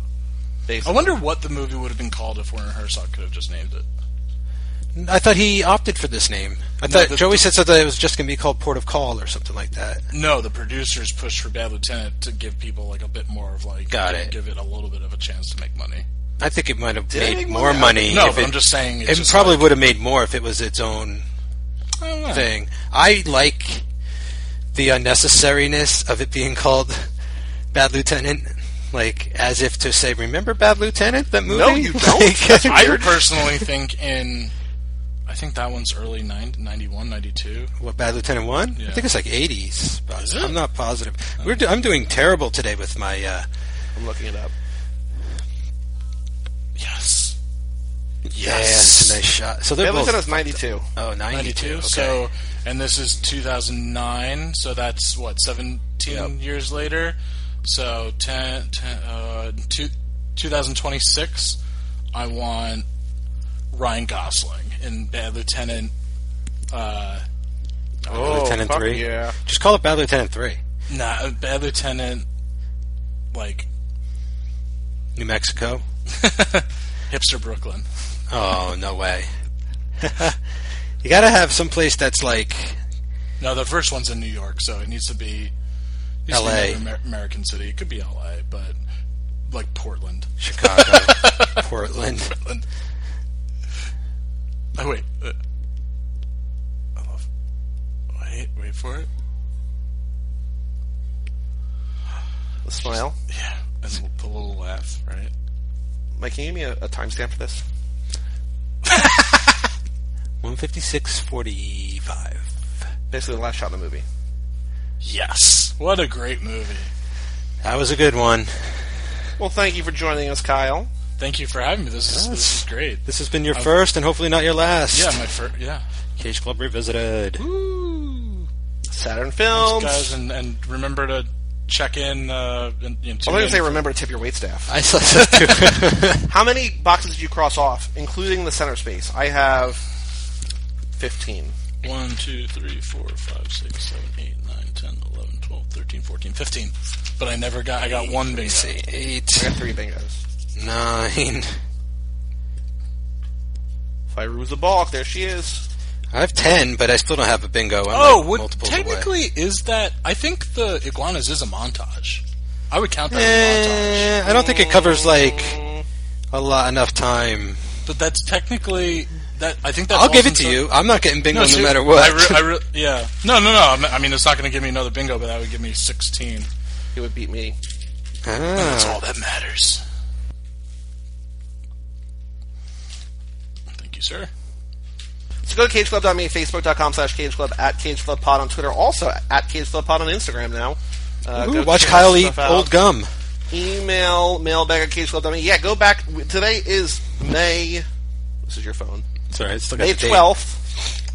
[SPEAKER 3] I wonder what the movie would have been called if Werner Herzog could have just named it.
[SPEAKER 2] I thought he opted for this name. I
[SPEAKER 3] No,
[SPEAKER 2] thought
[SPEAKER 3] the-
[SPEAKER 2] Joey said something it was just going to be called Port of Call or something like that.
[SPEAKER 3] No, the producers pushed for Bad Lieutenant to give people like a bit more of like
[SPEAKER 2] Got
[SPEAKER 3] give,
[SPEAKER 2] it.
[SPEAKER 3] give it a little bit of a chance to make money.
[SPEAKER 2] I think it might have
[SPEAKER 1] it
[SPEAKER 2] made
[SPEAKER 1] make
[SPEAKER 2] more
[SPEAKER 1] money?
[SPEAKER 2] money.
[SPEAKER 3] No,
[SPEAKER 2] if
[SPEAKER 3] but
[SPEAKER 2] it,
[SPEAKER 3] I'm just saying it's
[SPEAKER 2] It
[SPEAKER 3] just
[SPEAKER 2] probably
[SPEAKER 3] like-
[SPEAKER 2] would have made more if it was its own
[SPEAKER 3] I don't know.
[SPEAKER 2] thing. I like the unnecessariness of it being called Bad Lieutenant, like as if to say, "Remember Bad Lieutenant?" That movie.
[SPEAKER 1] you don't.
[SPEAKER 2] Like,
[SPEAKER 3] I personally think in I think that one's early 90, 91, 92.
[SPEAKER 2] what Bad Lieutenant One? I
[SPEAKER 3] Yeah.
[SPEAKER 2] think it's like '80s. But
[SPEAKER 3] Is it? Oh.
[SPEAKER 2] I'm not positive. We're do- I'm doing terrible today with my. Uh,
[SPEAKER 1] I'm looking it up.
[SPEAKER 3] Yes.
[SPEAKER 2] yeah, it's a nice shot. So they're
[SPEAKER 1] Bad
[SPEAKER 2] both.
[SPEAKER 1] Lieutenant's 92.
[SPEAKER 2] oh, 92.
[SPEAKER 3] 92.
[SPEAKER 2] Okay.
[SPEAKER 3] So and this is 2009, so that's what 17 years later. So 10, 10 uh, two, 2026 I want Ryan Gosling in Bad Lieutenant uh
[SPEAKER 1] Oh,
[SPEAKER 2] Lieutenant
[SPEAKER 1] fuck
[SPEAKER 2] Three.
[SPEAKER 1] Yeah.
[SPEAKER 2] Just call it Bad Lieutenant Three.
[SPEAKER 3] nah, Bad Lieutenant like
[SPEAKER 2] New Mexico.
[SPEAKER 3] hipster Brooklyn.
[SPEAKER 2] Oh, no way. you gotta have some place that's like
[SPEAKER 3] No, the first one's in New York, so it needs to be needs to be
[SPEAKER 2] LA.
[SPEAKER 3] another Amer- American city. It could be L.A., but like Portland.
[SPEAKER 2] Chicago, Portland.
[SPEAKER 3] Portland. Oh wait, uh, I love. Wait, wait for it.
[SPEAKER 1] The smile.
[SPEAKER 3] Yeah, and the the little laugh, right?
[SPEAKER 1] Mike, can you give me a, a timestamp for this?
[SPEAKER 2] 156.45.
[SPEAKER 1] Basically, the last shot in the movie.
[SPEAKER 3] Yes. What a great movie!
[SPEAKER 2] That was a good one.
[SPEAKER 1] Well, thank you for joining us, Kyle.
[SPEAKER 3] Thank you for having me. This is this is great.
[SPEAKER 2] This has been your first and hopefully not your last.
[SPEAKER 3] Yeah, my first. Yeah,
[SPEAKER 2] Cage Club Revisited.
[SPEAKER 1] Saturn Films.
[SPEAKER 3] guys, and and remember to check in. Uh, in,
[SPEAKER 1] I
[SPEAKER 3] in
[SPEAKER 1] was going to say, remember to tip your wait staff.
[SPEAKER 2] I saw that too.
[SPEAKER 1] How many boxes did you cross off, including the center space? I have 15.
[SPEAKER 3] One, two, three, four, five, six, seven, eight, nine, 10, 11, 12, 13, 14, 15. But I never got, I got
[SPEAKER 2] Let
[SPEAKER 3] one
[SPEAKER 2] me
[SPEAKER 3] bingo.
[SPEAKER 2] see.
[SPEAKER 1] I
[SPEAKER 2] Eight,
[SPEAKER 1] got three bingos.
[SPEAKER 2] nine.
[SPEAKER 1] If I ruse a balk, there she is.
[SPEAKER 2] I have ten, but I still don't have a bingo. I'm
[SPEAKER 3] Oh,
[SPEAKER 2] like
[SPEAKER 3] would,
[SPEAKER 2] multiples away.
[SPEAKER 3] technically, is that, I think the iguanas is a montage. I would count that as a montage.
[SPEAKER 2] Eh, I don't think it covers like a lot enough time
[SPEAKER 3] But that's technically that. I think that.
[SPEAKER 2] I'll
[SPEAKER 3] falls
[SPEAKER 2] give it to
[SPEAKER 3] into-
[SPEAKER 2] you. I'm not getting bingo no,
[SPEAKER 3] ser-
[SPEAKER 2] matter what.
[SPEAKER 3] I re- I re- yeah. No, no, no. I'm not- I mean, it's not going to give me another bingo, but that would give me 16.
[SPEAKER 1] It would beat me.
[SPEAKER 3] That's
[SPEAKER 2] Ah.
[SPEAKER 3] all that matters. Thank you, sir.
[SPEAKER 1] So go to cageclub.me, facebook.com slash cageclub, at cageclubpod on Twitter, also at cageclubpod on Instagram now. Uh, go
[SPEAKER 2] Ooh, watch
[SPEAKER 1] check
[SPEAKER 2] Kyle
[SPEAKER 1] that
[SPEAKER 2] eat
[SPEAKER 1] stuff out.
[SPEAKER 2] old gum.
[SPEAKER 1] Email mailbag at cageclub.me. Yeah, go back. w- Today is May. This is your phone.
[SPEAKER 2] Sorry, it's still got
[SPEAKER 1] May
[SPEAKER 2] the date.
[SPEAKER 1] 12th.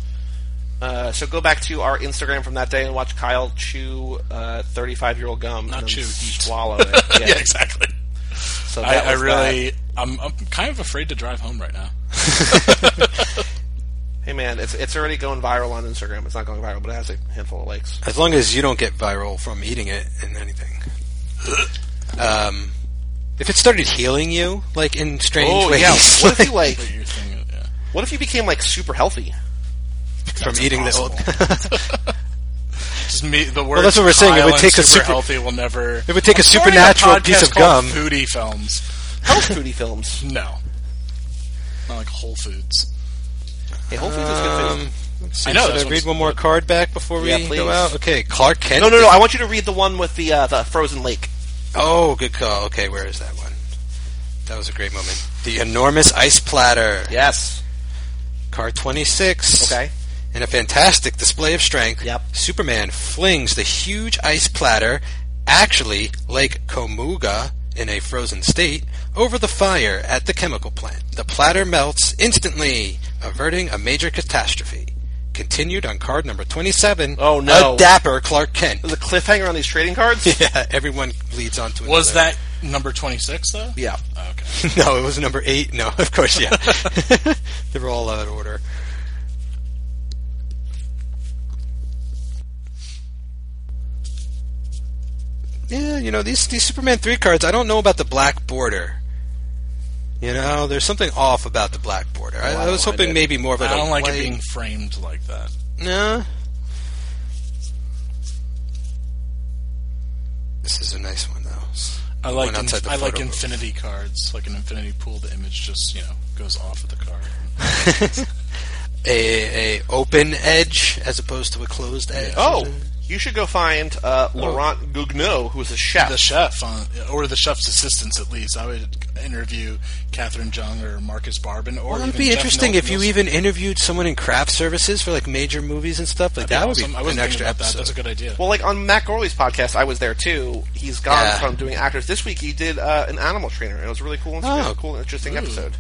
[SPEAKER 1] Uh, so go back to our Instagram from that day and watch Kyle chew uh, 35-year-old gum
[SPEAKER 3] Not
[SPEAKER 1] and then
[SPEAKER 3] chew, eat.
[SPEAKER 1] swallow it.
[SPEAKER 3] Yeah, exactly.
[SPEAKER 1] so
[SPEAKER 3] I,
[SPEAKER 1] that
[SPEAKER 3] I
[SPEAKER 1] was that.
[SPEAKER 3] really, I'm, I'm kind of afraid to drive home right now.
[SPEAKER 1] Hey man, it's it's already going viral on Instagram. It's not going viral, but it has a handful of likes.
[SPEAKER 2] As long as you don't get viral from eating it and anything. Um, if it started healing you, like in strange
[SPEAKER 1] Oh
[SPEAKER 2] ways,
[SPEAKER 1] yeah, what if you like?
[SPEAKER 3] But you're thinking, yeah.
[SPEAKER 1] What if you became like super healthy?
[SPEAKER 2] from eating the old.
[SPEAKER 3] Just me, the word.
[SPEAKER 2] that's what we're saying. It would take a super-
[SPEAKER 3] super, healthy. Will never.
[SPEAKER 2] It would take a
[SPEAKER 3] I'm starting
[SPEAKER 2] supernatural
[SPEAKER 3] podcast
[SPEAKER 2] piece of gum.
[SPEAKER 3] called Foodie films.
[SPEAKER 1] Health foodie films.
[SPEAKER 3] No, not like Whole Foods.
[SPEAKER 1] Hey, Whole Foods is good food.
[SPEAKER 2] Um, let's see,
[SPEAKER 3] I know,
[SPEAKER 2] Should
[SPEAKER 3] this
[SPEAKER 2] I
[SPEAKER 3] one's
[SPEAKER 2] read one more card back before we
[SPEAKER 1] Yeah,
[SPEAKER 2] go
[SPEAKER 1] please.
[SPEAKER 2] out? Okay, Clark Kent.
[SPEAKER 1] No, no, no. I want you to read the one with the uh, the frozen lake.
[SPEAKER 2] Oh, good call. Okay, where is that one? That was a great moment. The enormous ice platter.
[SPEAKER 1] Yes.
[SPEAKER 2] Car 26.
[SPEAKER 1] Okay.
[SPEAKER 2] In a fantastic display of strength,
[SPEAKER 1] Yep.
[SPEAKER 2] Superman flings the huge ice platter, actually Lake Komuga in a frozen state, over the fire at the chemical plant. The platter melts instantly, averting a major catastrophe. Continued on card number 27.
[SPEAKER 1] Oh, no.
[SPEAKER 2] A dapper Clark Kent.
[SPEAKER 1] There's a cliffhanger on these trading cards.
[SPEAKER 2] yeah, everyone leads on to
[SPEAKER 3] Was
[SPEAKER 2] another.
[SPEAKER 3] that number twenty six though?
[SPEAKER 1] yeah.
[SPEAKER 3] Okay.
[SPEAKER 2] no, it was number eight. No, of course, yeah. they were all out of order. Yeah, you know these these Superman three cards. I don't know about the black border. You know, there's something off about the black border. I, I was
[SPEAKER 1] don't
[SPEAKER 2] hoping
[SPEAKER 1] mind it.
[SPEAKER 2] maybe more of
[SPEAKER 3] I
[SPEAKER 2] like
[SPEAKER 3] don't
[SPEAKER 2] a
[SPEAKER 3] like
[SPEAKER 2] white-
[SPEAKER 3] it being framed like that.
[SPEAKER 2] No. This is a nice one though.
[SPEAKER 3] I like
[SPEAKER 2] outside
[SPEAKER 3] inf-
[SPEAKER 2] the
[SPEAKER 3] I like
[SPEAKER 2] photo booth.
[SPEAKER 3] infinity cards, like an infinity pool. The image just you know goes off of the card.
[SPEAKER 2] A a open edge as opposed to a closed edge.
[SPEAKER 1] Oh, you should go find uh, Laurent Gugno, who is a chef.
[SPEAKER 3] Oh. The chef on, or the chef's assistants at least. I would interview Catherine Jung or Marcus Barbin. Or
[SPEAKER 2] Well, it'd
[SPEAKER 3] even
[SPEAKER 2] be
[SPEAKER 3] Jeff
[SPEAKER 2] interesting
[SPEAKER 3] Nils-
[SPEAKER 2] if you
[SPEAKER 3] Nilsson.
[SPEAKER 2] even interviewed someone in craft services for like major movies and stuff. Like that
[SPEAKER 3] That'd
[SPEAKER 2] would
[SPEAKER 3] awesome. I
[SPEAKER 2] be an
[SPEAKER 3] wasn't
[SPEAKER 2] extra
[SPEAKER 3] thinking about that. That's a
[SPEAKER 2] episode.
[SPEAKER 3] good idea.
[SPEAKER 1] well, like on Matt Gorley's podcast, I was there too. He's gone
[SPEAKER 2] Yeah.
[SPEAKER 1] from doing actors. This week he did uh, an animal trainer, and it was a really cool. and- It was
[SPEAKER 2] Oh.
[SPEAKER 1] a cool, and interesting episode.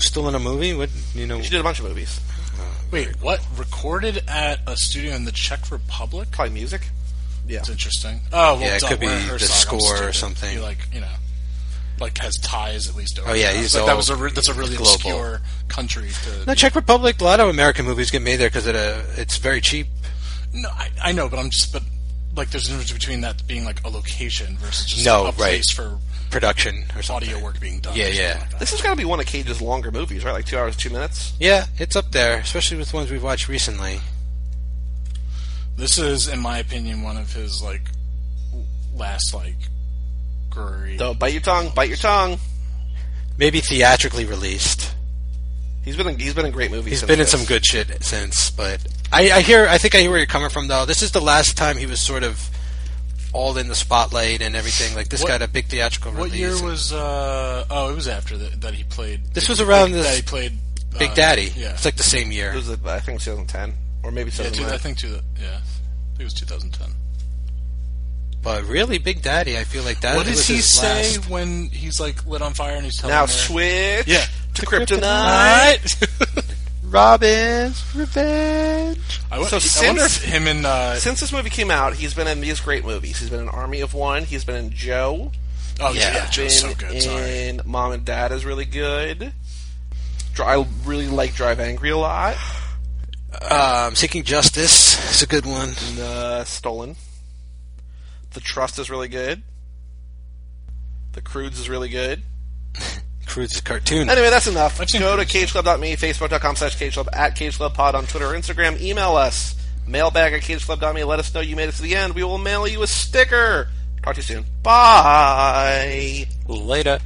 [SPEAKER 2] Still in a movie? What you know?
[SPEAKER 1] She did a bunch of movies,
[SPEAKER 3] Wait, what? Recorded at a studio in the Czech Republic?
[SPEAKER 1] probably music. Yeah.
[SPEAKER 3] It's interesting. Oh, well,
[SPEAKER 2] Yeah, it
[SPEAKER 3] duh,
[SPEAKER 2] could be
[SPEAKER 3] we're- we're
[SPEAKER 2] the
[SPEAKER 3] sorry, I'm
[SPEAKER 2] score or
[SPEAKER 3] stupid.
[SPEAKER 2] something.
[SPEAKER 3] He like you know, like has ties at least. Over
[SPEAKER 2] Oh, yeah,
[SPEAKER 3] there.
[SPEAKER 2] he's
[SPEAKER 3] But
[SPEAKER 2] all
[SPEAKER 3] that was a re- that's a really
[SPEAKER 2] global.
[SPEAKER 3] obscure country. To,
[SPEAKER 2] No, Czech Republic. A lot of American movies get made there because it, uh, it's very cheap.
[SPEAKER 3] No, I, I know, but I'm just but like there's a difference between that being like a location versus just
[SPEAKER 2] No,
[SPEAKER 3] a
[SPEAKER 2] right.
[SPEAKER 3] place for
[SPEAKER 2] Production or something.
[SPEAKER 3] audio work being done.
[SPEAKER 2] Yeah,
[SPEAKER 3] or something
[SPEAKER 2] yeah.
[SPEAKER 3] like that.
[SPEAKER 1] This has got to be one of Cage's longer movies, right? Like two hours, two minutes.
[SPEAKER 2] Yeah, it's up there, especially with ones we've watched recently.
[SPEAKER 3] This is, in my opinion, one of his like w- last like great.
[SPEAKER 1] Don't bite your tongue. Bite your tongue.
[SPEAKER 2] Maybe theatrically released.
[SPEAKER 1] He's been in, he's been in great movies.
[SPEAKER 2] He's
[SPEAKER 1] since
[SPEAKER 2] been in
[SPEAKER 1] this.
[SPEAKER 2] some good shit since, but I, I hear. I think I hear where you're coming from, though. This is the last time he was sort of all in the spotlight and everything. Like this
[SPEAKER 3] What-
[SPEAKER 2] got a big theatrical
[SPEAKER 3] What
[SPEAKER 2] release.
[SPEAKER 3] year was? uh Oh, it was after that, that he played.
[SPEAKER 2] This was around
[SPEAKER 3] that
[SPEAKER 2] this
[SPEAKER 3] he played uh,
[SPEAKER 2] Big Daddy.
[SPEAKER 3] Yeah,
[SPEAKER 2] It's like the same
[SPEAKER 1] It
[SPEAKER 2] year.
[SPEAKER 1] was, uh, I think, 2010 or maybe
[SPEAKER 3] yeah. Two,
[SPEAKER 1] 2009.
[SPEAKER 3] I think two. Yeah, I think it was 2010.
[SPEAKER 2] But really, Big Daddy, I feel like that
[SPEAKER 3] what does
[SPEAKER 2] was
[SPEAKER 3] he
[SPEAKER 2] his
[SPEAKER 3] say
[SPEAKER 2] last-
[SPEAKER 3] when he's like lit on fire and he's telling
[SPEAKER 1] now
[SPEAKER 3] her,
[SPEAKER 1] switch
[SPEAKER 3] Yeah.
[SPEAKER 1] to
[SPEAKER 2] Kryptonite.
[SPEAKER 1] Kryptonite.
[SPEAKER 2] Robin's Revenge.
[SPEAKER 3] I want,
[SPEAKER 1] So
[SPEAKER 3] I
[SPEAKER 1] since-
[SPEAKER 3] want him and uh,
[SPEAKER 1] Since this movie came out, he's been in these great movies. He's been in Army of One. He's been in Joe.
[SPEAKER 3] oh yeah,
[SPEAKER 2] Yeah.
[SPEAKER 3] yeah
[SPEAKER 1] Been
[SPEAKER 3] Joe's so good. Sorry,
[SPEAKER 1] in Mom and Dad is really good. Dri- I really like Drive Angry a lot.
[SPEAKER 2] Um, Seeking Justice is a good one.
[SPEAKER 1] And, uh, Stolen. The Trust is really good. The Crudes is really good.
[SPEAKER 2] Crude's cartoon.
[SPEAKER 1] Anyway, that's enough.
[SPEAKER 3] I've seen
[SPEAKER 1] Go to
[SPEAKER 3] Cruise.
[SPEAKER 1] cageclub.me, facebook.com slash cageclub, at cageclubpod on Twitter or Instagram. Email us, mailbag at cageclub.me. Let us know you made it to the end. We will mail you a sticker. Talk to you soon. Bye.
[SPEAKER 2] Later.